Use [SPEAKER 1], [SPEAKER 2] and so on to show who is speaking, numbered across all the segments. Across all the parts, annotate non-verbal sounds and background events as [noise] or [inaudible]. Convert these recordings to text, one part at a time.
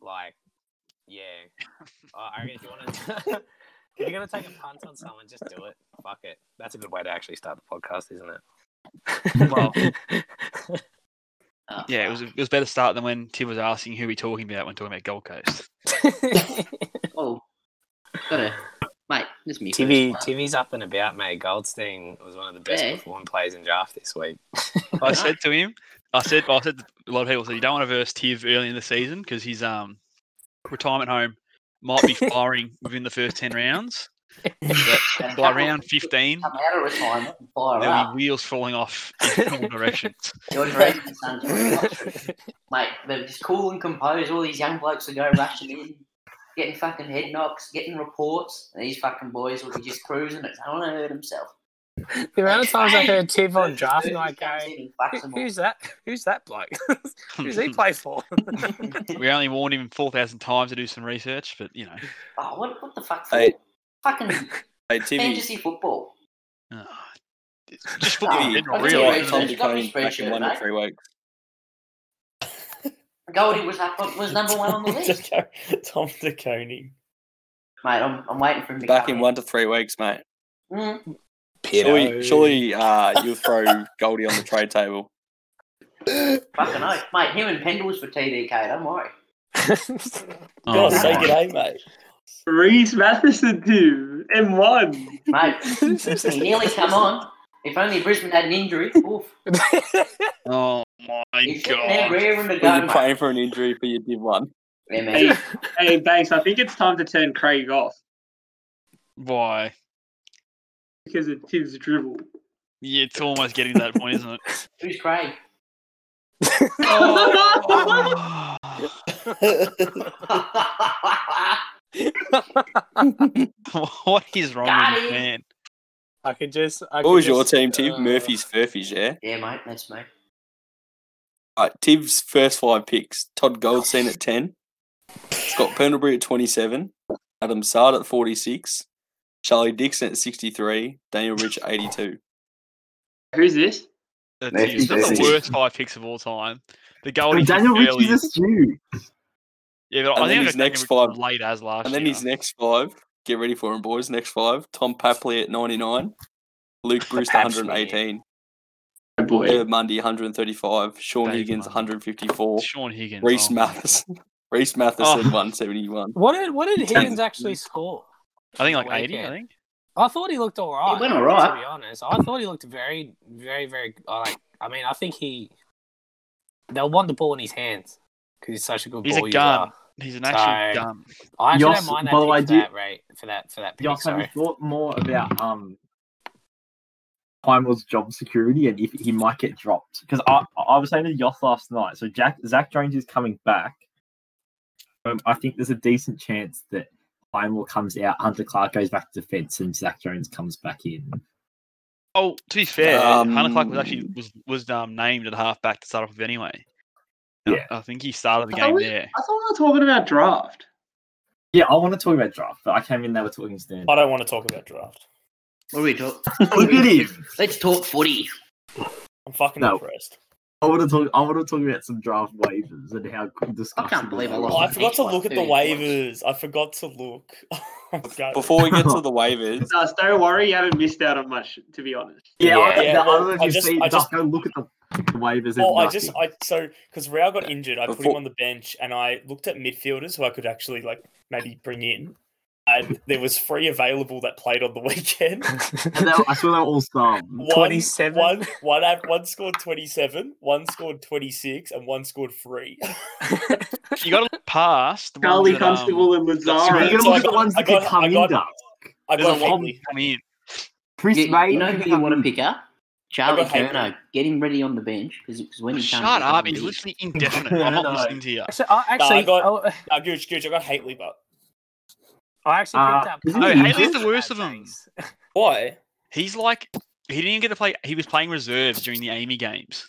[SPEAKER 1] Like, yeah. Uh, I reckon if you want [laughs] to, if you're gonna take a punt on someone, just do it. Fuck it. That's a good way to actually start the podcast, isn't it?
[SPEAKER 2] Well-
[SPEAKER 3] Oh,
[SPEAKER 2] Yeah, it was it was a better start than when Tim was asking who we talking about when talking about Gold Coast.
[SPEAKER 3] Oh, gotta, mate. This me.
[SPEAKER 1] [laughs] Timmy,
[SPEAKER 3] first.
[SPEAKER 1] Timmy's up and about, mate. Goldstein was one of the best
[SPEAKER 3] Yeah.
[SPEAKER 1] performed plays in draft this [laughs] week.
[SPEAKER 2] I said to him, I said, I said, a lot of people said you don't want to verse Tiv early in the season because his um retirement home might be firing within the first ten rounds.
[SPEAKER 3] Gotta
[SPEAKER 2] By
[SPEAKER 3] come
[SPEAKER 2] round
[SPEAKER 3] [laughs] out-
[SPEAKER 2] fifteen,
[SPEAKER 3] Come out of retirement and fire
[SPEAKER 2] there'll
[SPEAKER 3] up.
[SPEAKER 2] be wheels falling off in all directions.
[SPEAKER 3] Your direction, son.
[SPEAKER 1] [laughs]
[SPEAKER 3] Mate, they're just cool and composed. All these young blokes will go rushing in, getting fucking head knocks, getting reports. And these fucking boys will be just cruising it. I don't want to hurt himself.
[SPEAKER 1] the amount of times [laughs] I heard Tiv on
[SPEAKER 3] Versus
[SPEAKER 1] draft
[SPEAKER 3] Burgess
[SPEAKER 1] night [laughs]
[SPEAKER 3] comes
[SPEAKER 1] go,
[SPEAKER 3] in and fucks
[SPEAKER 1] "Who-
[SPEAKER 3] them all.
[SPEAKER 1] who's that? Who's that bloke? [laughs] Who's
[SPEAKER 2] [laughs]
[SPEAKER 1] he play for?
[SPEAKER 2] Hmm.
[SPEAKER 3] [laughs]
[SPEAKER 2] we only warned him four thousand times to do some research, but you know,
[SPEAKER 3] Oh, what, what the fuck?
[SPEAKER 4] Hey.
[SPEAKER 3] Fucking
[SPEAKER 4] Hey, Timmy,
[SPEAKER 3] fantasy football.
[SPEAKER 2] uh, just football in general,
[SPEAKER 3] Oh, I
[SPEAKER 4] Timmy,
[SPEAKER 3] didn't
[SPEAKER 2] really.
[SPEAKER 3] realize
[SPEAKER 2] isn't
[SPEAKER 4] Tom
[SPEAKER 2] it?
[SPEAKER 3] You've got me
[SPEAKER 4] Decone's back in
[SPEAKER 3] spreadshirt,
[SPEAKER 4] one to
[SPEAKER 3] mate.
[SPEAKER 4] three weeks.
[SPEAKER 3] Goldie was up, was number one
[SPEAKER 1] [laughs]
[SPEAKER 3] on the list.
[SPEAKER 5] Tom DeConey.
[SPEAKER 3] Mate, I'm, I'm waiting for him to
[SPEAKER 4] Back
[SPEAKER 3] come
[SPEAKER 4] in one to three weeks, mate.
[SPEAKER 3] Mm,
[SPEAKER 4] Surely,
[SPEAKER 1] [laughs]
[SPEAKER 4] surely uh, you'll throw Goldie on the trade table.
[SPEAKER 3] fucking oath. Mate, him and Pendles for TDK, don't worry.
[SPEAKER 5] God,
[SPEAKER 2] Oh,
[SPEAKER 5] say
[SPEAKER 2] my.
[SPEAKER 1] eh?
[SPEAKER 5] g'day, mate.
[SPEAKER 6] Reese Matheson team and one.
[SPEAKER 3] Mate, he nearly come on. If only Brisbane had an injury. Oof.
[SPEAKER 2] Oh my
[SPEAKER 3] He's sitting there
[SPEAKER 2] god!
[SPEAKER 3] rearing to go,
[SPEAKER 4] You're
[SPEAKER 3] mate.
[SPEAKER 4] paying for an injury for your Div 1.
[SPEAKER 3] Yeah, man.
[SPEAKER 6] Hey, hey, Banks, I think it's time to turn Craig off
[SPEAKER 2] Why?
[SPEAKER 6] because of Tim's dribble.
[SPEAKER 2] Yeah, it's almost getting to that point, isn't it?
[SPEAKER 3] Who's Craig? [laughs]
[SPEAKER 2] [laughs] Oh. what is wrong
[SPEAKER 3] Got
[SPEAKER 2] with this
[SPEAKER 3] him.
[SPEAKER 2] man?
[SPEAKER 1] I could just. I
[SPEAKER 4] What
[SPEAKER 1] could
[SPEAKER 4] was your
[SPEAKER 1] just,
[SPEAKER 4] team, Tiv?
[SPEAKER 1] uh,
[SPEAKER 4] Murphy's Furfies, yeah?
[SPEAKER 3] yeah, mate, that's me.
[SPEAKER 4] Right, Tiv's first five picks Todd Goldstein at 10, Scott Pendlebury at 27, Adam Sard at 46, Charlie Dixon at 63, Daniel Rich at 82.
[SPEAKER 6] Who's this?
[SPEAKER 2] That's
[SPEAKER 3] Nathan
[SPEAKER 2] it's not the
[SPEAKER 3] Davis.
[SPEAKER 2] worst five picks of all time. The Goldie
[SPEAKER 6] Daniel
[SPEAKER 2] pick
[SPEAKER 6] Rich
[SPEAKER 2] early.
[SPEAKER 6] is a stew.
[SPEAKER 2] Yeah, but
[SPEAKER 4] And
[SPEAKER 2] I
[SPEAKER 4] then
[SPEAKER 2] think
[SPEAKER 4] his
[SPEAKER 2] his next
[SPEAKER 4] next five-
[SPEAKER 2] late as last
[SPEAKER 4] And then
[SPEAKER 2] year.
[SPEAKER 4] his next five, get ready for him, boys. Next five, Tom Papley at 99, Luke Brewster
[SPEAKER 1] Paps,
[SPEAKER 4] 118,
[SPEAKER 6] Oh boy.
[SPEAKER 4] Herb Mundy 135, Sean
[SPEAKER 2] Dave
[SPEAKER 4] Higgins
[SPEAKER 2] Mundy.
[SPEAKER 4] 154,
[SPEAKER 2] Sean Higgins.
[SPEAKER 4] Reese
[SPEAKER 2] oh my
[SPEAKER 4] Matheson. [laughs] Reese Matheson
[SPEAKER 2] Oh.
[SPEAKER 4] 171.
[SPEAKER 1] What did What did
[SPEAKER 4] Ten-
[SPEAKER 1] Higgins actually score?
[SPEAKER 2] God. I think like eighty. I
[SPEAKER 1] Weekend.
[SPEAKER 2] think.
[SPEAKER 1] I thought he looked all right.
[SPEAKER 3] He went all right.
[SPEAKER 1] To be honest, I thought he looked very, very, very. I Like, I mean, I think he. They'll want the ball in his hands because he's such a good
[SPEAKER 2] He's a
[SPEAKER 1] ball
[SPEAKER 2] gun. He's an actual
[SPEAKER 1] So-
[SPEAKER 2] gun.
[SPEAKER 1] user. I actually
[SPEAKER 7] Yoss,
[SPEAKER 1] don't mind that
[SPEAKER 7] by the way,
[SPEAKER 1] pick for
[SPEAKER 7] do you-
[SPEAKER 1] that rate for that for that pick.
[SPEAKER 7] Yoss, have you
[SPEAKER 1] sorry.
[SPEAKER 7] thought more about um Heimel's job security and if he might get dropped? Because I I was saying to Yoss last night, so Jack Zach Jones is coming back. Um, I think there's a decent chance that Heimel comes out, Hunter Clark goes back to defense, and Zach Jones comes back in.
[SPEAKER 2] Oh, to be fair, Hunter Clark was actually
[SPEAKER 4] Um,
[SPEAKER 2] was was um, named at halfback to start off with anyway. And I-
[SPEAKER 7] Yeah.
[SPEAKER 2] I think he started the
[SPEAKER 6] I
[SPEAKER 2] game
[SPEAKER 6] thought-
[SPEAKER 2] there.
[SPEAKER 6] I thought we were talking about draft.
[SPEAKER 7] Yeah, I want to talk about draft, but I came in they were talking stand.
[SPEAKER 5] I don't want to talk about draft.
[SPEAKER 3] What are we talking?
[SPEAKER 7] Look at him.
[SPEAKER 3] Let's talk footy.
[SPEAKER 5] I'm fucking
[SPEAKER 7] No.
[SPEAKER 5] impressed.
[SPEAKER 7] I want to talk. I want to talk about some draft waivers and how good this.
[SPEAKER 3] I can't believe I lost.
[SPEAKER 5] Oh, I forgot to
[SPEAKER 3] Like
[SPEAKER 5] look at the
[SPEAKER 3] 30 points.
[SPEAKER 5] waivers. I forgot to look. [laughs] Okay.
[SPEAKER 4] Before we get to the
[SPEAKER 2] [laughs]
[SPEAKER 4] waivers,
[SPEAKER 6] Sus, don't worry, you haven't missed out on much, to be honest.
[SPEAKER 7] Yeah, I,
[SPEAKER 5] Yeah.
[SPEAKER 7] I don't know if
[SPEAKER 5] I
[SPEAKER 7] you've
[SPEAKER 5] just-
[SPEAKER 7] seen.
[SPEAKER 5] I just-
[SPEAKER 7] just, go look at the waivers.
[SPEAKER 5] Well, Oh,
[SPEAKER 7] and
[SPEAKER 5] I just I
[SPEAKER 7] nothing.
[SPEAKER 5] so because Rao got injured, I put him
[SPEAKER 4] Before-
[SPEAKER 5] on the bench and I looked at midfielders who I could actually like maybe bring in. And there was three available that played on the [laughs]
[SPEAKER 1] [laughs]
[SPEAKER 5] weekend.
[SPEAKER 7] And they were- I saw they were
[SPEAKER 5] [laughs]
[SPEAKER 7] all some.
[SPEAKER 5] One-
[SPEAKER 1] 27?
[SPEAKER 5] One, one, had- one scored twenty-seven, one scored twenty-six, and one scored three. [laughs]
[SPEAKER 2] You got to pass the ones
[SPEAKER 6] Charlie
[SPEAKER 2] that, um,
[SPEAKER 6] Constable and
[SPEAKER 7] So
[SPEAKER 6] Lazaro.
[SPEAKER 7] you're gonna
[SPEAKER 5] So I
[SPEAKER 7] look at the
[SPEAKER 5] got-
[SPEAKER 7] ones
[SPEAKER 5] I
[SPEAKER 7] that could
[SPEAKER 5] got-
[SPEAKER 7] come
[SPEAKER 5] I
[SPEAKER 7] in.
[SPEAKER 5] got-
[SPEAKER 7] Duck.
[SPEAKER 5] I
[SPEAKER 2] there's
[SPEAKER 5] got
[SPEAKER 2] a lot
[SPEAKER 5] Higley.
[SPEAKER 2] come in.
[SPEAKER 7] Chris
[SPEAKER 3] You,
[SPEAKER 7] May.
[SPEAKER 3] you know who you want to pick up? Charlie
[SPEAKER 5] I've got Hayden.
[SPEAKER 3] Kerno. Get him ready on the bench because when he comes,
[SPEAKER 2] Shut
[SPEAKER 3] he
[SPEAKER 2] up!
[SPEAKER 3] comes
[SPEAKER 2] It's
[SPEAKER 3] in.
[SPEAKER 2] literally
[SPEAKER 3] [laughs]
[SPEAKER 2] indefinite. I'm not
[SPEAKER 7] No.
[SPEAKER 2] listening to you.
[SPEAKER 1] Actually, I
[SPEAKER 5] Nah, I
[SPEAKER 1] actually,
[SPEAKER 5] got-
[SPEAKER 1] oh,
[SPEAKER 5] No, Gooch, Gooch, I got Haitley, but
[SPEAKER 1] I actually picked
[SPEAKER 7] Uh,
[SPEAKER 1] up.
[SPEAKER 7] isn't
[SPEAKER 2] No,
[SPEAKER 1] Carter
[SPEAKER 2] Haley's
[SPEAKER 1] Jones
[SPEAKER 2] the
[SPEAKER 1] for
[SPEAKER 2] worst
[SPEAKER 1] that
[SPEAKER 2] of 'em.
[SPEAKER 1] base.
[SPEAKER 5] why?
[SPEAKER 2] He's like he didn't even get to play. He was playing reserves during the Amy games.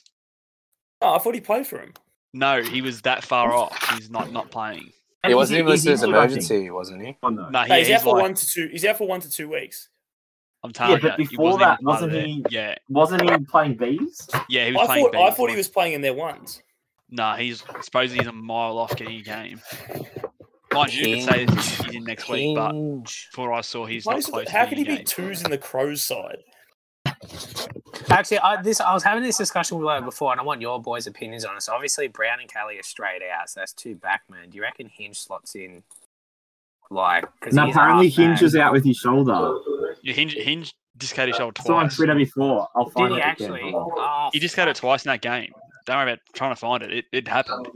[SPEAKER 5] Oh, I thought he played for him.
[SPEAKER 2] No, he was that far off. He's not not playing.
[SPEAKER 1] He wasn't even
[SPEAKER 7] He's
[SPEAKER 1] listed as
[SPEAKER 7] injured, I think.
[SPEAKER 1] emergency, wasn't he?
[SPEAKER 7] Oh, no.
[SPEAKER 2] No,
[SPEAKER 5] No,
[SPEAKER 2] he,
[SPEAKER 5] he's out
[SPEAKER 2] he's
[SPEAKER 5] for
[SPEAKER 2] like,
[SPEAKER 5] one to two. He's out for one to two weeks.
[SPEAKER 2] I'm telling
[SPEAKER 7] but
[SPEAKER 2] you, he
[SPEAKER 7] before
[SPEAKER 2] wasn't
[SPEAKER 7] that,
[SPEAKER 2] even part of
[SPEAKER 7] wasn't
[SPEAKER 2] it.
[SPEAKER 7] he-
[SPEAKER 2] Yeah,
[SPEAKER 7] Wasn't he playing bees?
[SPEAKER 2] yeah, he was
[SPEAKER 5] I
[SPEAKER 2] playing.
[SPEAKER 5] thought, I
[SPEAKER 2] B,
[SPEAKER 5] thought he
[SPEAKER 2] like-
[SPEAKER 5] was playing in their ones.
[SPEAKER 2] Nah, he's supposedly he's a mile off getting a game. Mind you, you could say he's he's in next week, but
[SPEAKER 1] Hinge.
[SPEAKER 2] for what I saw, he's not
[SPEAKER 5] Plays with-
[SPEAKER 2] close.
[SPEAKER 5] how
[SPEAKER 2] to
[SPEAKER 5] can he
[SPEAKER 2] getting a
[SPEAKER 5] be
[SPEAKER 2] game.
[SPEAKER 5] twos in the Crows side?
[SPEAKER 1] Actually, I, this I was having this discussion with Lowe before, and I want your boys' opinions on this. Obviously, Brown and Kelly are straight out, so that's two backmen. Do you reckon Hinge slots in? Like, because
[SPEAKER 7] Now, apparently, Hinge was out with his shoulder.
[SPEAKER 2] Yeah, Hinge, Hinge dislocated his shoulder
[SPEAKER 7] I saw on
[SPEAKER 2] twice.
[SPEAKER 7] Twitter before. I'll
[SPEAKER 1] Did
[SPEAKER 7] find
[SPEAKER 1] he
[SPEAKER 7] it
[SPEAKER 1] actually?
[SPEAKER 7] again. Hold on.
[SPEAKER 1] Oh,
[SPEAKER 2] He dislocated it twice in that game. Don't worry about trying to find it. It, it happened.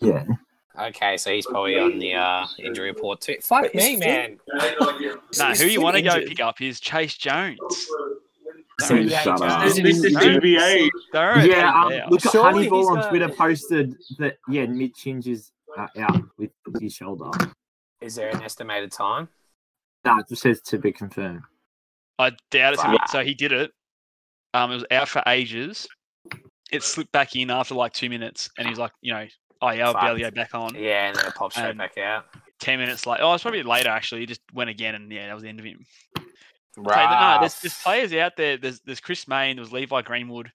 [SPEAKER 7] Yeah.
[SPEAKER 1] Okay, so he's probably on the uh, injury report too. Fuck
[SPEAKER 5] But he's fit.
[SPEAKER 1] me, man.
[SPEAKER 2] Nah,
[SPEAKER 5] He's
[SPEAKER 2] who you
[SPEAKER 5] still
[SPEAKER 2] want to go
[SPEAKER 5] injured.
[SPEAKER 2] pick up is Chase Jones.
[SPEAKER 7] Dude,
[SPEAKER 1] Yeah,
[SPEAKER 7] shut
[SPEAKER 1] just-
[SPEAKER 7] up.
[SPEAKER 6] This this is NBA.
[SPEAKER 2] Don't worry
[SPEAKER 7] Yeah,
[SPEAKER 2] about
[SPEAKER 7] um,
[SPEAKER 2] it now.
[SPEAKER 7] look at
[SPEAKER 1] Surely
[SPEAKER 7] Honeyball
[SPEAKER 1] he's
[SPEAKER 7] on
[SPEAKER 1] got-
[SPEAKER 7] Twitter posted that, yeah, Mitch Hinge is uh, out with his shoulder.
[SPEAKER 1] Is there an estimated time?
[SPEAKER 7] No, it just says to be confirmed.
[SPEAKER 2] I doubt it's gonna be- so. He did it. Um, it was out for ages. It slipped back in after like two minutes, and he's like, you know, oh yeah, I'll
[SPEAKER 1] Fuck.
[SPEAKER 2] be able to go back on.
[SPEAKER 1] Yeah, and then it pops straight
[SPEAKER 2] Um,
[SPEAKER 1] back out.
[SPEAKER 2] Ten minutes later, oh, it's probably later actually. He just went again, and yeah, that was the end of him. So,
[SPEAKER 1] Right.
[SPEAKER 2] but no, there's, there's players out there. There's there's Chris Main. There was Levi Greenwood.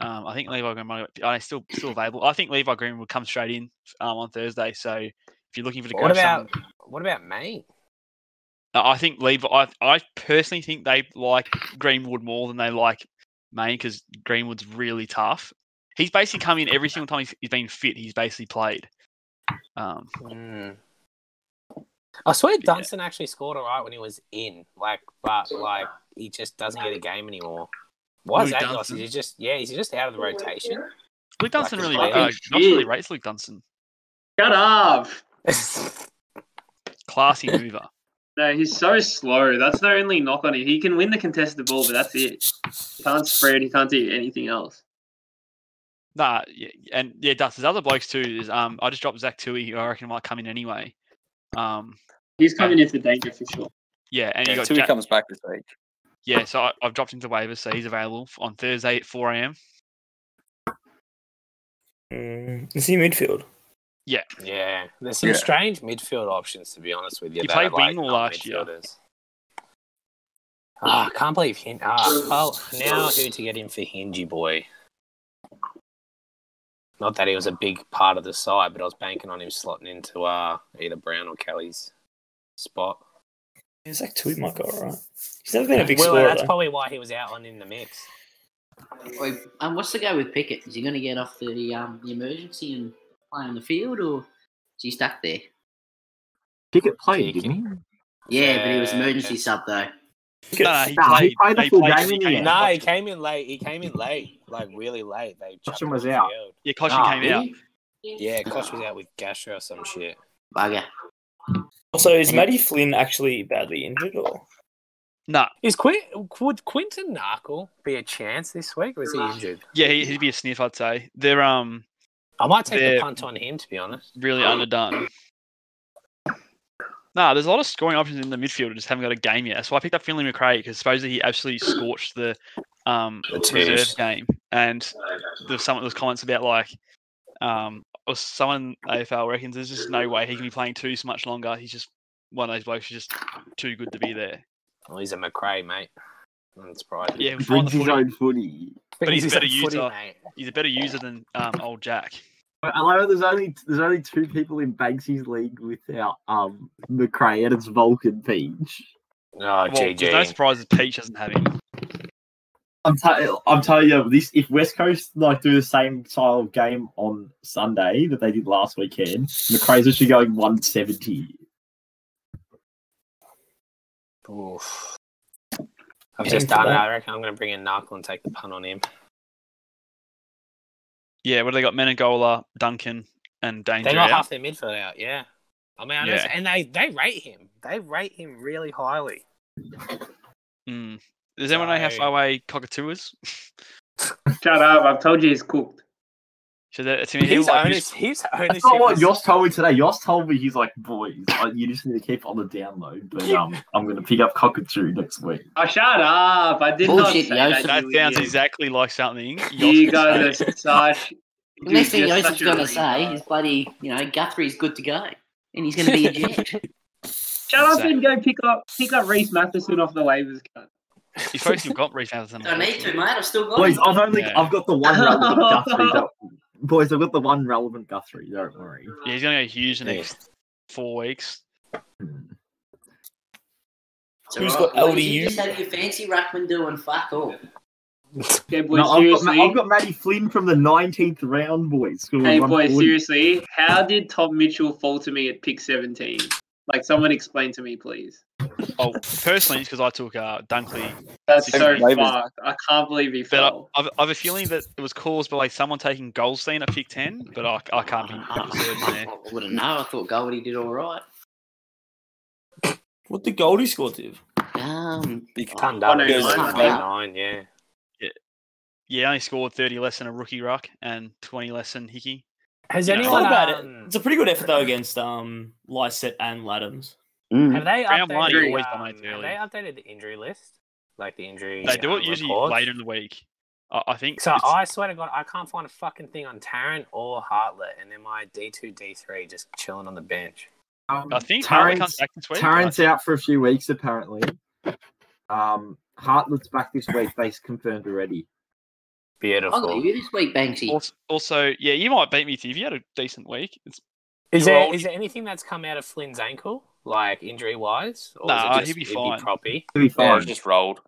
[SPEAKER 2] Um, I think Levi Greenwood. I still still available. I think Levi Greenwood comes straight in um, on Thursday. So if you're looking for the
[SPEAKER 1] what
[SPEAKER 2] coach,
[SPEAKER 1] about what about me?
[SPEAKER 2] I think Levi. I, I personally think they like Greenwood more than they like Main because Greenwood's really tough. He's basically come in every single time he's, he's been fit. He's basically played. Um,
[SPEAKER 1] Hmm. I swear Dunstan actually scored all right when he was in, like, but like he just doesn't get a game anymore. Why is
[SPEAKER 2] Lou
[SPEAKER 1] that? Dunstan?
[SPEAKER 2] Dunstan?
[SPEAKER 1] He's just yeah, he's just out of the rotation.
[SPEAKER 2] Luke Dunstan
[SPEAKER 1] Like,
[SPEAKER 2] really,
[SPEAKER 1] like,
[SPEAKER 2] uh,
[SPEAKER 6] shit.
[SPEAKER 2] not really rates Luke Dunstan.
[SPEAKER 6] Shut up.
[SPEAKER 2] Classy
[SPEAKER 7] [laughs]
[SPEAKER 2] mover.
[SPEAKER 6] No, he's so slow. That's the only knock on him. He can win the contested ball, but that's it. He can't spread. He can't do anything else.
[SPEAKER 2] Nah, yeah, and yeah, Dust. There's other blokes too. Is um, I just dropped Zach Tui, who I reckon might come in anyway. Um,
[SPEAKER 6] He's coming in for danger for sure.
[SPEAKER 2] yeah, and you
[SPEAKER 4] Yeah,
[SPEAKER 2] got
[SPEAKER 4] till he
[SPEAKER 2] Jack-
[SPEAKER 4] comes back this week.
[SPEAKER 2] yeah. So I, I've dropped him to waivers, so he's available f- on Thursday at 4 a.m.
[SPEAKER 8] Hmm,
[SPEAKER 5] Mm, is he midfield?
[SPEAKER 1] yeah, there's some
[SPEAKER 4] Yeah.
[SPEAKER 1] strange midfield options to be honest with you.
[SPEAKER 2] He
[SPEAKER 1] that
[SPEAKER 2] played
[SPEAKER 1] are, like,
[SPEAKER 2] wing all
[SPEAKER 1] not
[SPEAKER 2] last year.
[SPEAKER 1] midfielders. Ah, I can't believe Hinge. Ah, oh, now who to get in for Hingy boy? Not that he was a big part of the side, but I was banking on him slotting into uh, either Brown or Kelly's spot.
[SPEAKER 5] Yeah, Zach Tui might go alright. He's never been a big
[SPEAKER 1] well,
[SPEAKER 5] scorer.
[SPEAKER 1] that's
[SPEAKER 5] though.
[SPEAKER 1] probably why he was out on in the mix.
[SPEAKER 3] Wait, and um, what's the go with Pickett? Is he going to get off the um, the emergency and play on the field, or is he stuck there?
[SPEAKER 7] Pickett played, didn't Oh, he?
[SPEAKER 3] Yeah, but he was
[SPEAKER 1] Yeah,
[SPEAKER 3] emergency
[SPEAKER 1] yeah.
[SPEAKER 3] sub though.
[SPEAKER 2] Nah, he
[SPEAKER 7] Nah,
[SPEAKER 2] played.
[SPEAKER 7] he played the
[SPEAKER 2] they
[SPEAKER 7] full
[SPEAKER 2] played-
[SPEAKER 7] game
[SPEAKER 2] he came
[SPEAKER 7] in the
[SPEAKER 2] in.
[SPEAKER 7] end.
[SPEAKER 1] No, he came in late. He came in late, like really late. They chucked him
[SPEAKER 7] was
[SPEAKER 1] off the
[SPEAKER 7] out.
[SPEAKER 1] field.
[SPEAKER 2] Yeah, Koshin
[SPEAKER 3] Ah,
[SPEAKER 2] came out.
[SPEAKER 1] Yeah, Kosh was out with gastro or some shit.
[SPEAKER 3] Bugger.
[SPEAKER 5] Also, is Matty Flynn actually badly injured or?
[SPEAKER 2] Nah,
[SPEAKER 1] Is Quin- would Quinton Narkle be a chance this week, or is he injured?
[SPEAKER 2] yeah, he, he'd be a sniff, I'd say. They're um
[SPEAKER 1] I might take the
[SPEAKER 2] They're-
[SPEAKER 1] punt on him, to be honest.
[SPEAKER 2] really underdone. Nah, there's a lot of scoring options in the midfield. who Just haven't got a game yet. That's why I picked up Finley McRae because supposedly he absolutely scorched the um
[SPEAKER 1] The twos.
[SPEAKER 2] reserve game. And there was someone there was comments about like um or someone AFL reckons there's just no way he can be playing two so much longer. He's just one of those blokes who's just too good to be there.
[SPEAKER 1] Well, he's a McRae, mate. I'm surprised.
[SPEAKER 2] Yeah, we'll find the
[SPEAKER 7] Bridges
[SPEAKER 2] footy.
[SPEAKER 7] own footy.
[SPEAKER 1] but
[SPEAKER 2] he's better Utah.
[SPEAKER 1] mate. Oh,
[SPEAKER 2] he's a better user than um old Jack.
[SPEAKER 7] But I know there's only there's only two people in Banksy's league without um McRae, and it's Vulcan Peach.
[SPEAKER 1] Oh,
[SPEAKER 2] well, there's no
[SPEAKER 1] GG.
[SPEAKER 2] surprises Peach doesn't have him.
[SPEAKER 7] I'm, i I'm telling you, this if West Coast like do the same style of game on Sunday that they did last weekend, McRae's actually going 170.
[SPEAKER 1] Oof. I've just done it. I reckon I'm going to bring in Narkle and take the punt on him.
[SPEAKER 2] Yeah, what do they got? Menegola, Duncan, and Danger.
[SPEAKER 1] They got
[SPEAKER 2] out.
[SPEAKER 1] half their midfield out. Yeah, I mean, I know,
[SPEAKER 2] Yeah.
[SPEAKER 1] and they they rate him. They rate him really highly.
[SPEAKER 2] Mm. Does anyone know how
[SPEAKER 1] So-
[SPEAKER 2] far away Cockatoo is?
[SPEAKER 6] Shut up. I've told you he's cooked.
[SPEAKER 2] [laughs] so that, to me, he was
[SPEAKER 1] His
[SPEAKER 2] like,
[SPEAKER 1] ownership,
[SPEAKER 2] just-
[SPEAKER 1] his
[SPEAKER 7] That's
[SPEAKER 1] ownership.
[SPEAKER 7] not what
[SPEAKER 1] is-
[SPEAKER 7] Yoss told me today. Yoss told me he's like, boys, like, you just need to keep it on the download. But um, I'm going to pick up Cockatoo next week.
[SPEAKER 6] Oh, shut up. I did
[SPEAKER 3] Bullshit,
[SPEAKER 6] not say
[SPEAKER 3] Joseph.
[SPEAKER 2] that
[SPEAKER 6] you
[SPEAKER 2] sounds
[SPEAKER 6] idiot.
[SPEAKER 2] exactly like something.
[SPEAKER 6] [laughs]
[SPEAKER 2] Yoss
[SPEAKER 6] You
[SPEAKER 2] would
[SPEAKER 6] guys
[SPEAKER 2] say.
[SPEAKER 6] are such.
[SPEAKER 3] [laughs] The next thing
[SPEAKER 6] you're
[SPEAKER 3] Joseph's
[SPEAKER 6] such a
[SPEAKER 3] going to
[SPEAKER 6] retard.
[SPEAKER 3] say is bloody, you know, Guthrie's good to go, and he's going to be a jet.
[SPEAKER 6] Shut up and go pick up pick up Reese Matheson off the waivers. cunt.
[SPEAKER 2] You
[SPEAKER 3] [laughs]
[SPEAKER 2] folks have got Reece Matheson.
[SPEAKER 3] Don't need to, mate. I've still got.
[SPEAKER 7] Boys,
[SPEAKER 3] him.
[SPEAKER 7] I've only
[SPEAKER 2] Yeah.
[SPEAKER 7] I've got the one run with Guthrie that boys, I've got the one relevant Guthrie. Don't worry.
[SPEAKER 2] Yeah, he's gonna go huge the next four weeks.
[SPEAKER 7] Hmm.
[SPEAKER 3] So
[SPEAKER 5] Who's
[SPEAKER 3] Rob,
[SPEAKER 5] got
[SPEAKER 3] what did You
[SPEAKER 5] LDU?
[SPEAKER 3] just have your fancy Rackman doing fuck all.
[SPEAKER 6] Yeah, boy,
[SPEAKER 7] No, I've, got,
[SPEAKER 6] seriously.
[SPEAKER 7] Ma- I've got Matty Flynn from the 19th round, boys. who
[SPEAKER 6] hey,
[SPEAKER 7] won
[SPEAKER 6] boy,
[SPEAKER 7] 40.
[SPEAKER 6] seriously. How did Tom Mitchell fall to me at pick 17? Like, someone explain to me, please.
[SPEAKER 2] Oh, personally, it's because I took uh, Dunkley,
[SPEAKER 6] That's so
[SPEAKER 4] Maybe.
[SPEAKER 6] fucked. I can't believe he
[SPEAKER 2] but I,
[SPEAKER 6] fell.
[SPEAKER 2] I've, I've a feeling that it was caused by like someone taking Goldstein at pick ten, but I, I can't be certain
[SPEAKER 3] I
[SPEAKER 2] there.
[SPEAKER 3] wouldn't know. I thought Goldie did all right.
[SPEAKER 8] What the Goldie score, Div?
[SPEAKER 3] Um,
[SPEAKER 4] Big
[SPEAKER 1] Turned
[SPEAKER 6] Oh,
[SPEAKER 1] up.
[SPEAKER 6] no,
[SPEAKER 1] It was
[SPEAKER 6] no,
[SPEAKER 1] like
[SPEAKER 3] no.
[SPEAKER 1] 29, yeah.
[SPEAKER 2] Yeah, only scored thirty less than a rookie ruck and twenty less than Hickey.
[SPEAKER 1] Has
[SPEAKER 2] Yeah.
[SPEAKER 1] anyone
[SPEAKER 8] What about
[SPEAKER 1] um,
[SPEAKER 8] it? It's a pretty good effort though against um Lysette and Laddams.
[SPEAKER 3] mm.
[SPEAKER 7] Hmm.
[SPEAKER 1] Have they
[SPEAKER 2] Round one, you
[SPEAKER 1] updated,
[SPEAKER 2] always
[SPEAKER 1] um,
[SPEAKER 2] dominate early.
[SPEAKER 1] have they updated the injury list? Like the injury.
[SPEAKER 2] They do
[SPEAKER 1] um,
[SPEAKER 2] it usually
[SPEAKER 1] reports?
[SPEAKER 2] later in the week. I, I think.
[SPEAKER 1] So
[SPEAKER 2] it's-
[SPEAKER 1] I swear to God, I can't find a fucking thing on Tarrant or Hartlett, and then my D two D three just chilling on the bench.
[SPEAKER 7] Um,
[SPEAKER 2] I think Harley comes
[SPEAKER 7] Terrence,
[SPEAKER 2] back this week.
[SPEAKER 7] Terrence out for a few weeks, apparently. Um, Hartlett's back this week. They confirmed already.
[SPEAKER 3] I got
[SPEAKER 1] Beautiful.
[SPEAKER 3] you this week, Banksy.
[SPEAKER 2] Also, also, yeah, you might beat me too if you had a decent week. It's,
[SPEAKER 1] Is
[SPEAKER 2] You're
[SPEAKER 1] there
[SPEAKER 2] old.
[SPEAKER 1] is there anything that's come out of Flynn's ankle, like injury wise, or
[SPEAKER 2] Nah,
[SPEAKER 1] is it just,
[SPEAKER 2] he'll be
[SPEAKER 1] it'd
[SPEAKER 2] fine.
[SPEAKER 1] proppy,
[SPEAKER 7] To be
[SPEAKER 4] Yeah,
[SPEAKER 7] fair,
[SPEAKER 4] Oh, it's just rolled.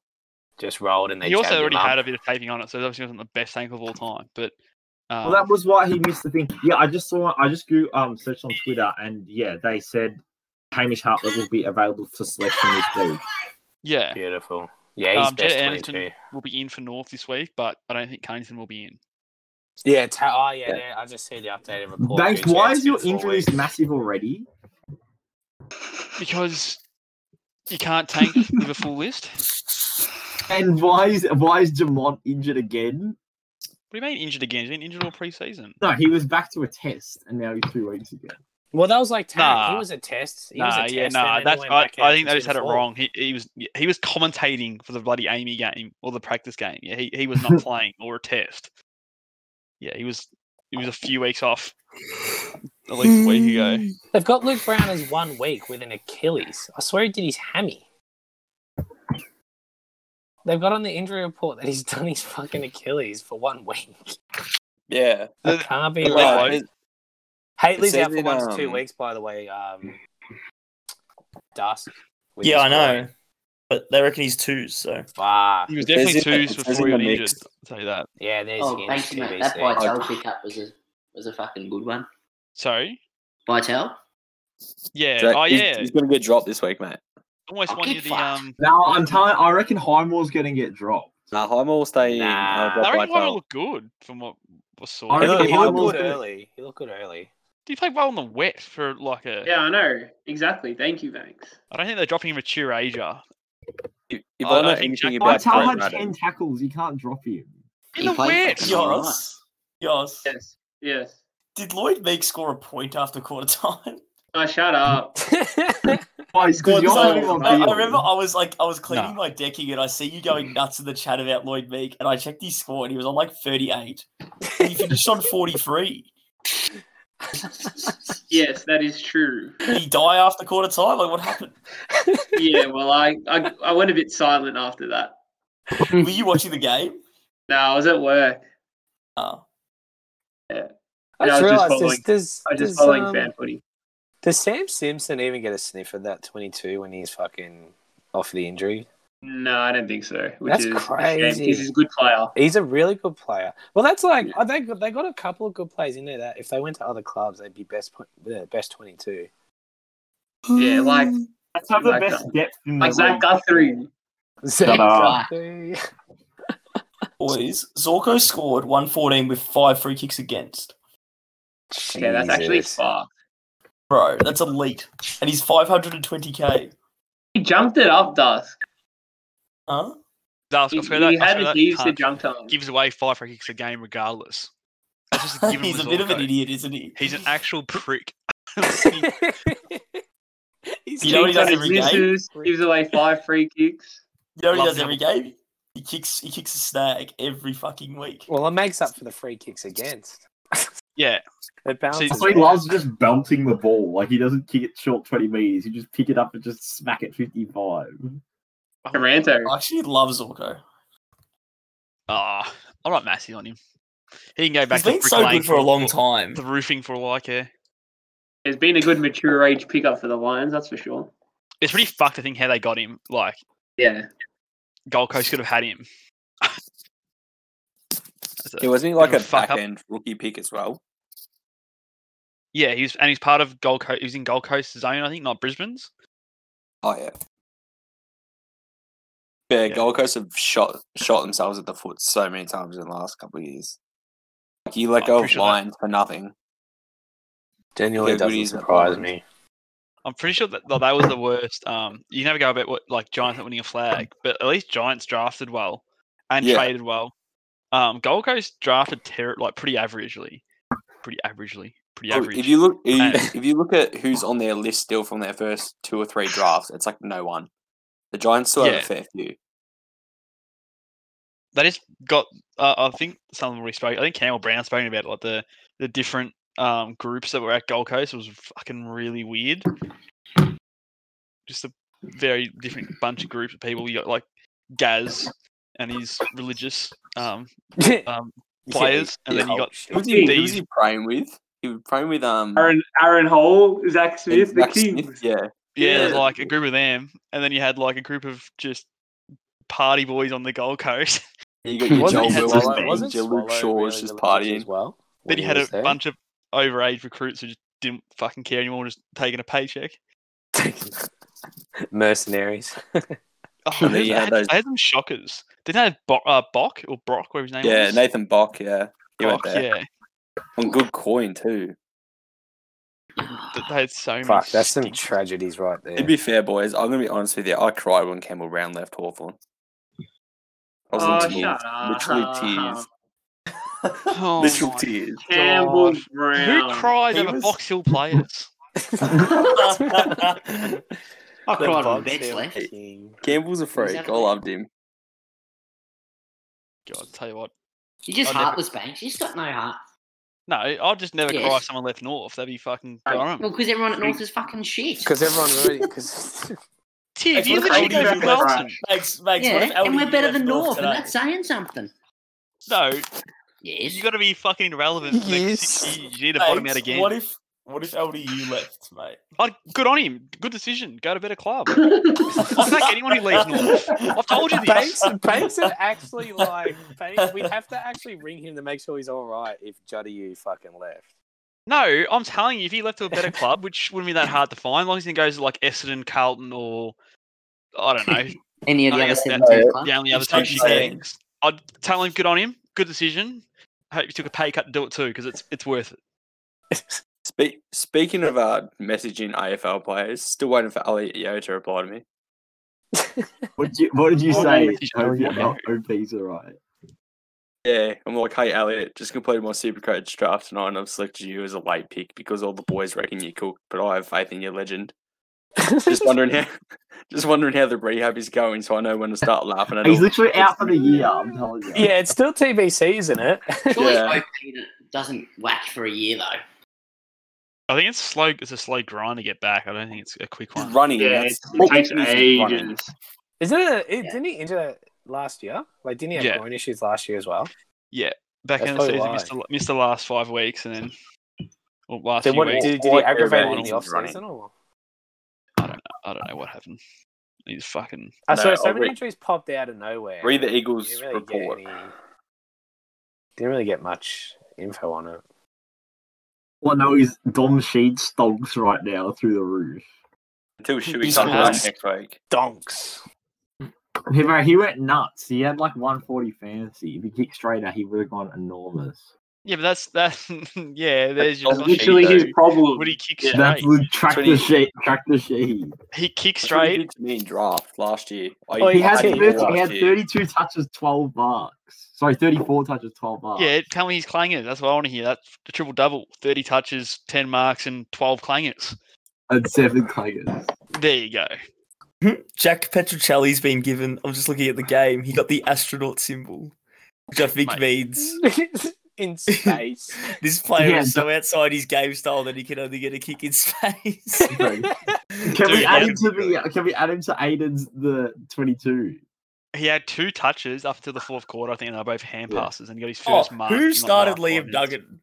[SPEAKER 1] just rolled and they
[SPEAKER 2] he also
[SPEAKER 1] jabbed
[SPEAKER 2] already
[SPEAKER 1] him up.
[SPEAKER 2] had a bit of taping on it, so it obviously wasn't the best ankle of all time. But um,
[SPEAKER 7] well, that was why he missed the thing. Yeah, I just saw. I just grew um searched on Twitter, and yeah, they said Hamish Hartlett will be available for selection this week.
[SPEAKER 2] yeah,
[SPEAKER 1] Beautiful. Yeah, he's
[SPEAKER 2] Um, Jed
[SPEAKER 1] best twenty
[SPEAKER 2] Anderson.
[SPEAKER 1] two.
[SPEAKER 2] will be in for North this week, but I don't think Cunnington will be in.
[SPEAKER 1] Yeah, ta- oh yeah, yeah, I just see the updated report.
[SPEAKER 7] Banks,
[SPEAKER 1] Usually
[SPEAKER 7] why
[SPEAKER 1] it's
[SPEAKER 7] is your
[SPEAKER 1] been four
[SPEAKER 7] injuries
[SPEAKER 1] weeks.
[SPEAKER 7] massive already?
[SPEAKER 2] because you can't
[SPEAKER 7] [laughs]
[SPEAKER 2] tank with a full list.
[SPEAKER 7] And why is why is Jamont injured again?
[SPEAKER 2] What do you mean injured again? He's been injured all preseason.
[SPEAKER 7] No, he was back to a test, and now he's two weeks ago.
[SPEAKER 1] Well, that was like Tarrant. he
[SPEAKER 2] Nah.
[SPEAKER 1] was a test. He was a
[SPEAKER 2] Nah,
[SPEAKER 1] test
[SPEAKER 2] yeah,
[SPEAKER 1] and
[SPEAKER 2] nah.
[SPEAKER 1] then he
[SPEAKER 2] That's
[SPEAKER 1] went
[SPEAKER 2] I,
[SPEAKER 1] back out
[SPEAKER 2] I think they
[SPEAKER 1] into
[SPEAKER 2] just had
[SPEAKER 1] the
[SPEAKER 2] it
[SPEAKER 1] form.
[SPEAKER 2] wrong. He, he was he was commentating for the bloody Amy game or the practice game. Yeah, he, he was
[SPEAKER 1] [laughs]
[SPEAKER 2] not playing or a test. Yeah, he was he was a few weeks off. At least a week
[SPEAKER 1] [laughs]
[SPEAKER 2] ago.
[SPEAKER 1] They've got Luke Brown as one week with an Achilles. I swear he did his hammy. They've got on the injury report that he's [laughs] done his fucking Achilles for one week.
[SPEAKER 4] Yeah.
[SPEAKER 1] That can't be
[SPEAKER 2] the-
[SPEAKER 1] right.
[SPEAKER 2] Like,
[SPEAKER 4] it-
[SPEAKER 1] Haley's
[SPEAKER 4] it says
[SPEAKER 1] out for
[SPEAKER 4] it,
[SPEAKER 1] one to two
[SPEAKER 4] um,
[SPEAKER 1] weeks, by the way. Um, Dusk. with
[SPEAKER 8] Yeah,
[SPEAKER 1] his
[SPEAKER 8] I know.
[SPEAKER 1] groin.
[SPEAKER 8] But they reckon he's two, so
[SPEAKER 1] Fuck.
[SPEAKER 2] He was
[SPEAKER 4] It says
[SPEAKER 2] definitely
[SPEAKER 4] in the-
[SPEAKER 2] twos
[SPEAKER 4] it says
[SPEAKER 2] before he
[SPEAKER 4] in
[SPEAKER 2] got
[SPEAKER 4] the
[SPEAKER 2] injured.
[SPEAKER 4] mix.
[SPEAKER 2] I'll tell you that.
[SPEAKER 1] Yeah, there's
[SPEAKER 3] Oh,
[SPEAKER 1] Hinge,
[SPEAKER 3] Banksy, mate. That
[SPEAKER 1] TBC.
[SPEAKER 3] Vital pickup was a was a fucking good one.
[SPEAKER 2] Sorry.
[SPEAKER 3] Vital.
[SPEAKER 2] Yeah.
[SPEAKER 4] Jack,
[SPEAKER 2] oh
[SPEAKER 4] he's-
[SPEAKER 2] yeah.
[SPEAKER 4] He's going to get dropped this week, mate.
[SPEAKER 2] Almost
[SPEAKER 3] Oh,
[SPEAKER 2] won
[SPEAKER 3] get
[SPEAKER 2] you the
[SPEAKER 3] fucked.
[SPEAKER 2] um.
[SPEAKER 7] Now I'm telling. I reckon Highmore's going to get dropped.
[SPEAKER 4] Nah, Highmore will stay in.
[SPEAKER 1] Nah.
[SPEAKER 4] I'll drop uh,
[SPEAKER 2] I reckon
[SPEAKER 4] Whitehall.
[SPEAKER 2] Wyman looked good from what was saw.
[SPEAKER 7] I
[SPEAKER 1] He
[SPEAKER 7] reckon
[SPEAKER 1] looked, he
[SPEAKER 7] Hyde
[SPEAKER 1] looked
[SPEAKER 7] was
[SPEAKER 1] good
[SPEAKER 7] good.
[SPEAKER 1] early. He looked good early. [laughs]
[SPEAKER 2] He played well in the wet for like a.
[SPEAKER 6] Yeah, I know. Exactly. Thank you, Banks.
[SPEAKER 2] I don't think they're dropping him a mature ager.
[SPEAKER 4] If if
[SPEAKER 2] I
[SPEAKER 4] I know
[SPEAKER 2] don't think Jack-
[SPEAKER 4] anything
[SPEAKER 7] I
[SPEAKER 4] about
[SPEAKER 7] tell
[SPEAKER 4] Trent
[SPEAKER 7] had
[SPEAKER 4] Raddatz-
[SPEAKER 7] ten tackles. You can't drop [laughs] him.
[SPEAKER 2] In
[SPEAKER 3] He
[SPEAKER 2] the
[SPEAKER 3] played
[SPEAKER 2] wet.
[SPEAKER 3] fucking
[SPEAKER 2] Yeah.
[SPEAKER 3] alright.
[SPEAKER 8] Yos. Yos.
[SPEAKER 6] Yes. Yes.
[SPEAKER 8] Did Lloyd Meek score a point after quarter time?
[SPEAKER 6] Oh, shut up.
[SPEAKER 7] Why he
[SPEAKER 8] So,
[SPEAKER 7] scored
[SPEAKER 6] You're
[SPEAKER 8] I,
[SPEAKER 6] holding on
[SPEAKER 8] I
[SPEAKER 6] to
[SPEAKER 8] remember I was like I was cleaning
[SPEAKER 2] Nah.
[SPEAKER 8] my decking and I see you going nuts in the chat about Lloyd Meek and I checked his score and he was on like 38. And he finished on 43.
[SPEAKER 6] Yes, that is true.
[SPEAKER 8] Did he die after quarter time? Like what happened?
[SPEAKER 6] Yeah, well, I, I, I went a bit silent after that.
[SPEAKER 8] Were you watching the game?
[SPEAKER 6] No, I was at work.
[SPEAKER 8] Oh.
[SPEAKER 1] I
[SPEAKER 6] Yeah, I
[SPEAKER 1] just
[SPEAKER 6] was just
[SPEAKER 1] realised there's,
[SPEAKER 6] following-
[SPEAKER 1] there's,
[SPEAKER 6] I was just
[SPEAKER 1] there's,
[SPEAKER 6] following
[SPEAKER 1] um,
[SPEAKER 6] fan footy.
[SPEAKER 1] Does Sam Simpson even get a sniff of that 22 when he's fucking off the injury?
[SPEAKER 6] No, I don't think so. Which
[SPEAKER 1] That's
[SPEAKER 6] is a shame, 'cause
[SPEAKER 1] crazy.
[SPEAKER 6] He's a good player.
[SPEAKER 1] He's a really good player. Well, that's like I they they got a couple of good players in there that if they went to other clubs, they'd be best po- yeah, best [laughs] 22.
[SPEAKER 6] Yeah, like
[SPEAKER 4] Mm.
[SPEAKER 7] Let's have the
[SPEAKER 6] Like
[SPEAKER 7] best
[SPEAKER 6] that.
[SPEAKER 7] depth in the
[SPEAKER 6] like Zach
[SPEAKER 7] league.
[SPEAKER 6] Guthrie.
[SPEAKER 1] Zach
[SPEAKER 7] up.
[SPEAKER 1] Guthrie.
[SPEAKER 8] Boys, Zorko scored 114 with five free kicks against.
[SPEAKER 6] Yeah, that's actually
[SPEAKER 1] Jesus.
[SPEAKER 6] fucked.
[SPEAKER 8] Bro, that's elite. And he's 520k.
[SPEAKER 6] He jumped it up, Dusk.
[SPEAKER 8] Huh?
[SPEAKER 2] Dallas,
[SPEAKER 6] He,
[SPEAKER 2] I swear
[SPEAKER 6] he
[SPEAKER 2] that, I
[SPEAKER 6] had
[SPEAKER 2] swear that
[SPEAKER 6] heaps to
[SPEAKER 2] cunt
[SPEAKER 6] jump time.
[SPEAKER 2] gives away five free kicks a game regardless. That's
[SPEAKER 8] [laughs]
[SPEAKER 2] just a given
[SPEAKER 8] he's a
[SPEAKER 2] with
[SPEAKER 8] bit of an
[SPEAKER 2] Zorko.
[SPEAKER 8] idiot, isn't he?
[SPEAKER 2] He's an actual prick.
[SPEAKER 1] [laughs] He's
[SPEAKER 8] You know what he does
[SPEAKER 6] He
[SPEAKER 8] every
[SPEAKER 6] misses,
[SPEAKER 8] game?
[SPEAKER 6] Gives away five free kicks.
[SPEAKER 8] You know what he
[SPEAKER 2] Love
[SPEAKER 8] does
[SPEAKER 2] him.
[SPEAKER 8] every game? He kicks he kicks a snag every fucking week.
[SPEAKER 1] well, it makes up for the free kicks against.
[SPEAKER 2] Yeah.
[SPEAKER 1] It bounces.
[SPEAKER 2] So
[SPEAKER 7] He
[SPEAKER 1] back.
[SPEAKER 7] loves just belting the ball. Like he doesn't kick it short twenty meters. He just pick it up and just smack it fifty-five.
[SPEAKER 2] Oh.
[SPEAKER 6] Taranto.
[SPEAKER 8] I actually love Zorko.
[SPEAKER 2] Ah, I write Oh, Massey on him. He can go back
[SPEAKER 8] He's been
[SPEAKER 2] to
[SPEAKER 8] so
[SPEAKER 2] bricklaying
[SPEAKER 8] good for a long
[SPEAKER 3] [laughs]
[SPEAKER 8] time.
[SPEAKER 2] The roofing for all I care.
[SPEAKER 6] It's been a good mature age pickup for the Lions, that's for sure.
[SPEAKER 2] It's pretty fucked. I think how they got him. Like
[SPEAKER 6] Yeah.
[SPEAKER 2] Gold Coast could have had
[SPEAKER 8] [laughs]
[SPEAKER 2] him. That's a-
[SPEAKER 4] Yeah, wasn't he like
[SPEAKER 2] bit
[SPEAKER 4] a
[SPEAKER 2] of a fuck
[SPEAKER 4] back
[SPEAKER 2] up.
[SPEAKER 4] end rookie pick as well?
[SPEAKER 2] yeah, he was, and he's part of Gold Coast. He was in Gold Coast zone, I think, not Brisbane's.
[SPEAKER 4] Oh yeah. Yeah,
[SPEAKER 2] Yeah.
[SPEAKER 4] Gold Coast have shot shot themselves at the foot so many times in the last couple of years. Like you let
[SPEAKER 2] I'm
[SPEAKER 4] go
[SPEAKER 2] pretty
[SPEAKER 4] of
[SPEAKER 2] sure that-
[SPEAKER 4] Lions for nothing.
[SPEAKER 1] Genuinely
[SPEAKER 4] Yeah,
[SPEAKER 1] doesn't
[SPEAKER 4] goodies at
[SPEAKER 1] surprise
[SPEAKER 4] Lions.
[SPEAKER 1] [laughs] me.
[SPEAKER 2] I'm pretty sure that that that was the worst. Um, you never go about what like Giants not winning a
[SPEAKER 4] [laughs]
[SPEAKER 2] flag, but at least Giants drafted well and
[SPEAKER 4] Yeah.
[SPEAKER 2] traded well. Um, Gold Coast drafted ter- like pretty averagely, pretty averagely, pretty
[SPEAKER 4] Look,
[SPEAKER 2] average.
[SPEAKER 4] If you look, if
[SPEAKER 2] Right.
[SPEAKER 4] you, if you look at who's on their list still from their first two or three drafts, it's like no one. The Giants still
[SPEAKER 2] Yeah.
[SPEAKER 4] have a fair few.
[SPEAKER 2] they just got. Uh, I think someone already spoke. I think Campbell Brown spoken about it, like the the different um groups that were at Gold Coast was fucking really weird. Just a very different bunch of groups of people. You got like Gaz and his religious um um players, and then you got
[SPEAKER 4] Who's he,
[SPEAKER 2] These-
[SPEAKER 4] who's he praying with? He was praying with um
[SPEAKER 6] Aaron Aaron Hole, Zach
[SPEAKER 4] and
[SPEAKER 6] Smith, the
[SPEAKER 4] Zach
[SPEAKER 6] Kings.
[SPEAKER 4] Smith, Yeah,
[SPEAKER 2] [laughs] yeah, there's
[SPEAKER 6] Yeah.
[SPEAKER 2] like a group of them, and then you had like a group of just party boys on the Gold Coast. [laughs]
[SPEAKER 4] you got your
[SPEAKER 2] Wasn't
[SPEAKER 4] Joel
[SPEAKER 2] it Swallow-
[SPEAKER 4] Willock,
[SPEAKER 2] wasn't
[SPEAKER 4] your Luke Shaw was just partying.
[SPEAKER 1] well.
[SPEAKER 2] then you had a bunch of overage recruits who just didn't fucking care anymore, just taking a paycheck.
[SPEAKER 1] mercenaries.
[SPEAKER 2] Oh,
[SPEAKER 4] And
[SPEAKER 2] who
[SPEAKER 4] then
[SPEAKER 2] was- they,
[SPEAKER 4] you had
[SPEAKER 2] had,
[SPEAKER 4] those-
[SPEAKER 2] they had some shockers. Did they have Bo- uh, Bock or Brock, whatever his name
[SPEAKER 4] [laughs] Yeah,
[SPEAKER 2] was?
[SPEAKER 4] Nathan Bock. Yeah, he went
[SPEAKER 2] Brock,
[SPEAKER 4] there
[SPEAKER 2] yeah.
[SPEAKER 4] on good coin too.
[SPEAKER 2] Th- They had so many.
[SPEAKER 1] Fuck, that's some
[SPEAKER 2] stinks.
[SPEAKER 1] [laughs] tragedies right there.
[SPEAKER 4] To be fair, boys, I'm gonna be honest with you. I cried when Campbell Brown left Hawthorn. I was
[SPEAKER 6] Oh,
[SPEAKER 4] in tears,
[SPEAKER 6] shut up.
[SPEAKER 4] literally tears,
[SPEAKER 2] Oh
[SPEAKER 4] literal
[SPEAKER 2] my
[SPEAKER 4] tears.
[SPEAKER 6] Campbell
[SPEAKER 2] God.
[SPEAKER 6] Brown.
[SPEAKER 2] Who
[SPEAKER 6] [laughs]
[SPEAKER 2] cries
[SPEAKER 8] He
[SPEAKER 2] over
[SPEAKER 8] was-
[SPEAKER 2] Box Hill players?
[SPEAKER 1] I
[SPEAKER 8] The
[SPEAKER 1] cried when
[SPEAKER 8] Bucks
[SPEAKER 1] Ben's
[SPEAKER 3] left.
[SPEAKER 1] king.
[SPEAKER 4] Campbell's a freak. I
[SPEAKER 3] Exactly.
[SPEAKER 4] loved him.
[SPEAKER 2] God, I'll tell you what.
[SPEAKER 3] She's just
[SPEAKER 2] I never-
[SPEAKER 3] heartless, Banks. She's got no heart.
[SPEAKER 2] No, I'll just never cry if
[SPEAKER 3] Yes.
[SPEAKER 2] someone left North. That'd be fucking.
[SPEAKER 6] Right.
[SPEAKER 2] Right.
[SPEAKER 3] Well, because everyone at North is fucking shit.
[SPEAKER 1] Because everyone's already. Because
[SPEAKER 2] Tiff,
[SPEAKER 8] That's
[SPEAKER 2] you
[SPEAKER 8] what
[SPEAKER 2] literally
[SPEAKER 8] Craig
[SPEAKER 2] live in
[SPEAKER 8] Becker
[SPEAKER 2] Wellton.
[SPEAKER 6] crashed.
[SPEAKER 8] Max, Max, what if
[SPEAKER 3] yeah, and
[SPEAKER 8] Aldi
[SPEAKER 3] we're better
[SPEAKER 8] left
[SPEAKER 3] than North, and
[SPEAKER 8] today?
[SPEAKER 3] that's saying something.
[SPEAKER 2] No,
[SPEAKER 3] Yes.
[SPEAKER 2] you got to be fucking irrelevant. For the next six years. You need to bottom out
[SPEAKER 8] Max,
[SPEAKER 2] again.
[SPEAKER 8] What if what if LDU left,
[SPEAKER 2] [laughs]
[SPEAKER 8] mate?
[SPEAKER 2] I'd- good on him. Good decision. Go to better club. [coughs] I'll take anyone who leaves North. I've told you this.
[SPEAKER 1] Banks, Banks had actually like. Banks, we have to actually ring him to make sure he's all right. If Juddy fucking left.
[SPEAKER 2] No, I'm telling you, if he left to a better club, which wouldn't be that hard to find, as long as he goes to like Essendon, Carlton, or I
[SPEAKER 1] [coughs]
[SPEAKER 2] don't know,
[SPEAKER 3] Any of
[SPEAKER 2] I
[SPEAKER 3] the other
[SPEAKER 2] guess
[SPEAKER 3] seven
[SPEAKER 2] that's
[SPEAKER 3] teams,
[SPEAKER 2] the
[SPEAKER 3] club?
[SPEAKER 2] only other two
[SPEAKER 8] Don't
[SPEAKER 2] she
[SPEAKER 8] say.
[SPEAKER 2] gets. I'd tell him, good on him, good decision. I hope you took a pay cut to do it too, because it's it's worth it.
[SPEAKER 4] Spe- speaking of uh, messaging AFL players, still waiting for Ali Yo to reply to me.
[SPEAKER 7] What did you, what did you
[SPEAKER 2] Oh,
[SPEAKER 7] say?
[SPEAKER 2] he's
[SPEAKER 7] Hope your
[SPEAKER 2] right.
[SPEAKER 7] OP's are right.
[SPEAKER 4] Yeah, I'm like, hey Elliot, just completed my Supercoach draft tonight, and I've selected you as a late pick because all the boys reckon you cooked, but I have faith in your legend.
[SPEAKER 1] [laughs]
[SPEAKER 4] Just wondering how, [laughs] just wondering how the rehab is going, so I know when to start laughing at
[SPEAKER 7] He's
[SPEAKER 4] all.
[SPEAKER 7] literally out for the year. I'm telling you.
[SPEAKER 1] Yeah, it's still TBC, isn't it?
[SPEAKER 3] Surely
[SPEAKER 4] Yeah.
[SPEAKER 3] OP that doesn't whack for a year though.
[SPEAKER 2] I think it's slow. It's a slow grind to get back. I don't think it's a quick one.
[SPEAKER 4] Running,
[SPEAKER 6] Yeah,
[SPEAKER 4] that's-
[SPEAKER 6] it's- it takes
[SPEAKER 4] Running.
[SPEAKER 6] ages.
[SPEAKER 1] Isn't it? it
[SPEAKER 3] Yeah.
[SPEAKER 1] Didn't he injure last year? Like, didn't he have
[SPEAKER 2] Yeah.
[SPEAKER 1] groin issues last year as well?
[SPEAKER 2] Back in the
[SPEAKER 1] That's probably
[SPEAKER 2] season,
[SPEAKER 1] why.
[SPEAKER 2] missed the, missed the last five weeks, and then well, last
[SPEAKER 1] Then
[SPEAKER 2] few
[SPEAKER 1] what
[SPEAKER 2] weeks.
[SPEAKER 1] did, did
[SPEAKER 4] all
[SPEAKER 1] he
[SPEAKER 4] I care
[SPEAKER 1] aggravate it
[SPEAKER 4] about
[SPEAKER 1] in the
[SPEAKER 4] is
[SPEAKER 1] off
[SPEAKER 4] running.
[SPEAKER 1] season or?
[SPEAKER 2] I don't know what happened. He's fucking.
[SPEAKER 1] I
[SPEAKER 4] No,
[SPEAKER 1] saw so
[SPEAKER 4] I'll
[SPEAKER 1] many
[SPEAKER 4] read-
[SPEAKER 1] injuries popped out of nowhere.
[SPEAKER 4] Read the Eagles
[SPEAKER 1] Didn't really get
[SPEAKER 4] report.
[SPEAKER 1] any- Didn't really get much info on it.
[SPEAKER 7] Well, no, is Dom Sheed stonks right now through the roof.
[SPEAKER 4] Until Shuey
[SPEAKER 2] He's
[SPEAKER 4] comes back
[SPEAKER 2] fast.
[SPEAKER 4] next week.
[SPEAKER 1] Donks.
[SPEAKER 7] He, bro, he went nuts. He had like 140 fantasy. If he kicked straight out, he would have gone enormous.
[SPEAKER 2] Yeah, but that's that. [laughs] yeah, there's your. [laughs]
[SPEAKER 4] That's
[SPEAKER 2] fucking-
[SPEAKER 6] Literally his problem.
[SPEAKER 2] Would he kick
[SPEAKER 6] Yeah.
[SPEAKER 2] straight?
[SPEAKER 7] That's would track
[SPEAKER 4] That's
[SPEAKER 7] the
[SPEAKER 4] what
[SPEAKER 7] sheet. Track the sheet.
[SPEAKER 2] He kicks
[SPEAKER 4] That's what he
[SPEAKER 2] straight.
[SPEAKER 4] did to me in draft last year. I-
[SPEAKER 1] Oh,
[SPEAKER 7] He
[SPEAKER 4] I
[SPEAKER 7] had,
[SPEAKER 4] hate him
[SPEAKER 7] 30, he
[SPEAKER 4] last
[SPEAKER 7] had
[SPEAKER 4] year.
[SPEAKER 7] 32 touches, 12 marks. Sorry, 34 touches, 12 marks.
[SPEAKER 2] Yeah, tell me he's clangers. That's what I want to hear. That's the triple double, thirty touches, ten marks, and twelve clangers.
[SPEAKER 7] And seven clangers.
[SPEAKER 2] There you go.
[SPEAKER 8] Hmm? Jack Petrocelli's been given. I'm just looking at the game. He got the astronaut symbol, which I think
[SPEAKER 2] Mate.
[SPEAKER 8] means
[SPEAKER 1] [laughs] in space.
[SPEAKER 8] this player
[SPEAKER 7] Yeah,
[SPEAKER 8] is so outside his game style that he can only get a kick in
[SPEAKER 2] [laughs]
[SPEAKER 8] space.
[SPEAKER 7] Can
[SPEAKER 2] Dude,
[SPEAKER 7] we add him
[SPEAKER 2] Aiden's
[SPEAKER 7] to the? Can we add him to Aiden's the 22?
[SPEAKER 2] he had two touches up to the fourth quarter, I think, and they were both hand
[SPEAKER 7] Yeah.
[SPEAKER 2] passes, and he got his
[SPEAKER 8] Oh,
[SPEAKER 2] first mark.
[SPEAKER 8] who
[SPEAKER 2] not
[SPEAKER 8] started
[SPEAKER 2] mark,
[SPEAKER 8] Liam
[SPEAKER 2] but-
[SPEAKER 8] Duggan?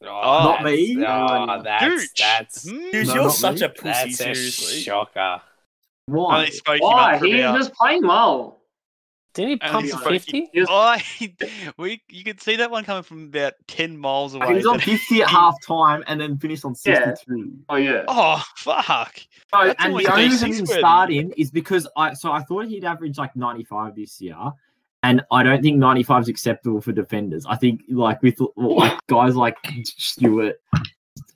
[SPEAKER 7] Not me.
[SPEAKER 1] Oh, that's
[SPEAKER 2] Gooch.
[SPEAKER 1] that's,
[SPEAKER 2] Hmm.
[SPEAKER 8] Dude,
[SPEAKER 7] No,
[SPEAKER 8] you're
[SPEAKER 7] not
[SPEAKER 8] such
[SPEAKER 7] me.
[SPEAKER 8] a pussy,
[SPEAKER 1] that's a
[SPEAKER 8] seriously.
[SPEAKER 1] shocker.
[SPEAKER 2] Oh,
[SPEAKER 7] Why?
[SPEAKER 2] they spoke him
[SPEAKER 6] Why?
[SPEAKER 2] up for
[SPEAKER 6] He
[SPEAKER 2] about-
[SPEAKER 6] was playing well.
[SPEAKER 1] Did he pump
[SPEAKER 2] he's like-
[SPEAKER 1] fifty?
[SPEAKER 6] He was,
[SPEAKER 2] Oh, he- [laughs] we you could see that one coming from about ten miles away.
[SPEAKER 7] He was on
[SPEAKER 2] but-
[SPEAKER 7] 50 at half time and then finished on
[SPEAKER 6] Yeah.
[SPEAKER 7] 62.
[SPEAKER 6] oh yeah.
[SPEAKER 2] [laughs] oh fuck!
[SPEAKER 6] Oh,
[SPEAKER 2] that's
[SPEAKER 7] and
[SPEAKER 2] always
[SPEAKER 7] the only
[SPEAKER 2] decent
[SPEAKER 7] reason he didn't
[SPEAKER 2] spread.
[SPEAKER 7] start him is because I so I thought he'd average like 95 this year, and I don't think 95 is acceptable for defenders. I think like with like guys like Stewart,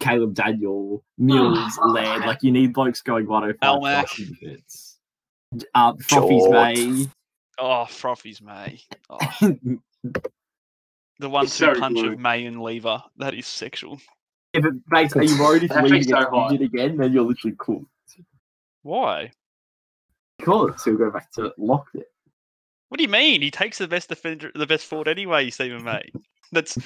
[SPEAKER 7] Caleb Daniel,
[SPEAKER 2] [sighs]
[SPEAKER 7] Mills, Laird, like you need blokes going 105.
[SPEAKER 2] Almack.
[SPEAKER 7] plus in defense. Uh, Froffy's May.
[SPEAKER 2] Oh, frothies May. Oh,
[SPEAKER 7] [laughs] yeah,
[SPEAKER 2] the one
[SPEAKER 6] It's
[SPEAKER 2] two
[SPEAKER 6] so
[SPEAKER 2] punch
[SPEAKER 6] good.
[SPEAKER 2] of May and Lever. That is sexual.
[SPEAKER 7] but mate, are you worried if
[SPEAKER 6] That's
[SPEAKER 7] we
[SPEAKER 6] actually so
[SPEAKER 7] get
[SPEAKER 6] hard.
[SPEAKER 7] injured again, then you're literally cool.
[SPEAKER 2] Why?
[SPEAKER 7] Cool. So we'll go back to locked it.
[SPEAKER 2] What do you mean? He takes the best defender, the best forward anyway, Stephen May. That's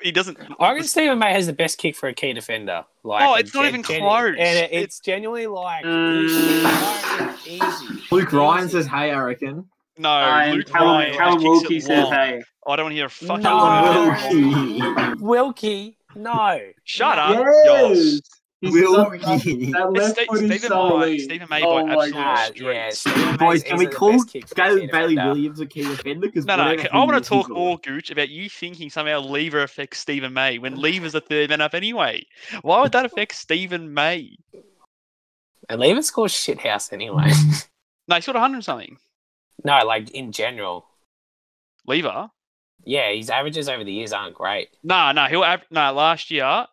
[SPEAKER 2] he doesn't.
[SPEAKER 1] I reckon Stephen May has the best kick for a key defender. Like,
[SPEAKER 2] Oh, it's not even close.
[SPEAKER 1] And it, it's genuinely like
[SPEAKER 6] Mm.
[SPEAKER 1] easy, easy.
[SPEAKER 7] Luke Ryan
[SPEAKER 1] easy.
[SPEAKER 7] says, "Hey, I reckon."
[SPEAKER 2] No,
[SPEAKER 6] Uh, And
[SPEAKER 2] Luke
[SPEAKER 6] Callum,
[SPEAKER 2] Ryan
[SPEAKER 6] Callum
[SPEAKER 2] kicks it
[SPEAKER 6] Wilkie says,
[SPEAKER 2] long.
[SPEAKER 6] "Hey,
[SPEAKER 2] I don't want to hear a fucking
[SPEAKER 1] Callum
[SPEAKER 7] [laughs]
[SPEAKER 2] word.
[SPEAKER 1] Wilkie. Wilkie, no.
[SPEAKER 2] Shut up,
[SPEAKER 6] yes,
[SPEAKER 2] Yoss.
[SPEAKER 6] He's
[SPEAKER 7] Will
[SPEAKER 6] so- That
[SPEAKER 2] It's
[SPEAKER 6] left
[SPEAKER 2] Ste-
[SPEAKER 6] foot is
[SPEAKER 2] Stephen
[SPEAKER 6] so
[SPEAKER 2] May-
[SPEAKER 6] elite.
[SPEAKER 2] Stephen May by
[SPEAKER 6] Oh my
[SPEAKER 2] absolute
[SPEAKER 6] God.
[SPEAKER 1] Ah,
[SPEAKER 2] strength.
[SPEAKER 1] yeah, Stephen May
[SPEAKER 7] Boys,
[SPEAKER 1] is
[SPEAKER 7] can we
[SPEAKER 1] easily the
[SPEAKER 7] call
[SPEAKER 1] best kick for a
[SPEAKER 7] Bailey,
[SPEAKER 1] key
[SPEAKER 7] Bailey
[SPEAKER 1] defender.
[SPEAKER 7] Williams a key defender? Because
[SPEAKER 2] No, no. okay, I want to talk more, Gooch, about you thinking somehow Lever affects Stephen May when Lever's the third man up anyway. Why would that affect Stephen May?
[SPEAKER 1] And Lever scores shit house anyway. [laughs]
[SPEAKER 2] No, he scored 100 and something.
[SPEAKER 1] no, like in general.
[SPEAKER 2] Lever?
[SPEAKER 1] Yeah, his averages over the years aren't great.
[SPEAKER 2] No, no. He'll av- no. Last year,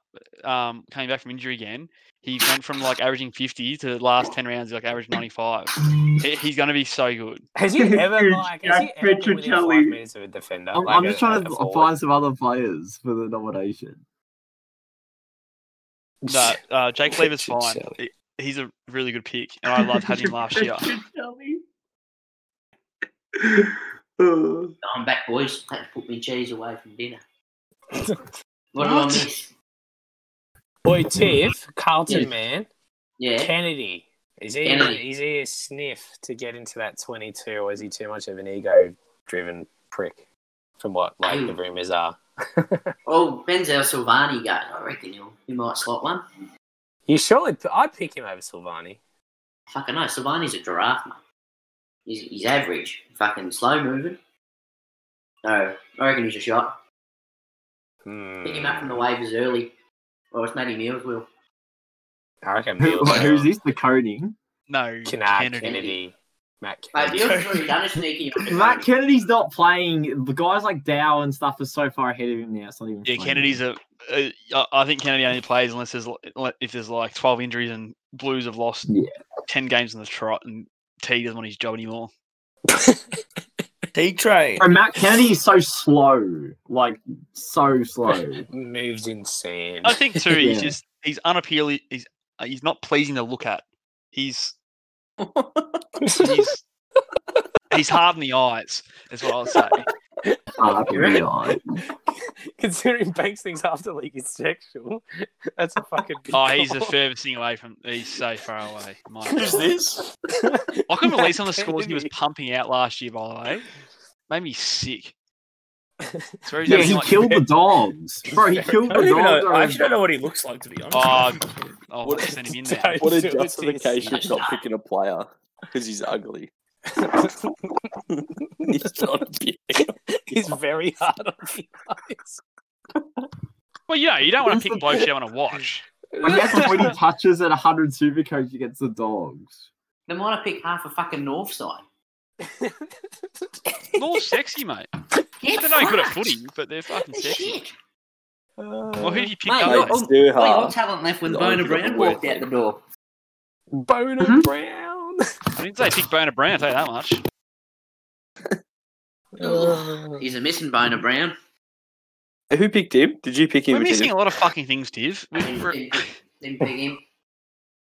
[SPEAKER 2] um, coming back from injury again, he went from like averaging 50 to the last 10 rounds, he, like averaged 95. He- he's going to be so good.
[SPEAKER 1] Has he ever like has he
[SPEAKER 6] Jack
[SPEAKER 1] ever been within five
[SPEAKER 6] Petrocelli.
[SPEAKER 1] minutes of a defender?
[SPEAKER 7] I'm,
[SPEAKER 1] like
[SPEAKER 7] I'm
[SPEAKER 1] a-
[SPEAKER 7] just trying
[SPEAKER 1] a
[SPEAKER 7] to
[SPEAKER 1] forward?
[SPEAKER 7] find some other players for the nomination.
[SPEAKER 1] [laughs]
[SPEAKER 2] No, uh, Jake Lever's
[SPEAKER 1] Richard
[SPEAKER 2] fine.
[SPEAKER 1] Shelley.
[SPEAKER 2] He- He's a really good pick, and I loved
[SPEAKER 6] [laughs]
[SPEAKER 2] having him last year.
[SPEAKER 6] oh.
[SPEAKER 3] I'm back, boys. Had to put me cheese away from [laughs] dinner. What, do I
[SPEAKER 2] What?
[SPEAKER 3] miss?
[SPEAKER 1] Boy Tiff, Carlton
[SPEAKER 3] Yeah.
[SPEAKER 1] man,
[SPEAKER 3] Yeah.
[SPEAKER 1] Kennedy. Is he
[SPEAKER 3] Kennedy.
[SPEAKER 1] is he a sniff to get into that twenty two or is he too much of an ego driven prick? From what like the rumours are.
[SPEAKER 3] Oh, Benzel Silvani guy. I reckon he'll, he might slot one.
[SPEAKER 1] You surely I'd pick him over Silvani.
[SPEAKER 3] Fucking no, Silvani's a giraffe, man. He's, he's average. Fucking slow moving. No, I reckon he's a shot.
[SPEAKER 1] Hmm.
[SPEAKER 3] Pick him up from the waivers early. Well, it's maybe Mills will.
[SPEAKER 1] I reckon
[SPEAKER 7] [laughs] Who,
[SPEAKER 1] Mills-
[SPEAKER 7] who's this? The coding?
[SPEAKER 2] No,
[SPEAKER 1] Nah, Kennedy.
[SPEAKER 2] Kennedy.
[SPEAKER 1] Matt
[SPEAKER 3] Mate,
[SPEAKER 1] Kennedy.
[SPEAKER 3] Mills has already done a sneaky.
[SPEAKER 7] Matt Kennedy's not playing. The guys like Dow and stuff are so far ahead of him now. It's not even.
[SPEAKER 2] Yeah,
[SPEAKER 7] funny.
[SPEAKER 2] Kennedy's a. Uh, I- I think Kennedy only plays unless there's li- li- if there's like twelve injuries and Blues have lost
[SPEAKER 7] Yeah.
[SPEAKER 2] ten games in the trot and T doesn't want his job anymore.
[SPEAKER 8] T train.
[SPEAKER 7] Bro, Matt Kennedy is so slow, like
[SPEAKER 1] [laughs]
[SPEAKER 7] so slow.
[SPEAKER 1] moves insane.
[SPEAKER 2] I think too he's
[SPEAKER 7] Yeah.
[SPEAKER 2] just he's unappealing. He's uh, he's not pleasing to look at. He's he's he's hard in the eyes. Is what I'll say.
[SPEAKER 7] Ah, right.
[SPEAKER 1] [laughs] Considering Banks thinks half the league is sexual, that's a fucking. big
[SPEAKER 2] Oh, he's
[SPEAKER 1] [laughs]
[SPEAKER 2] the
[SPEAKER 1] call.
[SPEAKER 2] furthest thing away from. He's so far away. My
[SPEAKER 8] Who's
[SPEAKER 2] God.
[SPEAKER 8] this?
[SPEAKER 2] I
[SPEAKER 1] Matt
[SPEAKER 2] couldn't believe some of the scores he was
[SPEAKER 1] Kennedy.
[SPEAKER 2] pumping out last year. By the way, made me sick. It's very-
[SPEAKER 7] Yeah,
[SPEAKER 2] it's
[SPEAKER 7] he
[SPEAKER 2] like-
[SPEAKER 7] killed the dogs, bro. He killed
[SPEAKER 8] I
[SPEAKER 7] the dogs.
[SPEAKER 8] don't even know. I
[SPEAKER 7] I
[SPEAKER 8] actually don't know what he looks like, to be [laughs] honest.
[SPEAKER 2] Oh, oh,
[SPEAKER 4] What-
[SPEAKER 2] send him in there.
[SPEAKER 4] [laughs] What a
[SPEAKER 1] Do this.
[SPEAKER 4] justification for
[SPEAKER 7] [laughs]
[SPEAKER 4] not picking a player because he's ugly. [laughs] he's not a
[SPEAKER 2] [laughs]
[SPEAKER 4] big.
[SPEAKER 1] he's very hard on the eyes.
[SPEAKER 2] Well, you know, you don't want
[SPEAKER 7] Who's
[SPEAKER 2] to
[SPEAKER 7] the
[SPEAKER 2] pick blokes you don't want to watch.
[SPEAKER 7] He had 20 touches and 100 super coach against the dogs.
[SPEAKER 3] They might have picked half a fucking north side.
[SPEAKER 2] More sexy, mate.
[SPEAKER 3] Yeah,
[SPEAKER 2] They're no good at
[SPEAKER 3] fuck.
[SPEAKER 2] footy, but they're fucking
[SPEAKER 3] They're
[SPEAKER 2] sexy.
[SPEAKER 3] shit.
[SPEAKER 1] Uh,
[SPEAKER 2] Well, who do you pick
[SPEAKER 3] Mate,
[SPEAKER 2] up? mate?
[SPEAKER 3] look, all,
[SPEAKER 4] It's too
[SPEAKER 3] all your
[SPEAKER 4] hard.
[SPEAKER 3] talent left when
[SPEAKER 4] No,
[SPEAKER 3] Bona
[SPEAKER 4] you've got
[SPEAKER 3] Brown
[SPEAKER 4] to
[SPEAKER 3] walked
[SPEAKER 4] work
[SPEAKER 3] out the door.
[SPEAKER 1] Boner
[SPEAKER 7] Mm-hmm.
[SPEAKER 6] Mhm.
[SPEAKER 1] Brown.
[SPEAKER 2] I didn't say pick Boner Brown. I'll tell you that much.
[SPEAKER 3] He's a missing Bona Brown.
[SPEAKER 4] Who picked him? Did you pick him?
[SPEAKER 2] We're
[SPEAKER 4] Tim?
[SPEAKER 2] missing a lot of fucking things, Div. We-
[SPEAKER 3] Didn't
[SPEAKER 2] we're-
[SPEAKER 3] didn't pick- didn't pick him.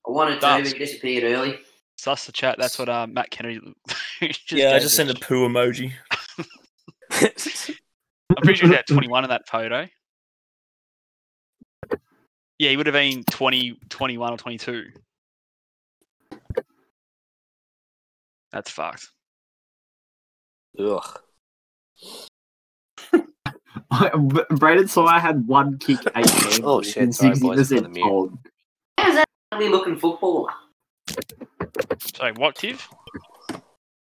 [SPEAKER 3] I wanted to, but
[SPEAKER 2] That's-
[SPEAKER 3] he disappeared early.
[SPEAKER 2] Suss the chat. That's what uh, Matt Kennedy. [laughs] just
[SPEAKER 8] yeah, I
[SPEAKER 2] gave
[SPEAKER 8] just
[SPEAKER 2] us.
[SPEAKER 8] sent a poo emoji.
[SPEAKER 2] I'm pretty sure
[SPEAKER 8] [laughs]
[SPEAKER 2] he's about 21 in that photo. Yeah, he would have been 20, 21 or 22. That's fucked.
[SPEAKER 1] Ugh.
[SPEAKER 7] Br- [laughs] Braden Sawyer had one kick,
[SPEAKER 1] [laughs]
[SPEAKER 7] eight games.
[SPEAKER 1] Oh,
[SPEAKER 7] with
[SPEAKER 1] shit,
[SPEAKER 7] and
[SPEAKER 1] sorry, boys, it's
[SPEAKER 7] 60%
[SPEAKER 1] on the mute.
[SPEAKER 7] hold.
[SPEAKER 3] How's that ugly looking footballer?
[SPEAKER 2] Sorry, what, Tiv?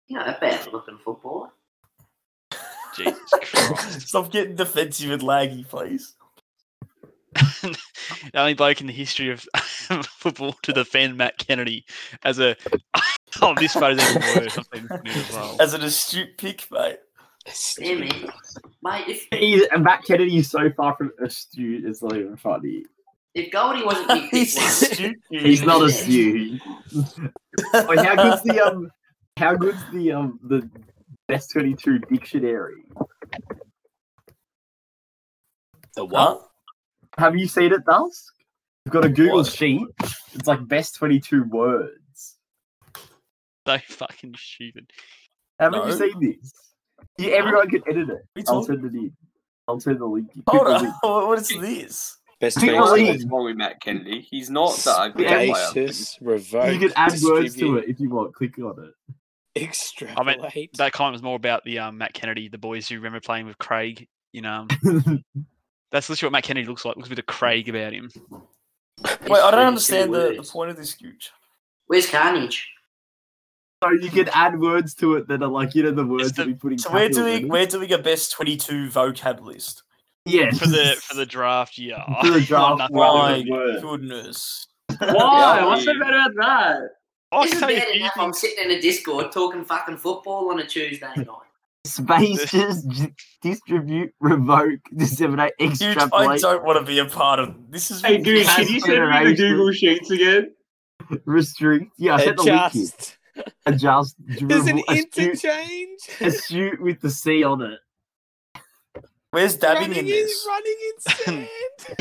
[SPEAKER 3] You know, a bad looking footballer.
[SPEAKER 8] [laughs]
[SPEAKER 2] Jesus Christ.
[SPEAKER 8] Stop getting defensive and laggy, please.
[SPEAKER 2] the only bloke in the history of [laughs] football to defend Matt Kennedy as a. [laughs] Oh, this photo's even worse. I'm even putting it as
[SPEAKER 8] [laughs]
[SPEAKER 2] well.
[SPEAKER 8] As an astute pick, mate.
[SPEAKER 3] Yeah, man. Mate, if,
[SPEAKER 7] He's, and Matt Kennedy is so far from astute, it's not even funny.
[SPEAKER 3] if Goldie [laughs] wasn't big
[SPEAKER 8] He's
[SPEAKER 3] this one,
[SPEAKER 8] astute. dude.
[SPEAKER 7] He's not astute. Wait, how good's the um? How good's the um the best twenty two dictionary?
[SPEAKER 1] The what?
[SPEAKER 8] Huh?
[SPEAKER 7] Have you seen it, Dusk? You've got a Google
[SPEAKER 8] What?
[SPEAKER 7] sheet. It's like best twenty two words.
[SPEAKER 2] [laughs] So fucking stupid.
[SPEAKER 7] Haven't you
[SPEAKER 8] No.
[SPEAKER 7] seen this? Yeah, everyone can edit it.
[SPEAKER 8] We
[SPEAKER 7] I'll
[SPEAKER 8] talk-
[SPEAKER 7] send it in. I'll send the link.
[SPEAKER 8] Hold
[SPEAKER 7] Google
[SPEAKER 8] on.
[SPEAKER 7] link.
[SPEAKER 8] [laughs] What what is this?
[SPEAKER 1] Best
[SPEAKER 7] Who
[SPEAKER 1] teams
[SPEAKER 7] are
[SPEAKER 1] in
[SPEAKER 7] you?
[SPEAKER 4] What's wrong with Matt Kennedy? He's not the ugly player.
[SPEAKER 1] Audacious, revoke,
[SPEAKER 7] You can add words to
[SPEAKER 1] distribute,
[SPEAKER 7] it if you want. Click on it.
[SPEAKER 1] Extrapolate.
[SPEAKER 2] That comment was more about the um, Matt Kennedy, the boys who remember playing with Craig. You
[SPEAKER 7] [laughs]
[SPEAKER 2] know, um, that's literally what Matt Kennedy looks like. Looks a bit of Craig about
[SPEAKER 7] [laughs]
[SPEAKER 2] him.
[SPEAKER 8] Wait, I don't
[SPEAKER 3] 32
[SPEAKER 8] understand the, the
[SPEAKER 3] words.
[SPEAKER 8] point of this, Gooch.
[SPEAKER 3] Where's Carnage?
[SPEAKER 7] so you can add words to it that are like you know the words
[SPEAKER 2] the-
[SPEAKER 7] that we put in.
[SPEAKER 8] So we're
[SPEAKER 7] capital
[SPEAKER 8] doing
[SPEAKER 7] letters.
[SPEAKER 8] we're doing a best twenty two vocab list.
[SPEAKER 7] yeah
[SPEAKER 2] For the for the draft, yeah.
[SPEAKER 7] [laughs] for the
[SPEAKER 2] I'm
[SPEAKER 7] draft.
[SPEAKER 2] not-
[SPEAKER 8] My
[SPEAKER 7] wrong word.
[SPEAKER 8] goodness.
[SPEAKER 6] Why?
[SPEAKER 4] Yeah.
[SPEAKER 6] What's so bad about that?
[SPEAKER 2] I
[SPEAKER 3] Isn't
[SPEAKER 2] say
[SPEAKER 3] bad
[SPEAKER 2] if you
[SPEAKER 3] enough I'm sitting in a Discord talking fucking football on a Tuesday night.
[SPEAKER 7] Spaces, j- distribute, revoke, disseminate,
[SPEAKER 8] Dude, I
[SPEAKER 7] extrapolate,
[SPEAKER 8] don't want to be a part of this. Is
[SPEAKER 6] Hey, dude, can you send me the Google Sheets again?
[SPEAKER 7] restrict. Yeah, I sent the link in.
[SPEAKER 1] Adjust.
[SPEAKER 7] Adjust.
[SPEAKER 1] [laughs] There's an
[SPEAKER 7] remove, astute,
[SPEAKER 1] interchange.
[SPEAKER 7] astute with the C on it.
[SPEAKER 8] Where's dabbing in
[SPEAKER 1] Running in,
[SPEAKER 8] this?
[SPEAKER 1] running in sand.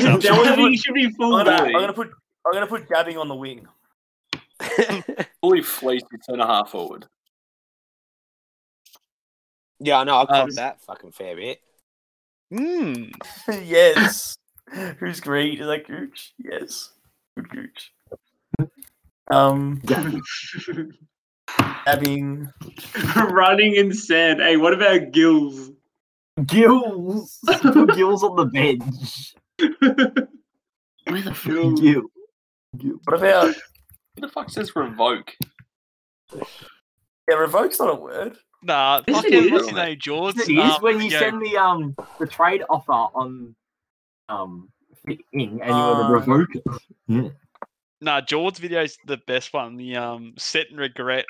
[SPEAKER 2] That
[SPEAKER 8] was
[SPEAKER 6] That
[SPEAKER 8] what-
[SPEAKER 6] you should be full
[SPEAKER 8] I'm gonna, I'm
[SPEAKER 6] back.
[SPEAKER 8] gonna put I'm gonna put dabbing on the wing.
[SPEAKER 4] Fully fleeced with centre half forward.
[SPEAKER 1] yeah, I know. I caught
[SPEAKER 2] Um,
[SPEAKER 1] that fucking fair bit. Hmm.
[SPEAKER 2] Mm.
[SPEAKER 8] [laughs] yes. Who's great? Is that Gooch? Yes. Good Gooch. Um, dabbing.
[SPEAKER 6] [laughs] Running in sand. Hey, what about gills?
[SPEAKER 7] Gills. Put gills on the bench.
[SPEAKER 3] Where the fuck?
[SPEAKER 6] Gills.
[SPEAKER 7] Gill. Gill.
[SPEAKER 8] What about
[SPEAKER 4] Who the fuck says
[SPEAKER 7] [laughs]
[SPEAKER 4] revoke?
[SPEAKER 8] yeah? Revoke's not a word.
[SPEAKER 2] [laughs] Nah,
[SPEAKER 4] Is it
[SPEAKER 2] fucking
[SPEAKER 4] is?
[SPEAKER 2] what's his name, George?
[SPEAKER 7] It is
[SPEAKER 2] Um,
[SPEAKER 7] when you
[SPEAKER 2] yeah,
[SPEAKER 7] send the um the trade offer on um thing and you want to
[SPEAKER 8] Uh,
[SPEAKER 7] revoke it. [laughs]
[SPEAKER 2] Nah, George's video's the best one. The um, set and
[SPEAKER 7] [laughs]
[SPEAKER 2] regret.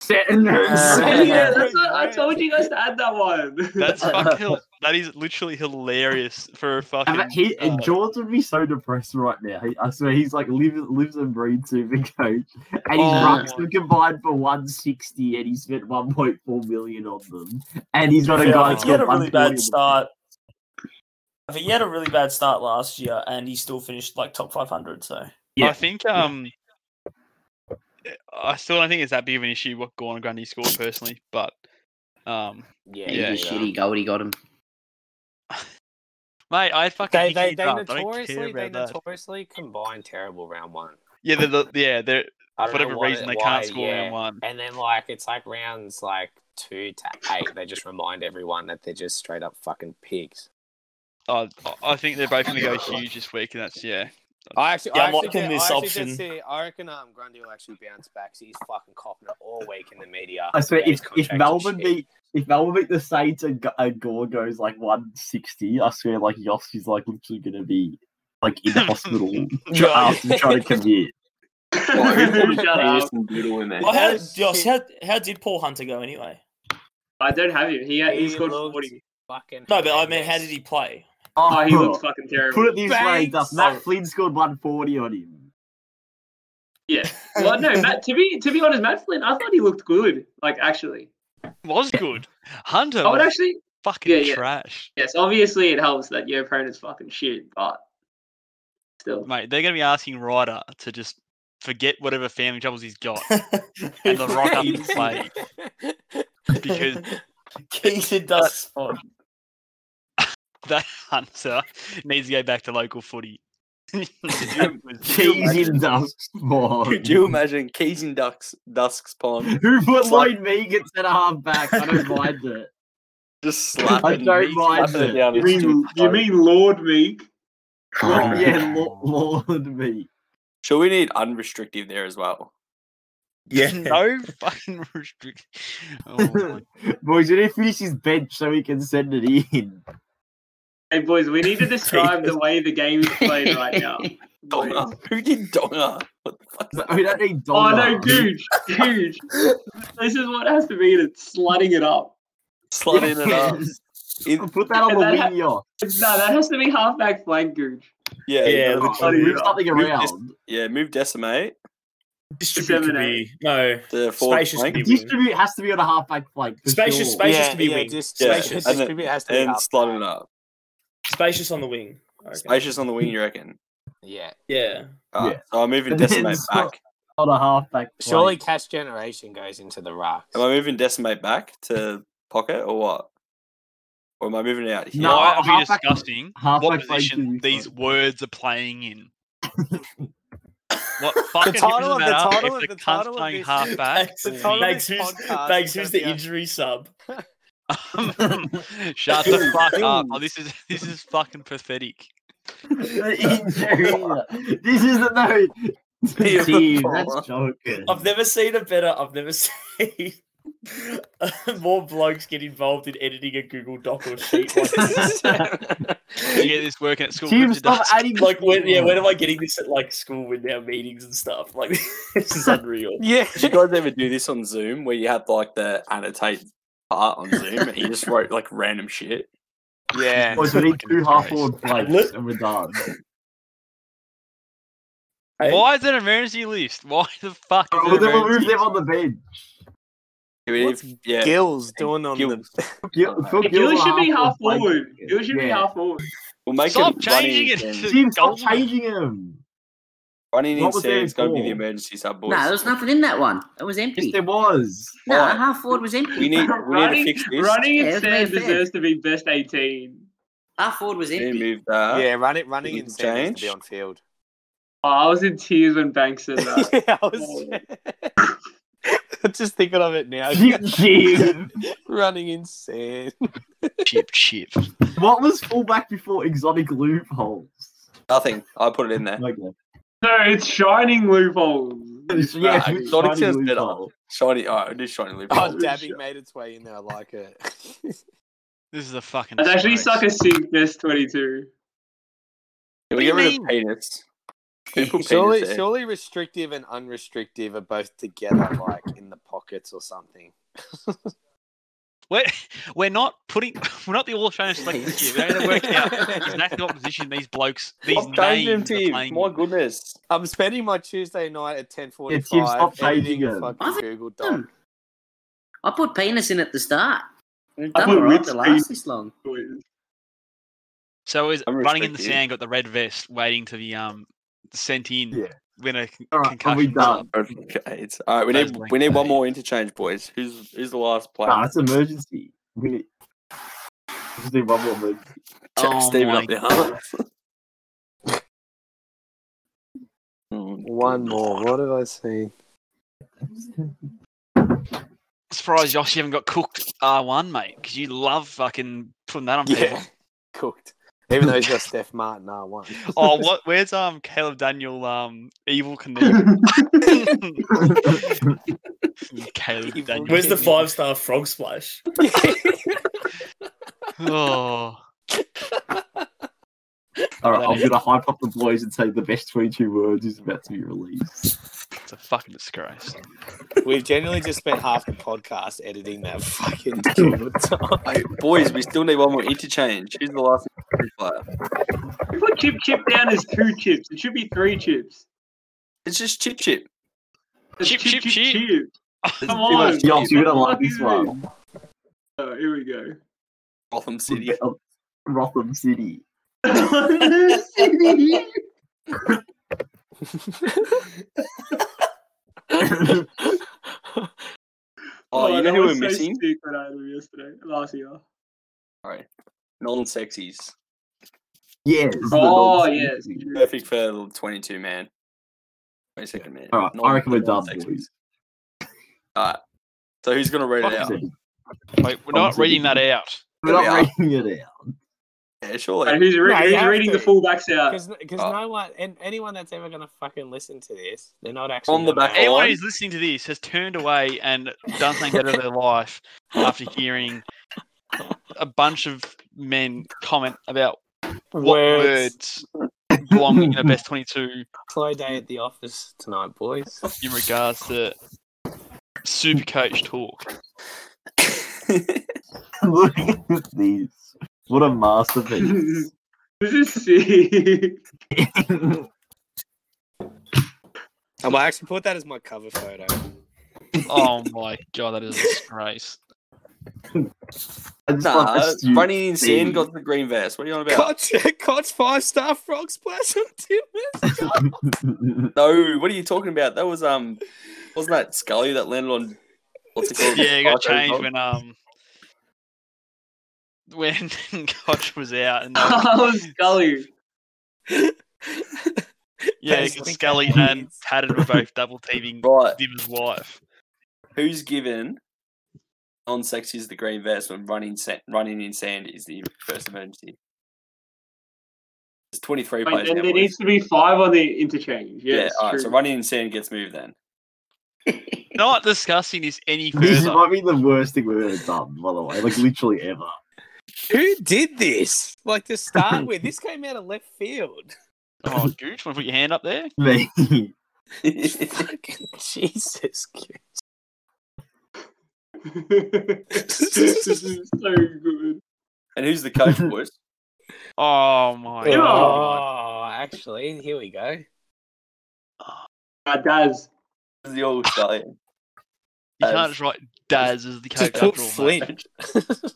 [SPEAKER 7] Set and
[SPEAKER 8] Uh,
[SPEAKER 2] [laughs]
[SPEAKER 6] yeah, that's what, I told you guys to add that one. [laughs]
[SPEAKER 2] That's fucking. hil- That is literally hilarious for a
[SPEAKER 7] I mean,
[SPEAKER 2] fucking.
[SPEAKER 7] he and
[SPEAKER 2] uh,
[SPEAKER 7] George would be so depressed right now. He, I swear he's like lives lives and breathes Supercoach, and his
[SPEAKER 2] Oh
[SPEAKER 7] runs
[SPEAKER 2] my-
[SPEAKER 7] were combined for one sixty, and he spent one point four million on them, and he's not a guy.
[SPEAKER 8] he had a really bad start. I think he had a really bad start last year, and he still finished like top 500. So
[SPEAKER 7] Yeah.
[SPEAKER 2] I think um, I still don't think it's that big of an issue what Gorn Grundy scored personally, but um,
[SPEAKER 1] Yeah,
[SPEAKER 2] Yeah,
[SPEAKER 1] you know.
[SPEAKER 3] Goldie got him.
[SPEAKER 2] mate, I fucking
[SPEAKER 1] They
[SPEAKER 2] think
[SPEAKER 1] they,
[SPEAKER 2] he's
[SPEAKER 1] they
[SPEAKER 2] up. I don't care
[SPEAKER 1] notoriously they
[SPEAKER 2] about that.
[SPEAKER 1] notoriously combine terrible round one.
[SPEAKER 2] Yeah, they're the, yeah, they're
[SPEAKER 1] I
[SPEAKER 2] for
[SPEAKER 1] don't know
[SPEAKER 2] whatever
[SPEAKER 1] what-
[SPEAKER 2] reason they
[SPEAKER 1] why,
[SPEAKER 2] can't score
[SPEAKER 1] yeah.
[SPEAKER 2] round one.
[SPEAKER 1] And then like it's like rounds like two to eight, they just remind everyone that they're just straight up fucking pigs.
[SPEAKER 2] Oh, I- I think they're both going to
[SPEAKER 1] [laughs]
[SPEAKER 2] go huge this week, and that's yeah.
[SPEAKER 1] I actually,
[SPEAKER 8] Yeah,
[SPEAKER 1] I
[SPEAKER 8] I'm
[SPEAKER 1] actually
[SPEAKER 8] liking
[SPEAKER 1] did-
[SPEAKER 8] this
[SPEAKER 1] I actually did
[SPEAKER 8] option.
[SPEAKER 1] see- I reckon um, Grundy will actually bounce back. 'cause he's fucking copping it all week in the media.
[SPEAKER 7] I swear,
[SPEAKER 1] about his
[SPEAKER 7] if if
[SPEAKER 1] contract and
[SPEAKER 7] Melbourne
[SPEAKER 1] shit.
[SPEAKER 7] beat if Melbourne beat the Saints and, G- and Gore goes like one sixty, I swear, like Yoss is like literally gonna be like in the
[SPEAKER 4] [laughs]
[SPEAKER 7] hospital [laughs] try- after trying to commute. [laughs]
[SPEAKER 4] Well, who thought of
[SPEAKER 6] Shut up.
[SPEAKER 4] Pearson Doodle in there?
[SPEAKER 8] oh, how,
[SPEAKER 1] Yes,
[SPEAKER 8] Josh, how,
[SPEAKER 1] shit.
[SPEAKER 8] how did Paul Hunter go anyway?
[SPEAKER 6] I don't have him. He, he
[SPEAKER 1] He
[SPEAKER 6] scored
[SPEAKER 1] looked-
[SPEAKER 6] 40.
[SPEAKER 1] fucking
[SPEAKER 8] No, but I mean, how did he play?
[SPEAKER 6] Oh, he
[SPEAKER 7] [laughs]
[SPEAKER 6] looked fucking terrible.
[SPEAKER 7] Put it this way,
[SPEAKER 1] Banks!
[SPEAKER 7] Duff, Matt Flynn scored one forty on him.
[SPEAKER 6] Yeah. Well, no, Matt, to be to be honest, Matt Flynn, I thought he looked good. Like, actually,
[SPEAKER 2] was good. Hunter
[SPEAKER 6] I would
[SPEAKER 2] was
[SPEAKER 6] actually.
[SPEAKER 2] fucking
[SPEAKER 6] yeah, yeah.
[SPEAKER 2] trash,
[SPEAKER 6] Yes, obviously it helps that your opponent's fucking shit, but still.
[SPEAKER 2] mate. They're going to be asking Ryder to just forget whatever family troubles he's got [laughs] and the
[SPEAKER 8] Keys
[SPEAKER 2] rock up and play
[SPEAKER 8] [laughs]
[SPEAKER 1] [laughs]
[SPEAKER 2] because
[SPEAKER 8] in dust spot.
[SPEAKER 2] that Hunter needs to go back to local footy. [laughs]
[SPEAKER 7] [laughs] Keys in dusk
[SPEAKER 4] [laughs]
[SPEAKER 7] pond.
[SPEAKER 4] Could you imagine Keys in Ducks, Dusk's pond?
[SPEAKER 7] Who put
[SPEAKER 4] It's like-
[SPEAKER 7] Lloyd Meagans at half back? I don't
[SPEAKER 4] [laughs]
[SPEAKER 7] mind it.
[SPEAKER 4] Just
[SPEAKER 7] [laughs] I
[SPEAKER 4] slapping,
[SPEAKER 7] don't mind
[SPEAKER 4] slapping it
[SPEAKER 7] it.
[SPEAKER 4] down
[SPEAKER 6] You
[SPEAKER 4] his
[SPEAKER 6] mean,
[SPEAKER 4] stupid
[SPEAKER 6] you
[SPEAKER 4] throat. Oh
[SPEAKER 6] mean Lord Meek?
[SPEAKER 7] Yeah, Lo- Lord me.
[SPEAKER 4] Sure, we need unrestricted there as well.
[SPEAKER 9] Yeah.
[SPEAKER 2] no fucking restrict. Oh my
[SPEAKER 7] [laughs] Boys, we need to finish his bench so we can send it in.
[SPEAKER 6] Hey boys, we
[SPEAKER 7] [laughs]
[SPEAKER 6] need to describe the way the game is played right now.
[SPEAKER 4] Donner. [laughs] Who did Donner? What the fuck?
[SPEAKER 7] We don't need
[SPEAKER 6] Oh
[SPEAKER 7] Donna.
[SPEAKER 6] no, dude, dude! This is what has to be the slutting it up.
[SPEAKER 4] Slot in and
[SPEAKER 7] [laughs]
[SPEAKER 4] up.
[SPEAKER 7] Yes.
[SPEAKER 4] In-
[SPEAKER 7] Put that on
[SPEAKER 6] And
[SPEAKER 7] the
[SPEAKER 6] that ha-
[SPEAKER 7] video.
[SPEAKER 6] No, that has to be halfback flank gooch.
[SPEAKER 4] Yeah,
[SPEAKER 5] Yeah,
[SPEAKER 4] no,
[SPEAKER 5] literally.
[SPEAKER 4] move-
[SPEAKER 7] Move something
[SPEAKER 4] move
[SPEAKER 7] around.
[SPEAKER 4] dis- yeah, move decimate
[SPEAKER 9] Distribute could be.
[SPEAKER 5] Disseminate. No.
[SPEAKER 4] to forward
[SPEAKER 5] Spacious
[SPEAKER 4] flank
[SPEAKER 5] people.
[SPEAKER 7] Distribute has to be on a halfback flank. for
[SPEAKER 5] Spacious
[SPEAKER 7] sure.
[SPEAKER 5] space is to be
[SPEAKER 1] yeah,
[SPEAKER 5] winged.
[SPEAKER 1] Just,
[SPEAKER 4] Yeah,
[SPEAKER 1] spacious.
[SPEAKER 4] and-
[SPEAKER 1] distribute has to be
[SPEAKER 4] and
[SPEAKER 1] up.
[SPEAKER 4] slot it up.
[SPEAKER 5] Spacious on the wing. Okay.
[SPEAKER 4] Spacious on the wing, you reckon?
[SPEAKER 1] Yeah.
[SPEAKER 5] Yeah.
[SPEAKER 4] Alright,
[SPEAKER 7] Yeah.
[SPEAKER 4] So I'm moving
[SPEAKER 7] And then
[SPEAKER 4] decimate
[SPEAKER 7] slot-
[SPEAKER 4] back.
[SPEAKER 7] on a halfback.
[SPEAKER 1] Surely
[SPEAKER 7] flank.
[SPEAKER 1] cash generation goes into the rocks.
[SPEAKER 4] Am I moving decimate back to pocket or what? Or am I moving it out here?
[SPEAKER 7] No,
[SPEAKER 2] Why are we
[SPEAKER 7] halfback-
[SPEAKER 2] discussing what
[SPEAKER 7] halfback played
[SPEAKER 2] position
[SPEAKER 7] Kiwis,
[SPEAKER 2] these
[SPEAKER 7] sorry.
[SPEAKER 2] words are playing in? what fucking
[SPEAKER 9] title
[SPEAKER 2] doesn't
[SPEAKER 9] of- [laughs] the
[SPEAKER 2] matter
[SPEAKER 9] title
[SPEAKER 2] if
[SPEAKER 9] of-
[SPEAKER 2] the
[SPEAKER 9] the title
[SPEAKER 2] cunt's
[SPEAKER 9] of
[SPEAKER 2] playing
[SPEAKER 9] this-
[SPEAKER 2] halfback.
[SPEAKER 5] Thanks,
[SPEAKER 9] The title of
[SPEAKER 5] Thanks,
[SPEAKER 9] this
[SPEAKER 5] who's,
[SPEAKER 9] podcast
[SPEAKER 5] Thanks,
[SPEAKER 9] is
[SPEAKER 5] who's
[SPEAKER 9] gonna
[SPEAKER 5] the
[SPEAKER 9] be a-
[SPEAKER 5] injury sub?
[SPEAKER 2] [laughs] Shut the fuck up! Oh, this is this is fucking
[SPEAKER 7] [laughs]
[SPEAKER 2] pathetic. [laughs]
[SPEAKER 7] The injury. this is the note. Dude, that's joking.
[SPEAKER 5] I've never seen a better. I've never [laughs] seen more blokes get involved in editing a Google Doc or sheet. Like,
[SPEAKER 2] [laughs]
[SPEAKER 5] this.
[SPEAKER 2] You get this working at school.
[SPEAKER 7] Team,
[SPEAKER 2] Richard
[SPEAKER 7] stop
[SPEAKER 2] does.
[SPEAKER 7] adding
[SPEAKER 5] like when, yeah,
[SPEAKER 7] when [laughs]
[SPEAKER 5] when am I getting this at like school with our meetings and stuff? Like [laughs] this is unreal.
[SPEAKER 1] yeah.
[SPEAKER 4] Did you guys ever do this on Zoom where you had like the annotate part on Zoom and you just wrote like random shit?
[SPEAKER 1] Yeah.
[SPEAKER 7] Boys, Oh, we need
[SPEAKER 2] Fucking
[SPEAKER 7] two half
[SPEAKER 2] disgrace.
[SPEAKER 7] forward flanks
[SPEAKER 5] Look-
[SPEAKER 7] and we're done.
[SPEAKER 2] Why is it an emergency list? Why the fuck? Is
[SPEAKER 7] Well,
[SPEAKER 2] it
[SPEAKER 7] then we'll move
[SPEAKER 2] emergency?
[SPEAKER 7] them on the bench.
[SPEAKER 4] Do we
[SPEAKER 9] What's
[SPEAKER 4] need- yeah.
[SPEAKER 9] Gills doing on the
[SPEAKER 4] Gills.
[SPEAKER 7] Gil-
[SPEAKER 4] Alright.
[SPEAKER 7] Phil Gil's
[SPEAKER 6] Gil
[SPEAKER 7] a
[SPEAKER 6] should be half
[SPEAKER 7] flank.
[SPEAKER 6] forward. Gil should be
[SPEAKER 7] Yeah.
[SPEAKER 6] half forward.
[SPEAKER 4] We'll make
[SPEAKER 2] Stop
[SPEAKER 4] it
[SPEAKER 2] changing
[SPEAKER 4] running
[SPEAKER 2] it.
[SPEAKER 4] in-
[SPEAKER 7] Team, stop
[SPEAKER 2] Gold.
[SPEAKER 7] changing him.
[SPEAKER 4] Running
[SPEAKER 7] What was
[SPEAKER 4] instead
[SPEAKER 7] there
[SPEAKER 4] is going to be the
[SPEAKER 7] for?
[SPEAKER 4] emergency sub
[SPEAKER 3] No,
[SPEAKER 4] boys.
[SPEAKER 3] there was nothing in that one. It was
[SPEAKER 7] Yes,
[SPEAKER 3] empty.
[SPEAKER 7] there was.
[SPEAKER 3] No,
[SPEAKER 4] Why?
[SPEAKER 3] half forward was empty.
[SPEAKER 6] [laughs]
[SPEAKER 4] we need we need to
[SPEAKER 6] Running-
[SPEAKER 4] fix this.
[SPEAKER 6] Running
[SPEAKER 3] Yeah,
[SPEAKER 6] instead
[SPEAKER 3] that's fair.
[SPEAKER 6] deserves to be best 18.
[SPEAKER 3] half forward was
[SPEAKER 4] We need to
[SPEAKER 3] empty.
[SPEAKER 4] move that.
[SPEAKER 9] Yeah, run it running
[SPEAKER 4] Didn't
[SPEAKER 9] instead needs to be
[SPEAKER 4] change.
[SPEAKER 9] on field.
[SPEAKER 6] Oh, I was in tears when Banks said that.
[SPEAKER 7] [laughs]
[SPEAKER 9] [laughs] yeah, I was just thinking of
[SPEAKER 7] [laughs]
[SPEAKER 9] it now.
[SPEAKER 7] Jim.
[SPEAKER 9] running insane.
[SPEAKER 2] Chip, chip.
[SPEAKER 7] what was fullback before exotic loopholes?
[SPEAKER 4] Nothing. I put it in
[SPEAKER 9] [laughs]
[SPEAKER 4] there.
[SPEAKER 7] Okay.
[SPEAKER 6] Oh,
[SPEAKER 7] [laughs]
[SPEAKER 6] no, it's shining loopholes.
[SPEAKER 4] Nah,
[SPEAKER 7] Yeah, it's
[SPEAKER 4] exotic
[SPEAKER 7] shiny
[SPEAKER 4] sounds better.
[SPEAKER 7] loophole.
[SPEAKER 4] Shiny. All right, I did shiny lip.
[SPEAKER 9] Oh, Dabby made its way in there. I like it. [laughs]
[SPEAKER 2] This is a fucking.
[SPEAKER 6] I'd actually
[SPEAKER 2] disgrace.
[SPEAKER 6] suck a sink best 22.
[SPEAKER 4] Can
[SPEAKER 2] do
[SPEAKER 4] we
[SPEAKER 2] you
[SPEAKER 4] get rid
[SPEAKER 2] mean?
[SPEAKER 4] of
[SPEAKER 9] [laughs]
[SPEAKER 4] penis? People
[SPEAKER 9] surely,
[SPEAKER 4] penis there.
[SPEAKER 9] surely restrictive and unrestrictive are both together, like in the pockets or [laughs] something.
[SPEAKER 2] We're, [laughs] we're not putting [laughs] we're not the All Australian selection this year. We're going to work
[SPEAKER 9] [laughs]
[SPEAKER 2] out exactly what position these blokes these
[SPEAKER 4] Stop changing them,
[SPEAKER 2] names are
[SPEAKER 4] Tim.
[SPEAKER 2] playing.
[SPEAKER 4] My goodness.
[SPEAKER 9] I'm spending my Tuesday night at ten
[SPEAKER 7] Yeah, Tim,
[SPEAKER 9] forty-five
[SPEAKER 7] stop
[SPEAKER 9] editing
[SPEAKER 7] changing
[SPEAKER 9] a
[SPEAKER 7] it.
[SPEAKER 9] fucking
[SPEAKER 3] Nothing.
[SPEAKER 9] Google Doc.
[SPEAKER 3] I put penis in at the start. We've
[SPEAKER 6] I
[SPEAKER 3] done
[SPEAKER 6] put
[SPEAKER 3] all right
[SPEAKER 6] Ritz
[SPEAKER 3] to
[SPEAKER 6] penis.
[SPEAKER 3] last this long.
[SPEAKER 2] So is
[SPEAKER 4] I'm
[SPEAKER 2] running in the
[SPEAKER 4] restricted.
[SPEAKER 2] sand got the red vest waiting to be um sent in
[SPEAKER 7] Yeah.
[SPEAKER 2] when a con-
[SPEAKER 7] All right, are we
[SPEAKER 2] concussion. comes
[SPEAKER 7] done?
[SPEAKER 2] up.
[SPEAKER 4] Okay, it's all right. We
[SPEAKER 2] Those
[SPEAKER 4] need
[SPEAKER 2] blank
[SPEAKER 4] we need one
[SPEAKER 2] space.
[SPEAKER 4] more interchange, boys. Who's who's the last player?
[SPEAKER 7] Nah, it's emergency. We need... Just do one more emergency.
[SPEAKER 4] Jack
[SPEAKER 2] Oh
[SPEAKER 4] Steven
[SPEAKER 2] my
[SPEAKER 4] up there, huh? [laughs] Oh,
[SPEAKER 9] One more. What have I seen?
[SPEAKER 2] I'm surprised Josh you haven't got cooked R one, mate, because you love fucking putting that on people.
[SPEAKER 9] Yeah, [laughs] cooked. Even though he's got Steph Martin R1.
[SPEAKER 7] [laughs]
[SPEAKER 2] Oh, what? Where's um Caleb Daniel um evil Knievel? [laughs] Caleb
[SPEAKER 9] Evil
[SPEAKER 2] Daniel.
[SPEAKER 5] Where's the
[SPEAKER 2] Knievel.
[SPEAKER 5] five star frog splash?
[SPEAKER 2] Oh,
[SPEAKER 7] All right,
[SPEAKER 2] That
[SPEAKER 7] I'm
[SPEAKER 2] is-
[SPEAKER 7] going to hype up the boys and say the best 22 words is about to be released.
[SPEAKER 2] it's a fucking disgrace.
[SPEAKER 9] We've genuinely just spent half the podcast editing
[SPEAKER 4] [laughs]
[SPEAKER 9] that fucking Google Doc.
[SPEAKER 4] Hey, boys, we still need one more interchange. Who's the last interchange player?
[SPEAKER 6] We put Chip Chip down as two chips. It should be three chips.
[SPEAKER 4] It's just Chip Chip.
[SPEAKER 6] It's
[SPEAKER 2] Chip, chip, chip.
[SPEAKER 4] There's too
[SPEAKER 6] Come
[SPEAKER 4] much
[SPEAKER 6] on.
[SPEAKER 4] Chip.
[SPEAKER 7] Josh, you're going to like this one.
[SPEAKER 6] Oh, here we go.
[SPEAKER 4] Gotham City.
[SPEAKER 7] Rotham City.
[SPEAKER 4] [laughs]
[SPEAKER 7] [laughs]
[SPEAKER 4] Oh, you know
[SPEAKER 6] that
[SPEAKER 4] who we're
[SPEAKER 6] was so
[SPEAKER 4] missing?
[SPEAKER 6] sick when I had him yesterday, last year.
[SPEAKER 4] Non sexies.
[SPEAKER 7] Yeah. this is the
[SPEAKER 6] Oh,
[SPEAKER 7] dogs.
[SPEAKER 6] yeah.
[SPEAKER 4] Perfect for the 22 man. 22nd man.
[SPEAKER 7] All right, I reckon we're done, boys.
[SPEAKER 4] All right. So who's going to read it out?
[SPEAKER 7] We're
[SPEAKER 2] Wait, we're not reading that out.
[SPEAKER 4] Yeah.
[SPEAKER 7] not reading it out.
[SPEAKER 4] Yeah, surely.
[SPEAKER 6] And who's, re-
[SPEAKER 1] No, you
[SPEAKER 6] who's
[SPEAKER 1] have
[SPEAKER 6] reading the
[SPEAKER 1] to.
[SPEAKER 6] fullbacks out?
[SPEAKER 1] Because because
[SPEAKER 4] Oh.
[SPEAKER 1] no one and anyone that's ever gonna fucking listen to this, they're not actually
[SPEAKER 4] On the
[SPEAKER 1] gonna
[SPEAKER 4] back
[SPEAKER 1] know.
[SPEAKER 2] Anyone
[SPEAKER 4] line.
[SPEAKER 2] who's listening to this has turned away and done something better of their life after hearing a bunch of men comment about what
[SPEAKER 1] Words.
[SPEAKER 2] words belong in the best 22
[SPEAKER 1] Slow day at the office tonight, boys.
[SPEAKER 2] in regards to super coach talk.
[SPEAKER 7] [laughs] Look at these. What a masterpiece.
[SPEAKER 4] [laughs]
[SPEAKER 6] [laughs] this is sick.
[SPEAKER 9] Um, I might actually put that as my cover photo.
[SPEAKER 2] Oh my god, that is a disgrace.
[SPEAKER 7] I just love
[SPEAKER 4] Nah,
[SPEAKER 7] the stu-
[SPEAKER 4] Bunny and Sin
[SPEAKER 7] Steve.
[SPEAKER 4] got the green vest. What are you on
[SPEAKER 1] [laughs]
[SPEAKER 4] about?
[SPEAKER 9] Cots, Cots five star frogs pleasant Timbers.
[SPEAKER 4] No, what are you talking about? That was um, wasn't that Scully that landed on? What's it called?
[SPEAKER 2] Yeah, it got
[SPEAKER 4] Archo's
[SPEAKER 2] changed
[SPEAKER 4] dog?
[SPEAKER 2] when um when [laughs] Koch was out
[SPEAKER 6] [laughs]
[SPEAKER 2] and uh,
[SPEAKER 6] Oh, Scully.
[SPEAKER 2] yeah,
[SPEAKER 1] Yes, I think
[SPEAKER 2] Scully
[SPEAKER 1] that
[SPEAKER 2] and
[SPEAKER 1] is.
[SPEAKER 2] Tadded were both double teaming
[SPEAKER 4] Right,
[SPEAKER 2] Dim's wife.
[SPEAKER 4] who's given? Non-sexy is the green vest when running sa- running in sand is the first emergency. It's twenty-three
[SPEAKER 6] Wait,
[SPEAKER 4] players.
[SPEAKER 6] then
[SPEAKER 4] now,
[SPEAKER 6] there
[SPEAKER 4] boys.
[SPEAKER 6] needs to be five on the interchange.
[SPEAKER 4] yeah,
[SPEAKER 6] Yes,
[SPEAKER 4] all right.
[SPEAKER 6] true.
[SPEAKER 4] So running in sand gets moved then.
[SPEAKER 2] Not discussing this any
[SPEAKER 7] [laughs] This
[SPEAKER 2] further.
[SPEAKER 7] might be the worst thing we've ever done, by the way. Like literally ever. [laughs]
[SPEAKER 9] Who did this?
[SPEAKER 1] Like to start with, [laughs] this came out of left field.
[SPEAKER 2] Oh, Gooch, want to put your hand up there?
[SPEAKER 1] [laughs]
[SPEAKER 7] Me.
[SPEAKER 4] [laughs]
[SPEAKER 1] Fucking Jesus. Christ.
[SPEAKER 6] this is [laughs] so good.
[SPEAKER 4] and who's the coach, boys?
[SPEAKER 2] Oh my god.
[SPEAKER 1] Oh, actually, here we go.
[SPEAKER 6] Uh, Daz.
[SPEAKER 4] This is the old Australian.
[SPEAKER 2] You can't just write Daz as the
[SPEAKER 1] Just
[SPEAKER 2] coach
[SPEAKER 1] put
[SPEAKER 2] after all. mate.
[SPEAKER 1] Flint.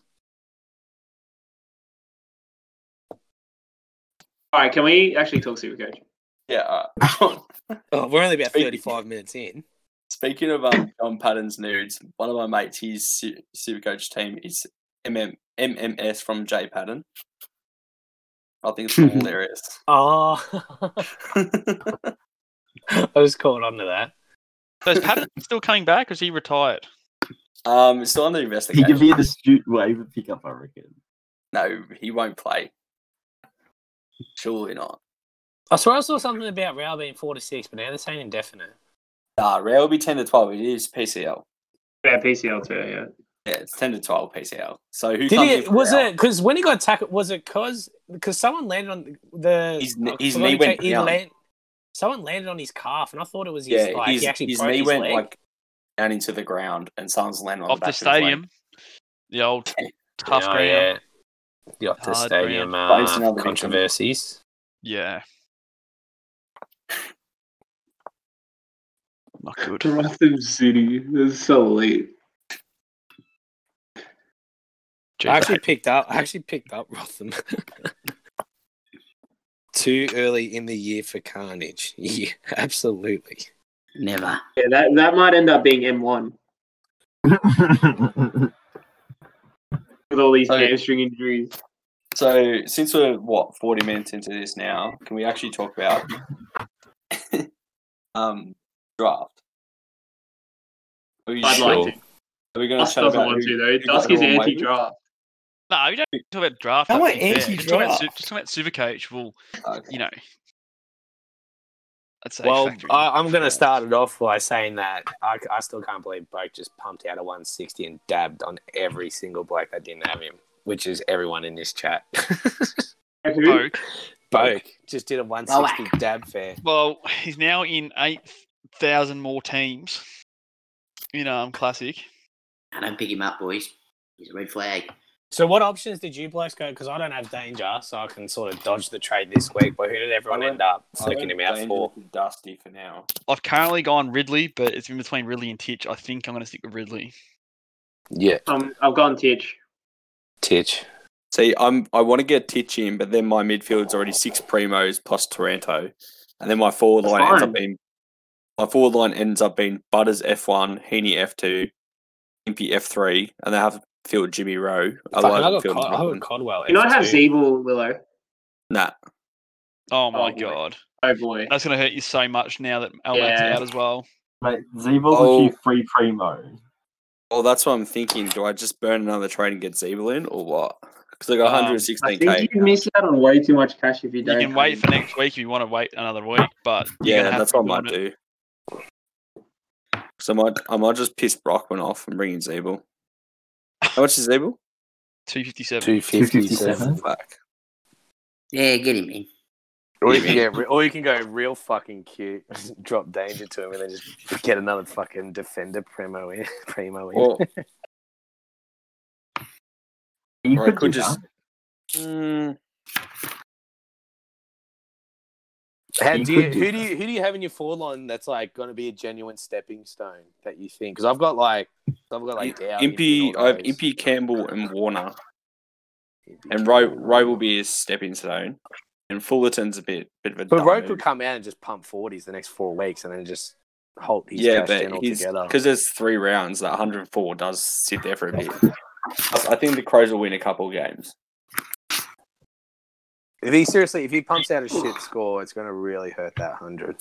[SPEAKER 6] All right, can we actually talk Super Coach?
[SPEAKER 4] [laughs] [laughs] Yeah. uh, All right.
[SPEAKER 1] Oh, we're only about 35 minutes in.
[SPEAKER 4] Speaking of um, John Patton's nudes, one of my mates, his su- Supercoach team is MM- MMS from J Patton. I think it's hilarious. [laughs]
[SPEAKER 1] Oh, [laughs] I was caught onto that.
[SPEAKER 2] So is Patton [laughs] still coming back or is he retired?
[SPEAKER 4] um, it's still under
[SPEAKER 7] He
[SPEAKER 4] investigation.
[SPEAKER 7] could be an astute waiver pickup, I reckon. [laughs]
[SPEAKER 4] no, he won't play. Surely not.
[SPEAKER 1] I swear I saw something about Rao being 4 to 6, but now they're saying indefinite.
[SPEAKER 4] Nah, Ray will be 10 to 12. It is PCL.
[SPEAKER 6] Yeah, PCL too, yeah.
[SPEAKER 4] Yeah, it's 10 to 12 PCL. So who
[SPEAKER 1] Did
[SPEAKER 4] comes
[SPEAKER 1] it?
[SPEAKER 4] in for
[SPEAKER 1] Was
[SPEAKER 4] Rao?
[SPEAKER 1] it because when he got tackled? Was it because because someone landed on the oh,
[SPEAKER 4] His kn-
[SPEAKER 1] I
[SPEAKER 4] his
[SPEAKER 1] forgot
[SPEAKER 4] knee
[SPEAKER 1] to
[SPEAKER 4] went
[SPEAKER 1] check- he
[SPEAKER 4] down.
[SPEAKER 1] land- someone landed on his calf, and I thought it was his.
[SPEAKER 4] Yeah,
[SPEAKER 1] like,
[SPEAKER 4] his,
[SPEAKER 1] he actually
[SPEAKER 4] his
[SPEAKER 1] broke
[SPEAKER 4] knee
[SPEAKER 1] his
[SPEAKER 4] went
[SPEAKER 1] leg.
[SPEAKER 4] like down into the ground and someone's landed on
[SPEAKER 2] Off the
[SPEAKER 4] the, back of his leg.
[SPEAKER 2] stadium. The old tough
[SPEAKER 1] Oh,
[SPEAKER 2] ground.
[SPEAKER 1] yeah. The Optus
[SPEAKER 2] Hard
[SPEAKER 1] Stadium
[SPEAKER 4] ground. Face
[SPEAKER 1] uh,
[SPEAKER 4] another
[SPEAKER 1] controversies.
[SPEAKER 2] Yeah. Not good.
[SPEAKER 6] Dratham City. That's so late.
[SPEAKER 1] I
[SPEAKER 2] Jeez,
[SPEAKER 1] actually picked up. I actually picked up Rotham. [laughs] Too early in the year for carnage. [laughs] Yeah, absolutely.
[SPEAKER 3] [laughs] Never.
[SPEAKER 6] Yeah, that, that might end up being M1 with all these
[SPEAKER 4] Okay.
[SPEAKER 6] hamstring injuries.
[SPEAKER 4] So, since we're what forty minutes into this now, can we actually talk about [laughs] um draft? Are we,
[SPEAKER 6] I'd
[SPEAKER 4] sure?
[SPEAKER 6] like to.
[SPEAKER 4] Are we going to
[SPEAKER 6] Dusk
[SPEAKER 4] chat
[SPEAKER 6] doesn't
[SPEAKER 4] about?
[SPEAKER 6] want
[SPEAKER 4] who-
[SPEAKER 6] to, though.
[SPEAKER 4] got
[SPEAKER 6] Dusk
[SPEAKER 4] who
[SPEAKER 6] is
[SPEAKER 4] on waivers?
[SPEAKER 6] anti draft.
[SPEAKER 2] No, we don't talk about draft.
[SPEAKER 9] How
[SPEAKER 2] I
[SPEAKER 9] am I
[SPEAKER 2] think, yeah. Just talk about, su-
[SPEAKER 9] anti-draft?
[SPEAKER 2] just talk about Supercoach. Well,
[SPEAKER 4] Okay.
[SPEAKER 2] you know, that's a
[SPEAKER 1] Well,
[SPEAKER 2] factor in
[SPEAKER 1] I, I'm going to
[SPEAKER 2] performance.
[SPEAKER 1] start it off by saying that I, I still can't believe Bloke just pumped out a 160 and dabbed on every single bloke that didn't have him, which is everyone in this chat. [laughs]
[SPEAKER 6] Who?
[SPEAKER 2] Oak.
[SPEAKER 1] Bloke just did a 160 dab fair.
[SPEAKER 2] Well, [sighs] he's now in eight thousand more teams. You know, I'm classic.
[SPEAKER 3] I don't pick him up, boys. He's a red flag.
[SPEAKER 1] So, what options did you blokes go? Because I don't have danger, so I can sort of dodge the trade this week. But who did everyone
[SPEAKER 4] I
[SPEAKER 1] end up
[SPEAKER 4] I
[SPEAKER 1] flicking him
[SPEAKER 4] went
[SPEAKER 1] out
[SPEAKER 4] Danger
[SPEAKER 1] for?
[SPEAKER 4] with Dusty for now.
[SPEAKER 2] I've currently gone Ridley, but it's in between Ridley and Titch. I think I'm going to stick with Ridley.
[SPEAKER 1] Yeah,
[SPEAKER 6] Um, I've gone Titch.
[SPEAKER 1] Titch.
[SPEAKER 4] See, I'm I want to get Titch in, but then my midfield's already six primos plus Toronto, and then my forward
[SPEAKER 6] That's
[SPEAKER 4] line ends up
[SPEAKER 6] fine.
[SPEAKER 4] being my forward line ends up being Butters F one, Heaney F two, Impy F three, and they have to field Jimmy Rowe.
[SPEAKER 1] Fucking, I
[SPEAKER 4] Otherwise, I'm
[SPEAKER 1] got,
[SPEAKER 4] fielding
[SPEAKER 1] Cod- I
[SPEAKER 4] Tottenham.
[SPEAKER 1] got Codwell.
[SPEAKER 6] Do not have
[SPEAKER 1] F2.
[SPEAKER 6] Zeeble, Willow.
[SPEAKER 4] Nah.
[SPEAKER 2] Oh my god.
[SPEAKER 6] Oh boy.
[SPEAKER 2] That's gonna hurt you so much now that Albat's
[SPEAKER 6] Yeah.
[SPEAKER 2] out as well.
[SPEAKER 7] Mate, Zeebles
[SPEAKER 4] Oh.
[SPEAKER 7] a few free primo.
[SPEAKER 4] Well, that's what I'm thinking. Do I just burn another trade and get Zeebel in, or what? Because I got
[SPEAKER 2] Um,
[SPEAKER 6] I
[SPEAKER 4] 116k.
[SPEAKER 6] think you miss out on way too much cash if you
[SPEAKER 2] You
[SPEAKER 6] don't.
[SPEAKER 2] can wait for next week if you want to wait another week, but you're gonna
[SPEAKER 4] yeah,
[SPEAKER 2] have
[SPEAKER 4] that's
[SPEAKER 2] to
[SPEAKER 4] what I might
[SPEAKER 2] build it.
[SPEAKER 4] do. So I might, I might just piss Brockman off and bring in Zeebel. How much is Zeebel?
[SPEAKER 2] 257.
[SPEAKER 1] [laughs]
[SPEAKER 9] 257.
[SPEAKER 4] Fuck.
[SPEAKER 3] Yeah, get him in.
[SPEAKER 9] Or you, can get, re- or you can go real fucking cute, drop danger to him, and then just get another fucking defender
[SPEAKER 1] [laughs]
[SPEAKER 9] primo in. Primo in. [laughs]
[SPEAKER 4] Or,
[SPEAKER 7] You
[SPEAKER 4] or I
[SPEAKER 7] could,
[SPEAKER 4] could
[SPEAKER 7] do
[SPEAKER 4] just.
[SPEAKER 7] that.
[SPEAKER 4] Mm,
[SPEAKER 9] How
[SPEAKER 7] You
[SPEAKER 9] do you,
[SPEAKER 7] could do
[SPEAKER 9] who do you who do you have in your forward line that's like going to be a genuine stepping stone that you think? Because I've got like I've got like Dow,
[SPEAKER 4] Impy,
[SPEAKER 9] and all
[SPEAKER 4] I have
[SPEAKER 9] those.
[SPEAKER 4] Impy Campbell and Warner,
[SPEAKER 9] Impey
[SPEAKER 4] and Roe, Roe will be his stepping stone, and Fullerton's a bit, bit of a.
[SPEAKER 9] But
[SPEAKER 4] dumb
[SPEAKER 9] Roe
[SPEAKER 4] move.
[SPEAKER 9] could come out and just pump forties the next four weeks, and then just halt his
[SPEAKER 4] yeah,
[SPEAKER 9] cash
[SPEAKER 4] but
[SPEAKER 9] down
[SPEAKER 4] he's
[SPEAKER 9] altogether.
[SPEAKER 4] because there's three rounds. That 104 does sit there for a bit. I I think the Crows will win a couple of games.
[SPEAKER 9] If he seriously, if he pumps out a shit score, it's going to really hurt that hundred.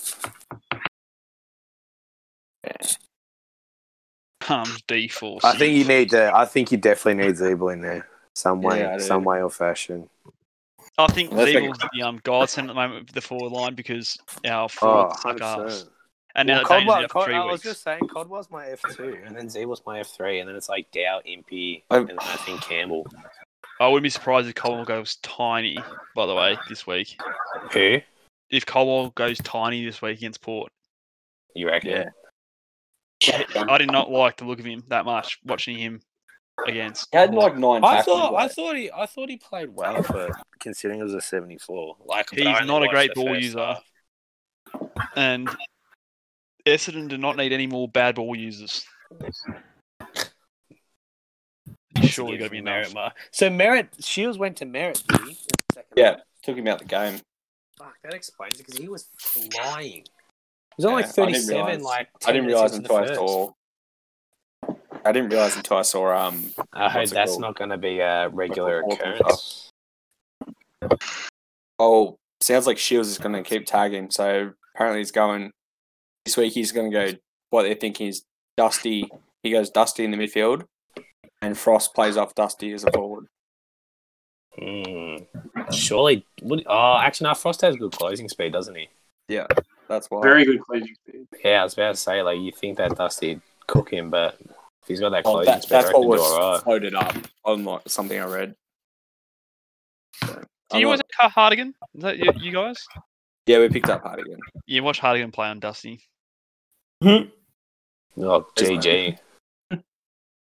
[SPEAKER 2] Um, D force.
[SPEAKER 9] I think you need to. I think you definitely need Zeeble in there some way,
[SPEAKER 4] Yeah, I do.
[SPEAKER 9] some way or fashion.
[SPEAKER 2] I think
[SPEAKER 4] Let's make-
[SPEAKER 2] Zeebel's the um godsend at the moment with the forward line because our
[SPEAKER 9] Oh,
[SPEAKER 2] forwards suck
[SPEAKER 9] 100
[SPEAKER 2] ass.
[SPEAKER 9] percent.
[SPEAKER 2] And
[SPEAKER 1] Well,
[SPEAKER 2] now that Danger's
[SPEAKER 1] Codwell,
[SPEAKER 2] out for
[SPEAKER 1] Cod,
[SPEAKER 2] three
[SPEAKER 1] I was
[SPEAKER 2] weeks.
[SPEAKER 1] just saying, Codwell's my F two, and then Z was my F three, and then it's like Dow, Impy,
[SPEAKER 4] I-
[SPEAKER 1] and then I think Campbell.
[SPEAKER 2] I wouldn't be surprised if Colwell goes tiny, by the way, this week.
[SPEAKER 1] Who
[SPEAKER 2] If Colwell goes tiny this week against Port.
[SPEAKER 1] you reckon?
[SPEAKER 4] Yeah.
[SPEAKER 2] I did not like the look of him that much watching him against.
[SPEAKER 4] He had like nine.
[SPEAKER 1] I
[SPEAKER 4] tackles,
[SPEAKER 1] thought I
[SPEAKER 4] like-
[SPEAKER 1] thought he I thought he played well for considering it was a seventy four. Like but I
[SPEAKER 2] He's
[SPEAKER 1] only
[SPEAKER 2] not a
[SPEAKER 1] watched
[SPEAKER 2] great
[SPEAKER 1] the
[SPEAKER 2] ball
[SPEAKER 1] first
[SPEAKER 2] user.
[SPEAKER 1] half.
[SPEAKER 2] And Essendon do not need any more bad ball users. Surely
[SPEAKER 1] Give
[SPEAKER 2] going to be
[SPEAKER 1] Merritt
[SPEAKER 2] enough.
[SPEAKER 1] Mar- So Merritt Shields went to Merritt. did he, in the second
[SPEAKER 4] yeah,
[SPEAKER 1] half?
[SPEAKER 4] took him out the game.
[SPEAKER 1] Fuck, that explains it because he was flying. He was on
[SPEAKER 4] Yeah,
[SPEAKER 1] like
[SPEAKER 4] I didn't
[SPEAKER 1] thirty seven.
[SPEAKER 4] realise-
[SPEAKER 1] Like
[SPEAKER 4] I
[SPEAKER 1] 10
[SPEAKER 4] didn't
[SPEAKER 1] minutes
[SPEAKER 4] realize
[SPEAKER 1] into
[SPEAKER 4] until I
[SPEAKER 1] the first.
[SPEAKER 4] saw. I didn't realize until I saw um
[SPEAKER 1] I heard
[SPEAKER 4] What's it
[SPEAKER 1] Oh, that's
[SPEAKER 4] called?
[SPEAKER 1] not going to be a regular
[SPEAKER 4] Like a fourth and
[SPEAKER 1] occurrence.
[SPEAKER 4] Oh, sounds like Shields is going to keep tagging. So apparently he's going this week. He's going to go. What they're thinking is Dusty. He goes Dusty in the midfield, and Frost plays off Dusty as a forward.
[SPEAKER 1] Mm. Surely, would, oh, actually, no, Frost has good closing speed, doesn't he?
[SPEAKER 4] That's why.
[SPEAKER 6] Very good closing speed.
[SPEAKER 1] Yeah, I was about to say, like, you think that Dusty'd cook him, but if he's got that
[SPEAKER 4] Oh,
[SPEAKER 1] closing
[SPEAKER 4] that-
[SPEAKER 1] speed, I
[SPEAKER 4] that's
[SPEAKER 1] reckon
[SPEAKER 4] what
[SPEAKER 1] he'll do
[SPEAKER 4] was
[SPEAKER 1] all right.
[SPEAKER 4] floated up on like something I read. So,
[SPEAKER 2] Do
[SPEAKER 4] I'm
[SPEAKER 2] you
[SPEAKER 4] not-
[SPEAKER 2] watch Har- Hardigan? Is that you, you guys?
[SPEAKER 4] yeah, we picked up Hardigan.
[SPEAKER 2] You watch Hardigan play on Dusty.
[SPEAKER 1] Oh, GG.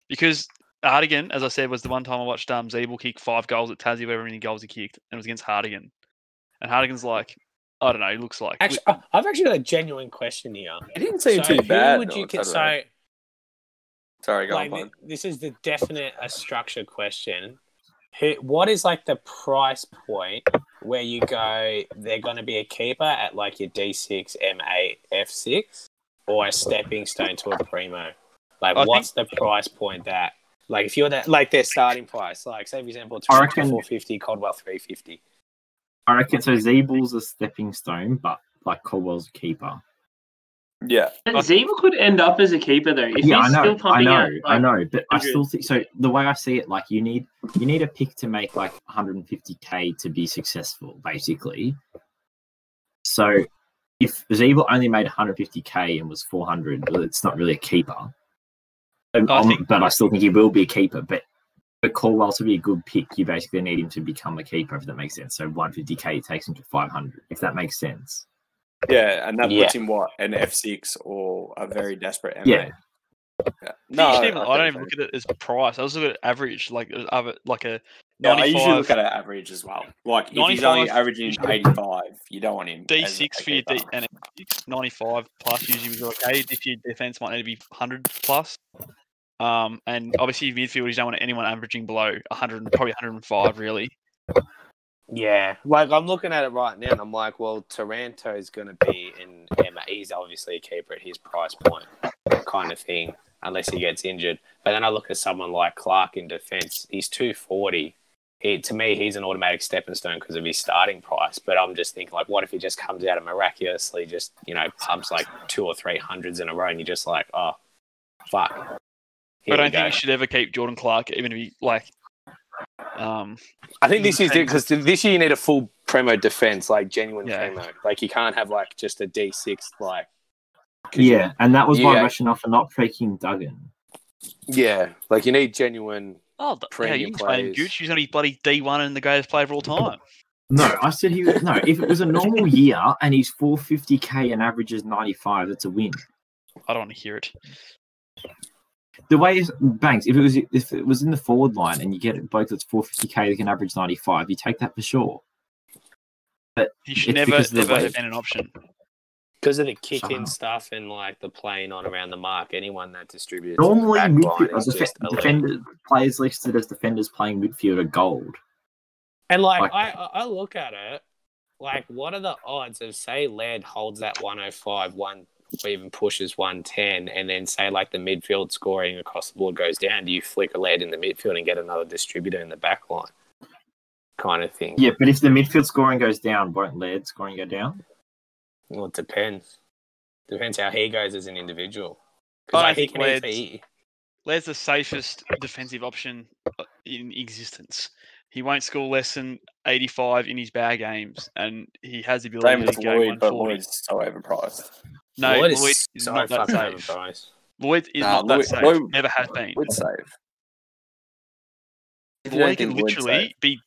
[SPEAKER 2] Because Hardigan, as I said, was the one time I watched um, Zeeble kick five goals at Tassie, whatever many goals he kicked, and it was against Hardigan. And Hardigan's like, I don't know, he looks like.
[SPEAKER 1] Actually, I- I've actually got a genuine question here.
[SPEAKER 4] It didn't seem
[SPEAKER 1] so
[SPEAKER 4] too
[SPEAKER 1] who
[SPEAKER 4] bad.
[SPEAKER 1] Would you
[SPEAKER 4] though,
[SPEAKER 1] con-
[SPEAKER 4] I don't know.
[SPEAKER 1] so,
[SPEAKER 4] Sorry, go
[SPEAKER 1] like,
[SPEAKER 4] on.
[SPEAKER 1] thi- this is the definite a structure question. Who, what is like the price point where you go? They're going to be a keeper at like your D six, M eight, F six, or a stepping stone to a primo. Like,
[SPEAKER 2] I
[SPEAKER 1] what's the price point that? Like, if you're that, like their starting price, like say for example,
[SPEAKER 7] I reckon-
[SPEAKER 1] four fifty, Codwell three fifty.
[SPEAKER 7] I reckon so. Zeebles a stepping stone, but like Caldwell's a keeper.
[SPEAKER 4] Yeah,
[SPEAKER 6] And Zeeble could end up as a keeper though if
[SPEAKER 7] yeah, I
[SPEAKER 6] he's
[SPEAKER 7] know,
[SPEAKER 6] still
[SPEAKER 7] I
[SPEAKER 6] pumping
[SPEAKER 7] know,
[SPEAKER 6] out.
[SPEAKER 7] I
[SPEAKER 6] like,
[SPEAKER 7] know. But I
[SPEAKER 6] 100.
[SPEAKER 7] still think so. The way I see it, like you need you need a pick to make like 150k to be successful, basically. So if Zeeble only made 150k and was 400, well, it's not really a keeper. Um,
[SPEAKER 2] I
[SPEAKER 7] um,
[SPEAKER 2] think-
[SPEAKER 7] but I still think he will be a keeper. But for Caldwell to be a good pick, you basically need him to become a keeper, if that makes sense. So 150k takes him to 500, if that makes sense.
[SPEAKER 4] yeah, and that
[SPEAKER 1] Yeah.
[SPEAKER 4] puts him what an F six or a very desperate M8.
[SPEAKER 7] Yeah.
[SPEAKER 4] Yeah.
[SPEAKER 2] No, I,
[SPEAKER 4] think
[SPEAKER 2] don't even
[SPEAKER 4] so.
[SPEAKER 2] look at it as price. I just look at average, like uh, other, like a
[SPEAKER 4] Yeah, I usually look
[SPEAKER 2] 95
[SPEAKER 4] at it average as well. Like if he's only
[SPEAKER 2] 95
[SPEAKER 4] averaging eighty five, you don't want him. as a
[SPEAKER 2] D6 for your D
[SPEAKER 4] keeper.
[SPEAKER 2] and a D6, 95 plus usually was okay. If your defense might need to be 100 plus, um, and obviously your midfielders you don't want anyone averaging below 100, and probably 105 really.
[SPEAKER 1] Yeah, like I'm looking at it right now, and I'm like, well, Taranto's going to be in Emma. He's obviously a keeper at his price point, kind of thing, unless he gets injured. But then I look at someone like Clark in defence. He's 240. he, to me, he's an automatic stepping stone because of his starting price. But I'm just thinking, like, what if he just comes out and miraculously just, you know, pumps like two or three hundreds in a row and you're just like, oh, fuck.
[SPEAKER 2] I
[SPEAKER 1] Here we
[SPEAKER 2] don't
[SPEAKER 1] go.
[SPEAKER 2] think you should ever keep Jordan Clark, even if he like. Um,
[SPEAKER 1] I think this is
[SPEAKER 2] Okay.
[SPEAKER 1] because this year you need a full Premo defense, like genuine
[SPEAKER 2] Yeah.
[SPEAKER 1] Premo. Like, you can't have like just a D6, like,
[SPEAKER 7] Yeah, and that was my
[SPEAKER 1] Yeah.
[SPEAKER 7] rationale for not picking Duggan.
[SPEAKER 1] yeah, like you need genuine.
[SPEAKER 2] oh, th- yeah, you
[SPEAKER 1] Premium
[SPEAKER 2] can play him,
[SPEAKER 1] players.
[SPEAKER 2] Gooch. He's only bloody D one and the greatest player of all time.
[SPEAKER 7] No, I said he was no. If it was a normal year and he's 450k and averages 95, that's a win.
[SPEAKER 2] I don't want to hear it.
[SPEAKER 7] The way is Banks. If it was if it was in the forward line and you get it both that's 450k that can average 95, you take that for sure.
[SPEAKER 2] He should
[SPEAKER 7] It's
[SPEAKER 2] never
[SPEAKER 7] because of the
[SPEAKER 2] ever
[SPEAKER 7] way-
[SPEAKER 2] have been an option.
[SPEAKER 1] Because of the kick
[SPEAKER 7] Shut
[SPEAKER 1] in
[SPEAKER 7] up.
[SPEAKER 1] stuff and like the playing on around the mark, anyone that distributes on the
[SPEAKER 7] Normally,
[SPEAKER 1] back line
[SPEAKER 7] midfield,
[SPEAKER 1] is
[SPEAKER 7] defe-
[SPEAKER 1] just elite.
[SPEAKER 7] defender, players listed as defenders playing midfield are gold.
[SPEAKER 1] And like,
[SPEAKER 7] Like-
[SPEAKER 1] I I I look at it, like what are the odds of say Laird holds that 105, one or even pushes 110, and then say like the midfield scoring across the board goes down? Do you flick a Laird in the midfield and get another distributor in the back line? Kind of thing.
[SPEAKER 7] Yeah, but if the midfield scoring goes down, won't Laird scoring go down?
[SPEAKER 1] Well, it depends. Depends how he goes as an individual.
[SPEAKER 2] I
[SPEAKER 1] Because
[SPEAKER 2] don't
[SPEAKER 1] like, he
[SPEAKER 2] think
[SPEAKER 1] can either-
[SPEAKER 2] Laird's-
[SPEAKER 1] he-
[SPEAKER 2] Laird's the safest defensive option uh, in existence. He won't score less than 85 in his bad games, and he has the ability
[SPEAKER 4] Same
[SPEAKER 2] to
[SPEAKER 4] as
[SPEAKER 2] go
[SPEAKER 4] Lloyd, but
[SPEAKER 2] 140.
[SPEAKER 4] Lloyd's so overpriced.
[SPEAKER 2] no,
[SPEAKER 1] Lloyd
[SPEAKER 2] Lloyd
[SPEAKER 1] is
[SPEAKER 2] is,
[SPEAKER 1] so
[SPEAKER 2] not that
[SPEAKER 1] fucking
[SPEAKER 2] safe.
[SPEAKER 1] overpriced.
[SPEAKER 2] Lloyd is
[SPEAKER 4] Nah,
[SPEAKER 2] not that
[SPEAKER 4] Lloyd-
[SPEAKER 2] safe.
[SPEAKER 4] Lloyd-
[SPEAKER 2] Never has been.
[SPEAKER 4] Lloyd's safe. If you don't
[SPEAKER 2] Lloyd can
[SPEAKER 4] think Lloyd's
[SPEAKER 2] literally be.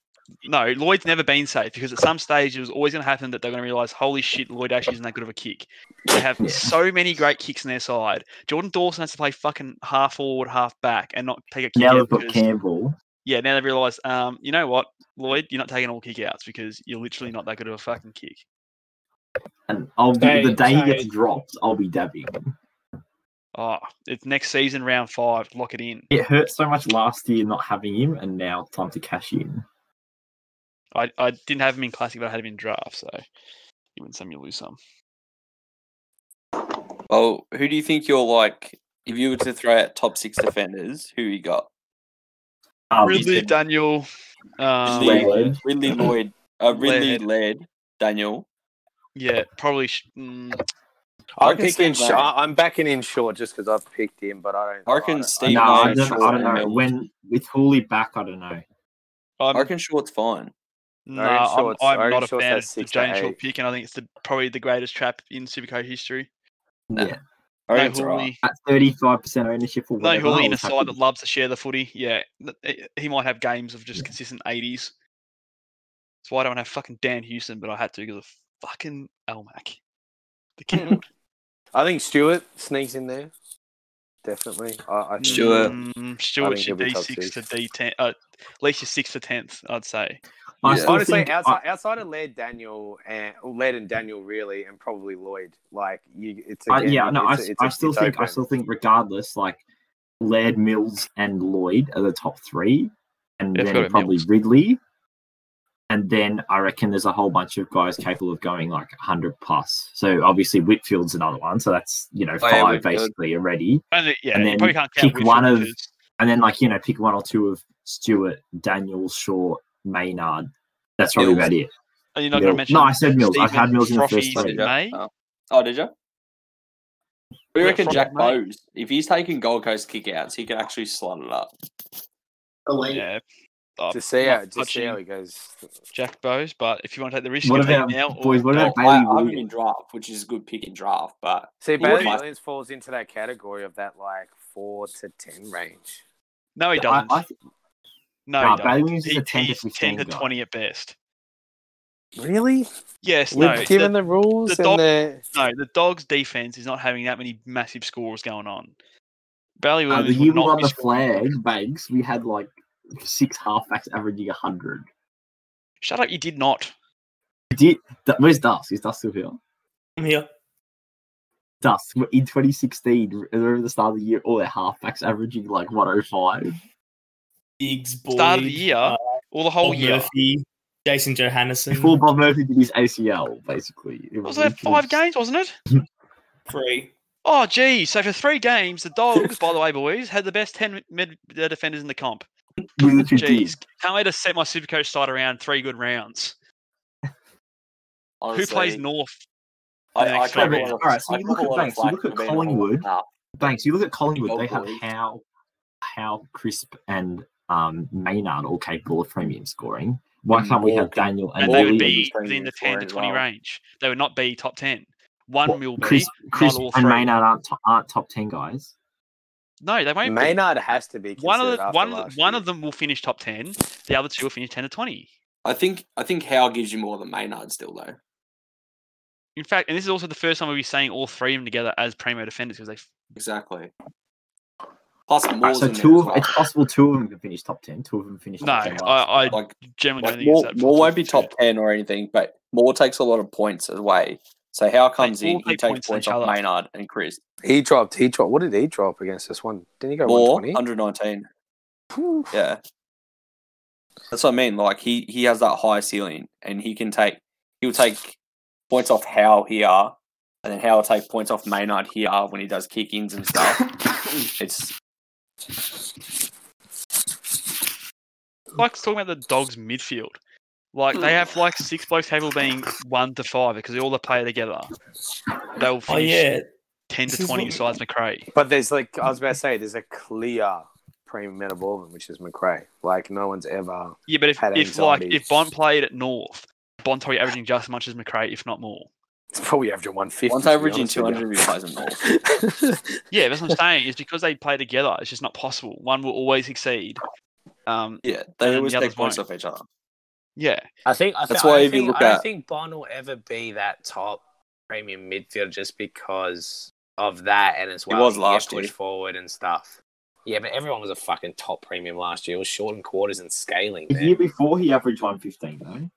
[SPEAKER 2] No, Lloyd's never been safe because at some stage it was always going to happen that they're going to realise, holy shit, Lloyd actually isn't that good of a kick. They have
[SPEAKER 7] Yeah.
[SPEAKER 2] so many great kicks in their side. Jordan Dawson has to play fucking half forward, half back, and not take a kick.
[SPEAKER 7] Now
[SPEAKER 2] out
[SPEAKER 7] they've got
[SPEAKER 2] because-
[SPEAKER 7] Campbell.
[SPEAKER 2] yeah, now they realise, um, you know what, Lloyd, you're not taking all kick outs because you're literally not that good of a fucking kick.
[SPEAKER 7] And I'll be,
[SPEAKER 1] So-
[SPEAKER 7] the day
[SPEAKER 1] so-
[SPEAKER 7] he gets dropped, I'll be dabbing.
[SPEAKER 2] Oh, it's next season, round five, lock it in.
[SPEAKER 7] It hurt so much last year not having him, and now it's time to cash in.
[SPEAKER 2] I, I didn't have him in classic, but I had him in draft, so you win some, you lose some.
[SPEAKER 4] safe. Well, Oh, who do you think you're like? If you were to throw out top six defenders, who you got?
[SPEAKER 7] Um,
[SPEAKER 2] Ridley,
[SPEAKER 4] said-
[SPEAKER 2] Daniel, um,
[SPEAKER 4] Ridley,
[SPEAKER 7] Laird.
[SPEAKER 4] Ridley Lloyd, uh, Ridley
[SPEAKER 2] Laird.
[SPEAKER 4] Laird, Daniel.
[SPEAKER 2] yeah, probably. Sh- mm,
[SPEAKER 4] I
[SPEAKER 1] I'm
[SPEAKER 4] reckon
[SPEAKER 1] picking.
[SPEAKER 4] Steve
[SPEAKER 1] Shaw-
[SPEAKER 4] Laird.
[SPEAKER 1] I'm backing in short just because I've picked him, but I don't.
[SPEAKER 4] I reckon
[SPEAKER 1] don't-
[SPEAKER 4] Steve
[SPEAKER 7] no,
[SPEAKER 4] Laird,
[SPEAKER 7] I don't,
[SPEAKER 4] Shaw,
[SPEAKER 7] I don't know.
[SPEAKER 4] Milne.
[SPEAKER 7] When with Hooley back, I don't know.
[SPEAKER 4] I
[SPEAKER 2] I'm,
[SPEAKER 4] reckon Short's fine.
[SPEAKER 2] no,
[SPEAKER 1] reckon
[SPEAKER 2] I'm,
[SPEAKER 1] Short's- I
[SPEAKER 2] I'm
[SPEAKER 1] reckon
[SPEAKER 2] not a
[SPEAKER 1] Short's
[SPEAKER 2] fan
[SPEAKER 1] had
[SPEAKER 2] of the
[SPEAKER 1] six to
[SPEAKER 2] James Shaw
[SPEAKER 1] eight.
[SPEAKER 2] pick, and I think it's the, probably the greatest trap in Supercoach history.
[SPEAKER 7] Yeah,
[SPEAKER 4] I
[SPEAKER 2] no
[SPEAKER 4] reckon it's alright.
[SPEAKER 2] Hooley,
[SPEAKER 7] at thirty-five percent ownership or
[SPEAKER 2] no
[SPEAKER 7] whatever.
[SPEAKER 2] Hooley in
[SPEAKER 7] I
[SPEAKER 2] a
[SPEAKER 7] was
[SPEAKER 2] side
[SPEAKER 7] happy.
[SPEAKER 2] that loves to share the footy. Yeah, th- eh, he might have games of just
[SPEAKER 7] Yeah.
[SPEAKER 2] consistent 80s. That's why I don't have fucking Dan Houston, but I had to because of fucking Elmac.
[SPEAKER 1] [laughs]
[SPEAKER 2] The
[SPEAKER 9] [laughs]
[SPEAKER 2] kid.
[SPEAKER 1] I think Stewart sneaks in there. Definitely. I, I think
[SPEAKER 4] Stewart.
[SPEAKER 2] Mm, Stewart
[SPEAKER 1] think he'll
[SPEAKER 2] should
[SPEAKER 1] be top
[SPEAKER 2] D6 to D10. Uh, at least your 6 to 10th, I'd say.
[SPEAKER 7] I
[SPEAKER 4] Yeah.
[SPEAKER 7] still
[SPEAKER 1] Honestly,
[SPEAKER 7] think- I-
[SPEAKER 1] outside, outside of Laird, Daniel, and Laird and Daniel, really, and probably Lloyd, like you, it's
[SPEAKER 7] I,
[SPEAKER 1] again,
[SPEAKER 7] yeah, no, I,
[SPEAKER 1] it's,
[SPEAKER 7] s-
[SPEAKER 1] it's-
[SPEAKER 7] I still
[SPEAKER 1] it's
[SPEAKER 7] think I
[SPEAKER 1] open.
[SPEAKER 7] still think regardless, like Laird, Mills, and Lloyd are the top three, and
[SPEAKER 2] Yeah, I forgot
[SPEAKER 7] then
[SPEAKER 2] about
[SPEAKER 7] probably
[SPEAKER 2] Mills.
[SPEAKER 7] Ridley, and then I reckon there's a whole bunch of guys capable of going like 100 plus. So obviously Whitfield's another one, so that's you know
[SPEAKER 4] Oh,
[SPEAKER 7] five
[SPEAKER 4] yeah, Whitfield.
[SPEAKER 7] basically already,
[SPEAKER 2] And, the- yeah,
[SPEAKER 7] And
[SPEAKER 2] you probably
[SPEAKER 7] then
[SPEAKER 2] can't count
[SPEAKER 7] pick one
[SPEAKER 2] Whitfield
[SPEAKER 7] of-
[SPEAKER 2] because-
[SPEAKER 7] and then like you know pick one or two of Stewart, Daniel, Shaw, Maynard. That's probably
[SPEAKER 4] Mills.
[SPEAKER 7] about it.
[SPEAKER 2] and Oh, you're not going to
[SPEAKER 7] Mills.
[SPEAKER 2] mention.
[SPEAKER 7] No, I said Mills. I've had Mills in the
[SPEAKER 2] Froffy,
[SPEAKER 7] first three.
[SPEAKER 2] Sid May.
[SPEAKER 4] Oh. Oh, did you? What do you
[SPEAKER 2] Yeah,
[SPEAKER 4] reckon
[SPEAKER 2] from-
[SPEAKER 4] Jack
[SPEAKER 2] mate.
[SPEAKER 4] Bowes? If he's taking Gold Coast kickouts, he could actually slut it up.
[SPEAKER 3] Elite.
[SPEAKER 2] Yeah. Oh,
[SPEAKER 1] Just see
[SPEAKER 2] not
[SPEAKER 1] how, just see
[SPEAKER 2] touching
[SPEAKER 1] how he goes.
[SPEAKER 2] Jack Bowes, but if you want to take the risk,
[SPEAKER 7] What
[SPEAKER 2] you can take
[SPEAKER 7] about
[SPEAKER 2] it now. or
[SPEAKER 7] boys? What
[SPEAKER 4] Oh,
[SPEAKER 7] about
[SPEAKER 4] I, I
[SPEAKER 7] Bailey
[SPEAKER 4] have him
[SPEAKER 7] Williams?
[SPEAKER 4] in draft, which is a good pick in draft, but
[SPEAKER 1] See,
[SPEAKER 4] Bailey
[SPEAKER 1] Bailey
[SPEAKER 4] might-
[SPEAKER 1] Williams falls into that category of that like four to ten range.
[SPEAKER 2] No, he doesn't.
[SPEAKER 7] I, I,
[SPEAKER 2] no, he
[SPEAKER 7] Nah, Bailey
[SPEAKER 2] doesn't.
[SPEAKER 7] Williams is
[SPEAKER 2] He-
[SPEAKER 7] a 10 to
[SPEAKER 2] he's
[SPEAKER 7] 15
[SPEAKER 2] 10 to
[SPEAKER 7] guy.
[SPEAKER 2] 20 at best.
[SPEAKER 1] Really?
[SPEAKER 2] Yes, no.
[SPEAKER 1] With,
[SPEAKER 2] it's
[SPEAKER 1] given
[SPEAKER 2] the-
[SPEAKER 1] the, rules
[SPEAKER 2] the
[SPEAKER 1] and
[SPEAKER 2] dog-
[SPEAKER 1] the
[SPEAKER 2] no, the Dogs' defense is not having that many massive scores going on. Bailey
[SPEAKER 7] Uh, the
[SPEAKER 2] Williams
[SPEAKER 7] year
[SPEAKER 2] would
[SPEAKER 7] we
[SPEAKER 2] not
[SPEAKER 7] won
[SPEAKER 2] be
[SPEAKER 7] the
[SPEAKER 2] scoring-
[SPEAKER 7] flag, Banks, we had like six halfbacks averaging 100.
[SPEAKER 2] Shut up! You did not.
[SPEAKER 7] We Did, Du- where's Dust? Is Dust still here?
[SPEAKER 5] I'm here.
[SPEAKER 7] Dust, we're in 2016, remember the start of the year, all their halfbacks averaging like 105.
[SPEAKER 5] Biggs, Boyd,
[SPEAKER 2] Start of the year, Oh,
[SPEAKER 5] uh,
[SPEAKER 2] All the whole
[SPEAKER 5] Bob
[SPEAKER 2] year.
[SPEAKER 5] Murphy, Jason Johannesson,
[SPEAKER 7] Before Bob Murphy did his ACL, basically. It
[SPEAKER 2] What was that five games, wasn't it?
[SPEAKER 5] three.
[SPEAKER 2] Oh,
[SPEAKER 7] [laughs]
[SPEAKER 2] gee. So for three games, the Dogs, by the way, boys, had the best ten mid uh, defenders in the comp.
[SPEAKER 7] We literally did.
[SPEAKER 2] Jeez, can't wait to set my Supercoach side around three good rounds. Who plays North?
[SPEAKER 4] I,
[SPEAKER 2] the
[SPEAKER 4] I
[SPEAKER 2] next
[SPEAKER 4] can't
[SPEAKER 2] round?
[SPEAKER 4] a lot of-
[SPEAKER 7] All right, so
[SPEAKER 4] I
[SPEAKER 7] you
[SPEAKER 4] cop
[SPEAKER 7] look
[SPEAKER 4] a
[SPEAKER 7] at
[SPEAKER 4] lot of
[SPEAKER 7] Banks, you
[SPEAKER 4] flak
[SPEAKER 7] look
[SPEAKER 4] for
[SPEAKER 7] at
[SPEAKER 4] being
[SPEAKER 7] Collingwood.
[SPEAKER 4] all up.
[SPEAKER 7] Banks, you look at Collingwood, they have
[SPEAKER 4] Hopefully.
[SPEAKER 7] how how crisp and um, Maynard all capable of premium scoring. Why
[SPEAKER 4] And
[SPEAKER 7] can't we have
[SPEAKER 4] Morgan.
[SPEAKER 7] Daniel
[SPEAKER 2] Mm,
[SPEAKER 7] and
[SPEAKER 2] and they would
[SPEAKER 4] Morgan
[SPEAKER 2] be
[SPEAKER 4] was playing
[SPEAKER 2] within the
[SPEAKER 4] in
[SPEAKER 2] 10
[SPEAKER 4] four
[SPEAKER 2] to
[SPEAKER 4] as
[SPEAKER 2] 20
[SPEAKER 4] well.
[SPEAKER 2] range. They would not be top 10. One
[SPEAKER 7] What-
[SPEAKER 2] will be.
[SPEAKER 7] Chris, Chris
[SPEAKER 2] not all
[SPEAKER 7] and
[SPEAKER 2] three.
[SPEAKER 7] Maynard aren't, to, aren't top ten guys?
[SPEAKER 2] No, they won't. be.
[SPEAKER 9] Maynard has to be
[SPEAKER 2] One of
[SPEAKER 9] considered
[SPEAKER 2] the,
[SPEAKER 9] after
[SPEAKER 2] one of
[SPEAKER 9] last
[SPEAKER 2] the, one
[SPEAKER 9] year.
[SPEAKER 2] of them will finish top 10. The other two will finish 10 to 20.
[SPEAKER 4] I think I think Howe gives you more than Maynard still though.
[SPEAKER 2] In fact, and this is also the first time we'll be saying all three of them together as primo defenders because they f-
[SPEAKER 4] Exactly. Plus more
[SPEAKER 7] so two of it's possible two of them can finish top ten. Two of them finish
[SPEAKER 2] no.
[SPEAKER 7] top ten. last
[SPEAKER 2] I, I
[SPEAKER 7] year.
[SPEAKER 4] like
[SPEAKER 2] generally don't
[SPEAKER 4] like
[SPEAKER 2] think it's
[SPEAKER 4] more,
[SPEAKER 2] that.
[SPEAKER 4] more won't be
[SPEAKER 2] possible.
[SPEAKER 4] top ten or anything, but more takes a lot of points away. So Howe comes
[SPEAKER 2] all
[SPEAKER 4] in, he
[SPEAKER 2] take points
[SPEAKER 4] takes
[SPEAKER 2] from
[SPEAKER 4] points
[SPEAKER 2] each
[SPEAKER 4] off
[SPEAKER 2] other.
[SPEAKER 4] Maynard and Chris.
[SPEAKER 9] He dropped. He dropped. What did he drop against this one? Didn't he go
[SPEAKER 4] More
[SPEAKER 9] 120?
[SPEAKER 4] 119.
[SPEAKER 9] Phew.
[SPEAKER 4] Yeah. That's what I mean. Like he he has that high ceiling and he can take he'll take points off Howe here and then Howe will take points off Maynard here when he does kick ins and
[SPEAKER 9] [laughs]
[SPEAKER 4] stuff. it's
[SPEAKER 2] like talking about the dogs midfield. Like
[SPEAKER 5] Hmm.
[SPEAKER 2] they have like six blokes capable of being one to five because they all they play together. They'll
[SPEAKER 5] Oh
[SPEAKER 2] finish
[SPEAKER 5] yeah,
[SPEAKER 2] ten
[SPEAKER 5] This
[SPEAKER 2] to
[SPEAKER 5] is
[SPEAKER 2] twenty
[SPEAKER 5] what-
[SPEAKER 2] besides McRae.
[SPEAKER 9] But there's like I was about to say, there's a clear premium out of all of them, which is McRae. Like no one's ever.
[SPEAKER 2] Yeah, but if,
[SPEAKER 9] Had
[SPEAKER 2] if like
[SPEAKER 9] anxiety.
[SPEAKER 2] if Bond played at North, Bond's probably averaging just as much as McRae, if not more.
[SPEAKER 9] It's probably averaging 150.
[SPEAKER 4] once
[SPEAKER 9] to be
[SPEAKER 4] averaging
[SPEAKER 9] honest with you.
[SPEAKER 4] 200 if he plays them all.
[SPEAKER 9] [laughs]
[SPEAKER 2] Yeah, that's
[SPEAKER 5] [laughs]
[SPEAKER 2] what I'm saying. It's because they play together. It's just not possible. One will always exceed. Um,
[SPEAKER 4] Yeah,
[SPEAKER 2] And
[SPEAKER 4] they
[SPEAKER 2] then
[SPEAKER 4] always
[SPEAKER 2] the
[SPEAKER 4] take
[SPEAKER 2] others
[SPEAKER 4] points
[SPEAKER 2] won't.
[SPEAKER 4] off each other.
[SPEAKER 2] yeah,
[SPEAKER 1] I think I
[SPEAKER 4] That's
[SPEAKER 1] thi-
[SPEAKER 4] why
[SPEAKER 1] I
[SPEAKER 4] if you
[SPEAKER 1] think,
[SPEAKER 4] look
[SPEAKER 1] I don't
[SPEAKER 4] at-
[SPEAKER 1] think Bond will ever be that top premium midfield just because of that, and as well,
[SPEAKER 4] was
[SPEAKER 1] he
[SPEAKER 4] last
[SPEAKER 1] get pushed
[SPEAKER 4] year.
[SPEAKER 1] forward and stuff. Yeah, but everyone was a fucking top premium last year. It was short and quarters and scaling.
[SPEAKER 7] the year
[SPEAKER 1] Man.
[SPEAKER 7] before he averaged one fifteen though.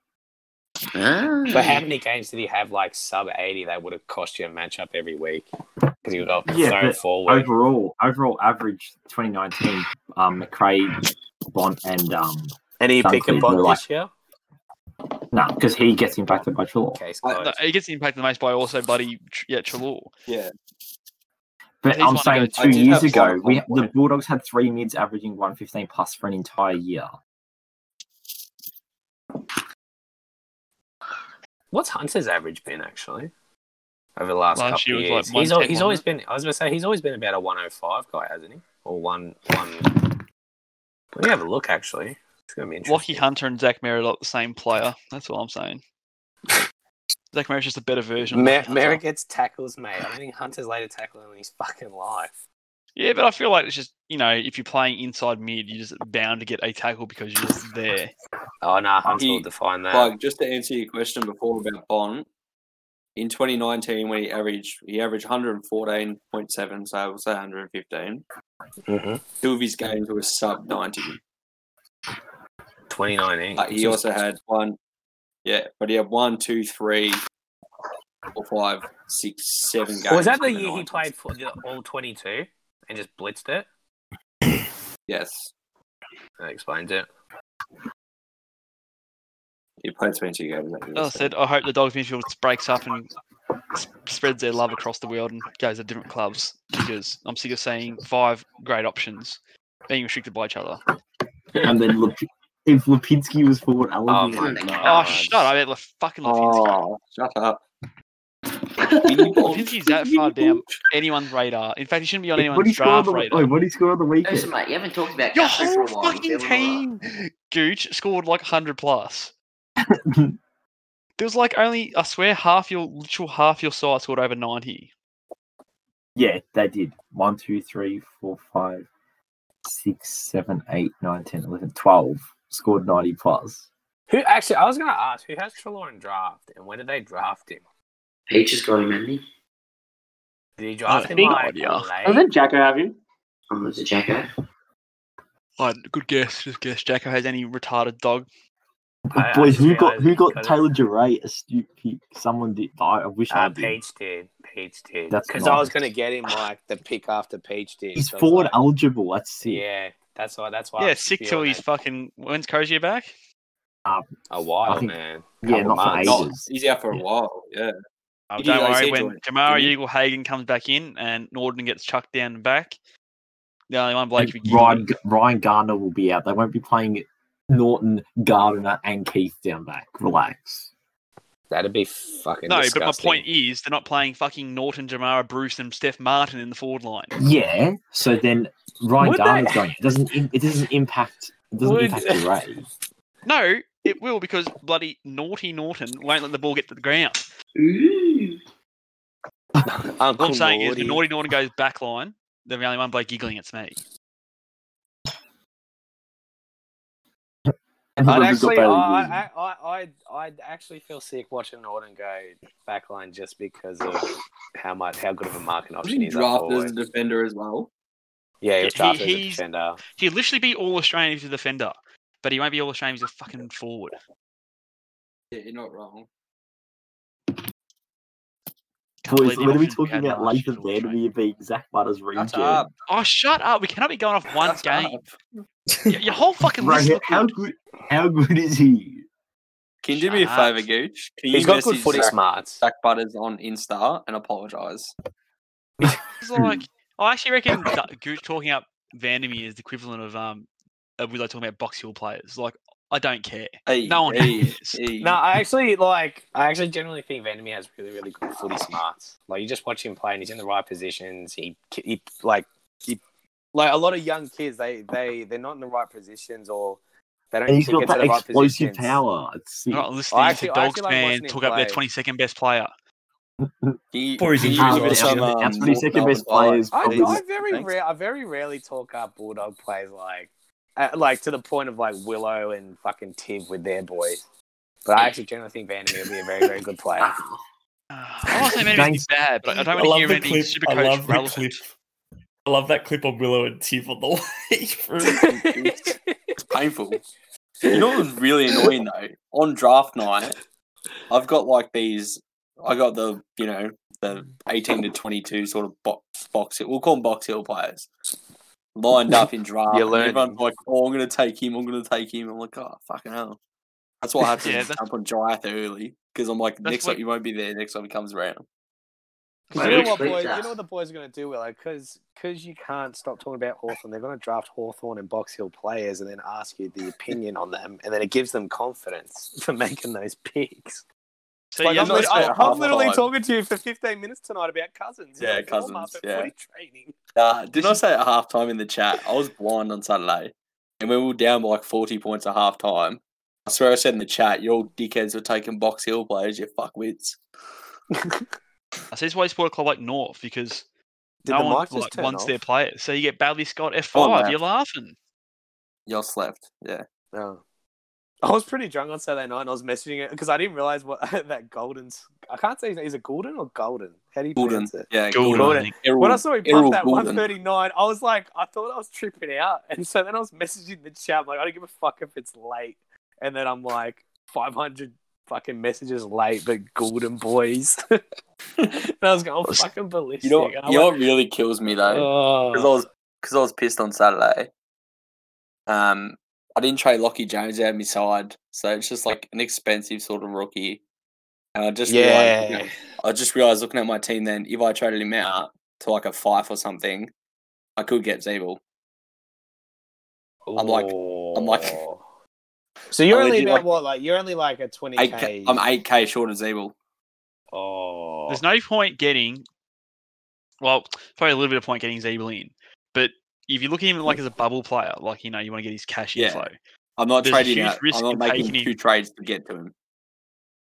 [SPEAKER 1] But how many games did he have like sub eighty that would have cost you a matchup every week because he got
[SPEAKER 7] Yeah,
[SPEAKER 1] thrown
[SPEAKER 7] but
[SPEAKER 1] forward?
[SPEAKER 7] Overall, overall average twenty nineteen. Um, McRae, Bond, and um,
[SPEAKER 1] Any
[SPEAKER 7] Dunkley
[SPEAKER 1] pick and
[SPEAKER 7] were
[SPEAKER 1] Bond
[SPEAKER 7] like-
[SPEAKER 1] this year?
[SPEAKER 7] no, because he gets impacted by Trelaw.
[SPEAKER 1] Case
[SPEAKER 4] I-
[SPEAKER 1] closed.
[SPEAKER 2] no, it gets impacted the most by also bloody Tr- yeah Trelaw.
[SPEAKER 7] But
[SPEAKER 2] He's
[SPEAKER 7] I'm
[SPEAKER 2] one
[SPEAKER 7] saying
[SPEAKER 2] of
[SPEAKER 4] the-
[SPEAKER 7] two
[SPEAKER 4] I did
[SPEAKER 7] years
[SPEAKER 4] have one
[SPEAKER 7] ago,
[SPEAKER 4] at
[SPEAKER 7] we
[SPEAKER 4] one
[SPEAKER 7] the
[SPEAKER 4] point.
[SPEAKER 7] Bulldogs had three mids averaging 115 plus for an entire year.
[SPEAKER 1] What's Hunter's average been actually over the last,
[SPEAKER 2] Last
[SPEAKER 1] couple
[SPEAKER 2] year
[SPEAKER 1] of
[SPEAKER 2] was,
[SPEAKER 1] years?
[SPEAKER 2] like,
[SPEAKER 1] he's al- he's
[SPEAKER 2] 110,
[SPEAKER 1] always
[SPEAKER 2] wasn't
[SPEAKER 1] been. I was gonna say he's always been about a 105 guy, hasn't he? Or one one. Let me have a look. Actually, it's gonna be
[SPEAKER 2] Lockie
[SPEAKER 1] interesting.
[SPEAKER 2] Hunter and Zach Merritt are the same player. That's all I'm saying. Zach Merritt's just a better version. Of
[SPEAKER 1] Mer-
[SPEAKER 2] Lachie Hunter.
[SPEAKER 1] Merritt gets tackles, mate. I don't think Hunter's laid a tackle in his fucking life.
[SPEAKER 2] Yeah, but I feel like it's just you know if you're playing inside mid, you're just bound to get a tackle because you're just there.
[SPEAKER 1] Oh no, Hunter
[SPEAKER 4] He-
[SPEAKER 1] will define that.
[SPEAKER 4] Like just to answer your question before about Bond, in 2019 when he averaged he averaged 114.7, so I will say 115.
[SPEAKER 1] Mhm.
[SPEAKER 4] Two of his games were sub 90.
[SPEAKER 1] 2019.
[SPEAKER 4] But Uh, he also had one, yeah, but he had one, two, three, four, five, six, seven games.
[SPEAKER 1] was Oh, that the
[SPEAKER 4] in
[SPEAKER 1] year he
[SPEAKER 4] 90s.
[SPEAKER 1] played for the all 22 and just blitzed it?
[SPEAKER 4] Yes,
[SPEAKER 1] That explains it.
[SPEAKER 4] he played 22 games. that year,
[SPEAKER 2] As I
[SPEAKER 4] so-
[SPEAKER 2] said, I hope the Dogs midfield breaks up and s- spreads their love across the world and goes to different clubs because I'm sick of seeing five great options being restricted by each other. Oh,
[SPEAKER 7] And then Lep- if Lipinski was forward eligible,
[SPEAKER 1] my
[SPEAKER 7] no.
[SPEAKER 2] Oh,
[SPEAKER 1] God.
[SPEAKER 2] shut up! I fucking Lavinsky.
[SPEAKER 4] Oh, shut up.
[SPEAKER 2] Lavinsky's that far down anyone's radar. In fact, he shouldn't be on
[SPEAKER 7] what
[SPEAKER 2] anyone's
[SPEAKER 7] did he score on
[SPEAKER 2] draft
[SPEAKER 7] the
[SPEAKER 2] radar.
[SPEAKER 7] what did he score on the
[SPEAKER 3] Listen,
[SPEAKER 7] weekend?
[SPEAKER 3] mate, you haven't talked about
[SPEAKER 2] Your
[SPEAKER 3] Gatto for
[SPEAKER 2] whole
[SPEAKER 3] a while.
[SPEAKER 2] fucking
[SPEAKER 3] Dylan Wright.
[SPEAKER 2] team, Gooch, scored like 100 plus. there was like only, I swear, half your, literal half your side scored over 90.
[SPEAKER 7] Yeah, they did. One, two, three, four, five, six, seven, eight, nine, ten, eleven, twelve. Scored 90 plus.
[SPEAKER 1] Who actually? I was gonna ask who has Trelaw in draft and when did they draft him?
[SPEAKER 3] Peach has got him, hasn't he?
[SPEAKER 1] Did he draft him
[SPEAKER 6] think-
[SPEAKER 1] like
[SPEAKER 2] No
[SPEAKER 6] I
[SPEAKER 1] late?
[SPEAKER 6] think Jacko have you.
[SPEAKER 3] Oh, it's a Jacko.
[SPEAKER 2] Like, good guess, just guess. Jacko has any retarded dog.
[SPEAKER 1] I- I
[SPEAKER 7] Boys,
[SPEAKER 1] just
[SPEAKER 7] who got
[SPEAKER 1] realised
[SPEAKER 7] who
[SPEAKER 1] he
[SPEAKER 7] got
[SPEAKER 1] could've-
[SPEAKER 7] Taylor Duray astute pick? Someone did. I, I wish I
[SPEAKER 1] Uh,
[SPEAKER 7] did.
[SPEAKER 1] Peach did. Peach did.
[SPEAKER 7] That's
[SPEAKER 1] Because
[SPEAKER 7] nice.
[SPEAKER 1] I was going to get him like the pick after Peach did.
[SPEAKER 7] He's
[SPEAKER 1] so I was
[SPEAKER 7] forward
[SPEAKER 1] like,
[SPEAKER 7] eligible. That's sick.
[SPEAKER 1] yeah, that's why. That's why. I
[SPEAKER 2] yeah,
[SPEAKER 1] was
[SPEAKER 2] sick till
[SPEAKER 1] feeling
[SPEAKER 7] eh?
[SPEAKER 2] he's
[SPEAKER 1] it.
[SPEAKER 2] fucking. When's Crozier back?
[SPEAKER 1] a while,
[SPEAKER 7] I think-
[SPEAKER 1] man.
[SPEAKER 7] Um, yeah
[SPEAKER 1] Couple
[SPEAKER 7] not for
[SPEAKER 1] months.
[SPEAKER 4] Not,
[SPEAKER 7] ages.
[SPEAKER 4] Oh, he's out for a
[SPEAKER 7] Yeah.
[SPEAKER 4] while, yeah.
[SPEAKER 2] Oh,
[SPEAKER 4] Did
[SPEAKER 2] don't
[SPEAKER 4] he- like,
[SPEAKER 2] worry.
[SPEAKER 4] he
[SPEAKER 2] When
[SPEAKER 4] joined,
[SPEAKER 2] Jamara
[SPEAKER 4] didn't he?
[SPEAKER 2] Eagle Hagen comes back in and Norden gets chucked down the back, The only one Blake
[SPEAKER 7] And
[SPEAKER 2] McGee.
[SPEAKER 7] Ryan, Ryan Gardner will be out. They won't be playing Norton, Gardner, and Keith down back. Relax.
[SPEAKER 9] That'd be fucking.
[SPEAKER 2] No,
[SPEAKER 9] disgusting.
[SPEAKER 2] but my point is they're not playing fucking Norton, Jamara, Bruce, and Steph Martin in the forward line.
[SPEAKER 7] Yeah. So then Ryan
[SPEAKER 9] Would
[SPEAKER 7] Gardner's
[SPEAKER 9] they-
[SPEAKER 7] going. It doesn't. im- It doesn't impact. It doesn't
[SPEAKER 9] Would-
[SPEAKER 7] impact the rate.
[SPEAKER 2] No, it will because bloody naughty Norton won't let the ball get to the ground.
[SPEAKER 3] Ooh.
[SPEAKER 9] Uncle
[SPEAKER 1] Oh,
[SPEAKER 2] All
[SPEAKER 7] Oh,
[SPEAKER 2] I'm saying is
[SPEAKER 9] Naughty.
[SPEAKER 2] when naughty Norton goes back line, then the only one Blake giggling, it's me.
[SPEAKER 7] And
[SPEAKER 1] I'd
[SPEAKER 7] Rodrigo
[SPEAKER 1] actually, I,
[SPEAKER 7] Bailey will-
[SPEAKER 1] I, I, I, I'd actually feel sick watching Norton go backline just because of how much, how good of a marking
[SPEAKER 4] Was
[SPEAKER 1] option
[SPEAKER 4] he
[SPEAKER 1] he's up
[SPEAKER 4] drafted
[SPEAKER 1] forward.
[SPEAKER 4] as a defender as well?
[SPEAKER 1] Yeah, he was
[SPEAKER 2] He-
[SPEAKER 1] drafted as a
[SPEAKER 2] he's-
[SPEAKER 1] defender.
[SPEAKER 2] He'll literally be all Australian if he's a defender, but he won't be all Australian if he's a fucking forward.
[SPEAKER 4] Yeah, you're not wrong.
[SPEAKER 2] Can't believe
[SPEAKER 7] Boys,
[SPEAKER 2] the
[SPEAKER 7] when are we
[SPEAKER 2] options we
[SPEAKER 7] talking
[SPEAKER 2] had
[SPEAKER 7] about
[SPEAKER 2] last year
[SPEAKER 7] Lathan
[SPEAKER 2] for
[SPEAKER 7] Laird
[SPEAKER 2] Australia.
[SPEAKER 7] we being Zach Butters
[SPEAKER 4] Shut
[SPEAKER 7] regen?
[SPEAKER 4] up.
[SPEAKER 2] Oh, shut up! We cannot be going off one
[SPEAKER 4] Shut
[SPEAKER 2] game.
[SPEAKER 4] up.
[SPEAKER 2] Y- Your whole fucking
[SPEAKER 7] Bro,
[SPEAKER 2] list.
[SPEAKER 7] how- how good? How good is he?
[SPEAKER 4] Can you do
[SPEAKER 2] Shut
[SPEAKER 4] me a
[SPEAKER 2] up.
[SPEAKER 4] favour, Gooch? Can
[SPEAKER 1] He's
[SPEAKER 4] you
[SPEAKER 1] got good
[SPEAKER 4] message
[SPEAKER 1] footy
[SPEAKER 4] Zach,
[SPEAKER 1] smarts.
[SPEAKER 4] Zach Butters on Insta and apologise?
[SPEAKER 2] It's like I
[SPEAKER 1] [laughs]
[SPEAKER 2] actually reckon that Gooch talking up Vandermeer is the equivalent of um of Willow talking about Box Hill players. Like I don't care.
[SPEAKER 4] Hey,
[SPEAKER 2] No one
[SPEAKER 4] hey,
[SPEAKER 2] cares.
[SPEAKER 4] hey.
[SPEAKER 1] No, I actually like. I actually generally think Vandermeer has really, really good footy smarts. Like you just watch him play, and he's in the right positions. He, he like, he, like a lot of young kids, they, they, they're not in the right positions, or they don't
[SPEAKER 7] And he's
[SPEAKER 1] actually get
[SPEAKER 7] got
[SPEAKER 1] to
[SPEAKER 7] that
[SPEAKER 1] the right
[SPEAKER 7] explosive
[SPEAKER 1] positions.
[SPEAKER 7] power. It's sick.
[SPEAKER 2] I'm not listening
[SPEAKER 1] actually-
[SPEAKER 2] to
[SPEAKER 1] I
[SPEAKER 2] Dogs
[SPEAKER 1] actually like
[SPEAKER 2] fan
[SPEAKER 1] watching him
[SPEAKER 2] talk up their
[SPEAKER 1] play.
[SPEAKER 2] 22nd best player. [sighs]
[SPEAKER 4] Can you-
[SPEAKER 5] Poor his
[SPEAKER 4] can you
[SPEAKER 5] injuries
[SPEAKER 4] give
[SPEAKER 5] are
[SPEAKER 4] us some,
[SPEAKER 7] out.
[SPEAKER 1] uh,
[SPEAKER 7] That's
[SPEAKER 4] um,
[SPEAKER 7] pretty second
[SPEAKER 4] North
[SPEAKER 7] best
[SPEAKER 4] Melbourne
[SPEAKER 7] players,
[SPEAKER 4] vibes,
[SPEAKER 1] I,
[SPEAKER 7] Please.
[SPEAKER 1] I
[SPEAKER 4] please?
[SPEAKER 1] very
[SPEAKER 4] Thanks.
[SPEAKER 1] rare, I very rarely talk up Bulldog plays like, uh, like to the point of like Willow and fucking Tiv with their boys. But I actually generally think Vandermeer will be a very, very good [laughs] player.
[SPEAKER 2] Uh, I'm not saying anything
[SPEAKER 7] Thanks.
[SPEAKER 2] bad, but I
[SPEAKER 5] I
[SPEAKER 2] don't want to
[SPEAKER 5] love
[SPEAKER 2] hear
[SPEAKER 5] the
[SPEAKER 2] anything
[SPEAKER 5] clip.
[SPEAKER 2] super
[SPEAKER 5] I love the
[SPEAKER 2] coach
[SPEAKER 5] clip.
[SPEAKER 2] relevant.
[SPEAKER 5] I love that clip on Willow and Tiff on the [laughs] leaf
[SPEAKER 1] [laughs]
[SPEAKER 5] room.
[SPEAKER 4] It's painful. You know what was really annoying though? On draft night, I've got like these. I got the you know the eighteen to twenty two sort of bo- box. Hill- We'll call them box hill players lined up in
[SPEAKER 1] [laughs]
[SPEAKER 4] draft.
[SPEAKER 1] You're
[SPEAKER 4] and
[SPEAKER 1] learning.
[SPEAKER 4] everyone's like, "Oh, I'm going to take him. I'm going to take him." I'm like, "Oh, fucking hell!" That's
[SPEAKER 1] [laughs]
[SPEAKER 4] why I have to
[SPEAKER 2] Yeah, that's-
[SPEAKER 4] jump on Jaiath early because I'm like,
[SPEAKER 2] That's
[SPEAKER 4] next
[SPEAKER 2] what-
[SPEAKER 4] time you won't be there. Next time he comes around.
[SPEAKER 1] You
[SPEAKER 3] Well,
[SPEAKER 1] know
[SPEAKER 3] we
[SPEAKER 1] what,
[SPEAKER 3] expect
[SPEAKER 1] boys?
[SPEAKER 3] that.
[SPEAKER 1] You know what the boys are going to do, Willow? Because you can't stop talking about Hawthorn. They're going to draft Hawthorn and Box Hill players, and then ask you the opinion on them, and then it gives them confidence [laughs] for making those picks.
[SPEAKER 2] So
[SPEAKER 1] Like,
[SPEAKER 2] yeah,
[SPEAKER 1] I'm,
[SPEAKER 4] not
[SPEAKER 1] lit-
[SPEAKER 4] spent
[SPEAKER 1] I'm- I'm
[SPEAKER 4] half
[SPEAKER 1] literally
[SPEAKER 4] time.
[SPEAKER 1] talking to you for 15 minutes tonight about cousins.
[SPEAKER 4] Yeah,
[SPEAKER 1] in the warm-up
[SPEAKER 4] Cousins,
[SPEAKER 1] at
[SPEAKER 4] yeah.
[SPEAKER 1] footy training.
[SPEAKER 4] Uh, didn't I say at halftime in the chat? I was blind on Saturday, and when we were down by like 40 points at halftime, I swear I said in the chat, you all dickheads were taking Box Hill players, you fuckwits.
[SPEAKER 2] I see why you support a club like North because
[SPEAKER 1] Did
[SPEAKER 2] no
[SPEAKER 1] the
[SPEAKER 2] one
[SPEAKER 1] mic just
[SPEAKER 2] like,
[SPEAKER 1] turn
[SPEAKER 2] wants
[SPEAKER 1] off?
[SPEAKER 2] their players. So you get Bradley Scott F5.
[SPEAKER 4] Oh, man.
[SPEAKER 2] You're laughing.
[SPEAKER 4] Y'all slept. Yeah.
[SPEAKER 1] No. I was pretty drunk on Saturday night, and I was messaging it because I didn't realize what [laughs] that Golden's. I can't say his name. Is it Golden or Golden? How do you
[SPEAKER 4] Golden.
[SPEAKER 1] pronounce it?
[SPEAKER 4] Yeah.
[SPEAKER 2] Golden, I
[SPEAKER 4] Golden.
[SPEAKER 2] think.
[SPEAKER 4] Errol-
[SPEAKER 1] When I saw he
[SPEAKER 4] Errol
[SPEAKER 1] pumped that
[SPEAKER 4] Goulden.
[SPEAKER 1] 139, I was like, I thought I was tripping out. [laughs] And so then I was messaging the chat, like, I don't give a fuck if it's late. And then I'm like, 500 fucking messages late, but Golden boys. [laughs] and I was
[SPEAKER 4] [laughs]
[SPEAKER 1] going oh, fucking ballistic.
[SPEAKER 4] You know, what-
[SPEAKER 1] And I
[SPEAKER 4] you know
[SPEAKER 1] went,
[SPEAKER 4] what really kills me though? Because I,
[SPEAKER 1] "Oh."
[SPEAKER 4] was, 'cause I was pissed on Saturday. Um, I didn't trade Lockie Jones out of my side, so it's just like an expensive sort of rookie. And I just realized,
[SPEAKER 1] yeah.
[SPEAKER 4] I just realized looking at my team then, if I traded him out to like a fife or something, I could get Zeeble. I'm like- I'm like-
[SPEAKER 1] Ooh. So you're
[SPEAKER 4] I'm
[SPEAKER 1] only
[SPEAKER 4] legit
[SPEAKER 1] about
[SPEAKER 4] like-
[SPEAKER 1] what? Like um, you're only like a 20k.
[SPEAKER 4] Eight K, I'm eight K short of Zeeble.
[SPEAKER 1] Oh.
[SPEAKER 2] There's no point getting, well, probably a little bit of point getting Zeebel in, but if you look at him like as a bubble player, like you know you want to get his cash
[SPEAKER 4] Yeah.
[SPEAKER 2] inflow.
[SPEAKER 4] I'm not
[SPEAKER 2] There's a
[SPEAKER 4] trading
[SPEAKER 2] huge
[SPEAKER 4] out.
[SPEAKER 2] risk
[SPEAKER 4] I'm
[SPEAKER 2] in
[SPEAKER 4] not making
[SPEAKER 2] taking
[SPEAKER 4] two
[SPEAKER 2] him.
[SPEAKER 4] trades to get to him.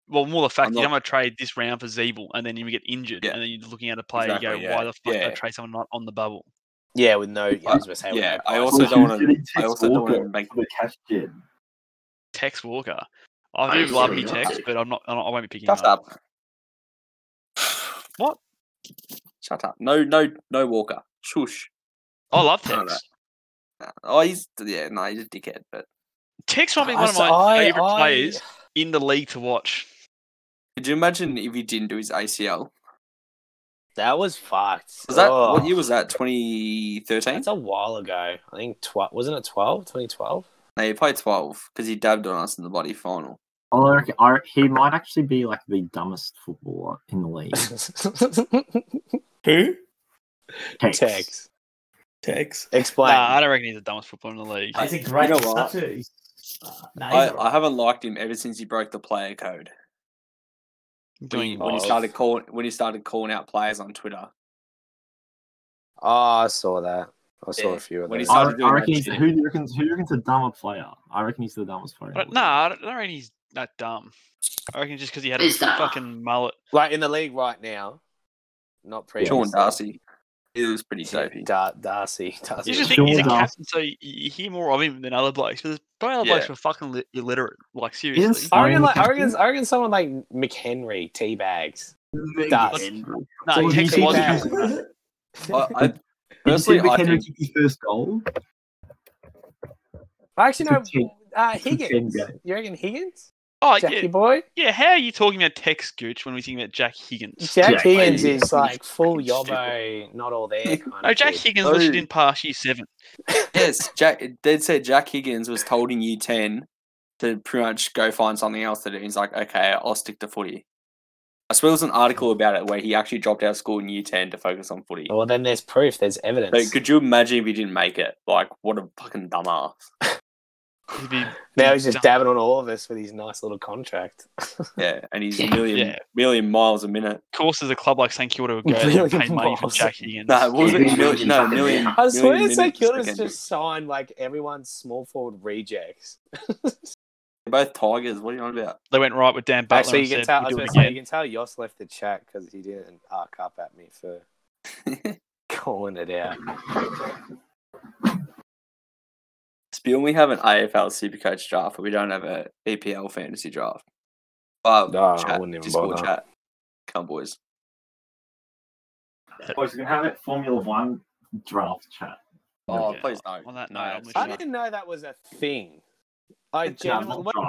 [SPEAKER 2] Well, more the fact
[SPEAKER 4] I'm
[SPEAKER 2] you
[SPEAKER 4] not-
[SPEAKER 2] don't want to trade this round for Zeebel and then you get injured
[SPEAKER 4] Yeah.
[SPEAKER 2] and then you're looking at a player
[SPEAKER 4] Exactly,
[SPEAKER 2] you go,
[SPEAKER 4] yeah.
[SPEAKER 2] why the fuck
[SPEAKER 4] Yeah.
[SPEAKER 2] did I trade someone not on the bubble?
[SPEAKER 1] yeah, with no. Yeah, I was gonna say with
[SPEAKER 4] Yeah,
[SPEAKER 1] no
[SPEAKER 4] I
[SPEAKER 1] price.
[SPEAKER 4] also don't want
[SPEAKER 7] Who's
[SPEAKER 4] to.
[SPEAKER 7] getting
[SPEAKER 4] I
[SPEAKER 7] Tex
[SPEAKER 4] also don't want to
[SPEAKER 7] Walker
[SPEAKER 4] make.
[SPEAKER 7] for the cash gen.
[SPEAKER 2] Tex Walker.
[SPEAKER 8] I
[SPEAKER 2] I do
[SPEAKER 8] just
[SPEAKER 2] love
[SPEAKER 8] don't
[SPEAKER 2] you,
[SPEAKER 8] know.
[SPEAKER 2] Tex, but I'm not, I'm not. I won't be picking him
[SPEAKER 4] Shut
[SPEAKER 2] up.
[SPEAKER 4] up.
[SPEAKER 2] What?
[SPEAKER 4] Shut up. No, no, no Walker. Shush.
[SPEAKER 2] I love
[SPEAKER 4] No, no.
[SPEAKER 2] Tex.
[SPEAKER 4] Nah. Oh, he's yeah. No, he's a dickhead. But
[SPEAKER 2] Tex might be
[SPEAKER 1] I
[SPEAKER 2] one of
[SPEAKER 1] s-
[SPEAKER 2] my
[SPEAKER 1] I-
[SPEAKER 2] favorite
[SPEAKER 1] I-
[SPEAKER 2] players in the league to watch.
[SPEAKER 4] could you imagine if he didn't do his ACL?
[SPEAKER 1] That was fucked.
[SPEAKER 4] Was that
[SPEAKER 1] Oh.
[SPEAKER 4] what year was that? 2013.
[SPEAKER 1] That's a while ago. I think twelve. Wasn't it 12? 2012?
[SPEAKER 4] [laughs] No, he played 12 because he dabbed on us in the bloody final.
[SPEAKER 7] Oh, I reckon, I, he might actually be like the dumbest footballer in the league.
[SPEAKER 5] Who?
[SPEAKER 1] [laughs]
[SPEAKER 7] Tex.
[SPEAKER 1] Text.
[SPEAKER 10] Tex.
[SPEAKER 1] Explain.
[SPEAKER 2] Nah, I don't reckon he's the dumbest footballer in the league.
[SPEAKER 8] He's a great
[SPEAKER 4] You know what?
[SPEAKER 8] substitute. He's- no, he's
[SPEAKER 4] I,
[SPEAKER 8] all
[SPEAKER 4] I haven't liked him ever since he broke the player code.
[SPEAKER 2] Doing
[SPEAKER 4] when he started calling when he started calling out players on Twitter.
[SPEAKER 1] Oh, I saw that. I saw
[SPEAKER 4] Yeah.
[SPEAKER 1] a few of
[SPEAKER 4] When he
[SPEAKER 1] those.
[SPEAKER 4] started
[SPEAKER 7] I,
[SPEAKER 4] doing
[SPEAKER 7] I
[SPEAKER 4] that
[SPEAKER 7] reckon he's,
[SPEAKER 4] shit.
[SPEAKER 7] who do you reckon who do you reckon's a dumber player? I reckon he's the dumbest player. in the
[SPEAKER 2] But
[SPEAKER 7] league.
[SPEAKER 2] no, I don't, I don't reckon he's that dumb. I reckon just because he had a
[SPEAKER 3] He's dumb.
[SPEAKER 2] fucking mullet.
[SPEAKER 1] Like in the league right now, not pre.
[SPEAKER 4] Sean Darcy. He was pretty dopey.
[SPEAKER 1] Dar- Darcy. Darcy.
[SPEAKER 2] You
[SPEAKER 7] Yeah.
[SPEAKER 2] just think he's a
[SPEAKER 7] Sure.
[SPEAKER 2] captain, so you, you hear more of him than other blokes. But there's probably other blokes
[SPEAKER 4] Yeah.
[SPEAKER 2] who are fucking li- illiterate. Like seriously,
[SPEAKER 7] Isn't-
[SPEAKER 1] I reckon,
[SPEAKER 7] Sorry,
[SPEAKER 1] like, I,
[SPEAKER 7] captain?
[SPEAKER 1] reckon, I reckon someone like McHenry teabags.
[SPEAKER 8] right.
[SPEAKER 1] Darts.
[SPEAKER 7] So
[SPEAKER 2] no,
[SPEAKER 7] you
[SPEAKER 2] Tex
[SPEAKER 7] think
[SPEAKER 2] was
[SPEAKER 1] that-
[SPEAKER 4] I, I,
[SPEAKER 7] Did you
[SPEAKER 4] personally,
[SPEAKER 7] see
[SPEAKER 4] I
[SPEAKER 7] McHenry
[SPEAKER 4] think,
[SPEAKER 7] kick his first goal?
[SPEAKER 1] I [laughs] actually
[SPEAKER 7] Pretend-
[SPEAKER 1] know uh, Higgins.
[SPEAKER 7] game.
[SPEAKER 1] You reckon Higgins?
[SPEAKER 2] Oh
[SPEAKER 1] Jackie
[SPEAKER 2] yeah,
[SPEAKER 1] boy?
[SPEAKER 2] yeah. How are you talking about Tex Gooch when we think about Jack Higgins?
[SPEAKER 1] Jack
[SPEAKER 7] Jack
[SPEAKER 1] Higgins
[SPEAKER 7] Higgins.
[SPEAKER 1] is like full yobbo, not all
[SPEAKER 2] [laughs]
[SPEAKER 1] there kind of.
[SPEAKER 2] Oh, Jack
[SPEAKER 1] kid.
[SPEAKER 2] Higgins
[SPEAKER 4] Oh.
[SPEAKER 2] literally didn't pass year seven.
[SPEAKER 4] yes, Jack they'd said Jack Higgins was told in year ten to pretty much go find something else to do. He's like, okay, I'll stick to footy. I swear there was an article about it where he actually dropped out of school in year ten to focus on footy.
[SPEAKER 1] Well, then there's proof. There's
[SPEAKER 4] Like,
[SPEAKER 1] evidence.
[SPEAKER 4] could you imagine if he didn't make it? Like, what a fucking dumbass.
[SPEAKER 2] He'd be
[SPEAKER 1] now he's just
[SPEAKER 2] dumb.
[SPEAKER 1] dabbing on all of us with his nice little contract. [laughs]
[SPEAKER 4] Yeah, and he's a
[SPEAKER 3] Yeah.
[SPEAKER 4] million
[SPEAKER 2] Yeah.
[SPEAKER 4] million miles a minute. [laughs]
[SPEAKER 2] Of course, there's a club like St Kilda would go there and pay money for
[SPEAKER 1] Balls.
[SPEAKER 2] Jack Higgins.
[SPEAKER 4] No, what was
[SPEAKER 3] Yeah,
[SPEAKER 4] it?
[SPEAKER 3] he's
[SPEAKER 4] Million, no,
[SPEAKER 3] fucking
[SPEAKER 4] million.
[SPEAKER 3] minute.
[SPEAKER 1] I swear
[SPEAKER 4] million
[SPEAKER 1] it's like
[SPEAKER 4] minutes per
[SPEAKER 1] Kilda's
[SPEAKER 4] second.
[SPEAKER 1] just signed like everyone's small forward rejects.
[SPEAKER 4] They're both tigers. What are you on about?
[SPEAKER 2] they went right with Dan Butler.
[SPEAKER 1] Actually,
[SPEAKER 2] and
[SPEAKER 1] you can
[SPEAKER 2] said,
[SPEAKER 1] tell. I was
[SPEAKER 2] "We'll do it
[SPEAKER 1] gonna say,
[SPEAKER 2] again."
[SPEAKER 1] you can tell Yoss left the chat because he didn't arc up at me
[SPEAKER 2] [laughs]
[SPEAKER 1] for calling it out.
[SPEAKER 4] See, we have an AFL Supercoach draft, but we don't have a EPL fantasy draft. But
[SPEAKER 1] No, I wouldn't even bother.
[SPEAKER 4] chat. Come boys.
[SPEAKER 7] Boys, we're gonna have it Formula One draft chat.
[SPEAKER 4] Oh,
[SPEAKER 2] Yeah.
[SPEAKER 4] please no.
[SPEAKER 2] On that
[SPEAKER 4] No,
[SPEAKER 2] note, I'm
[SPEAKER 4] that's fine.
[SPEAKER 2] literally
[SPEAKER 1] I
[SPEAKER 2] not-
[SPEAKER 1] didn't know that was a thing. I
[SPEAKER 7] It's not
[SPEAKER 1] genuinely, when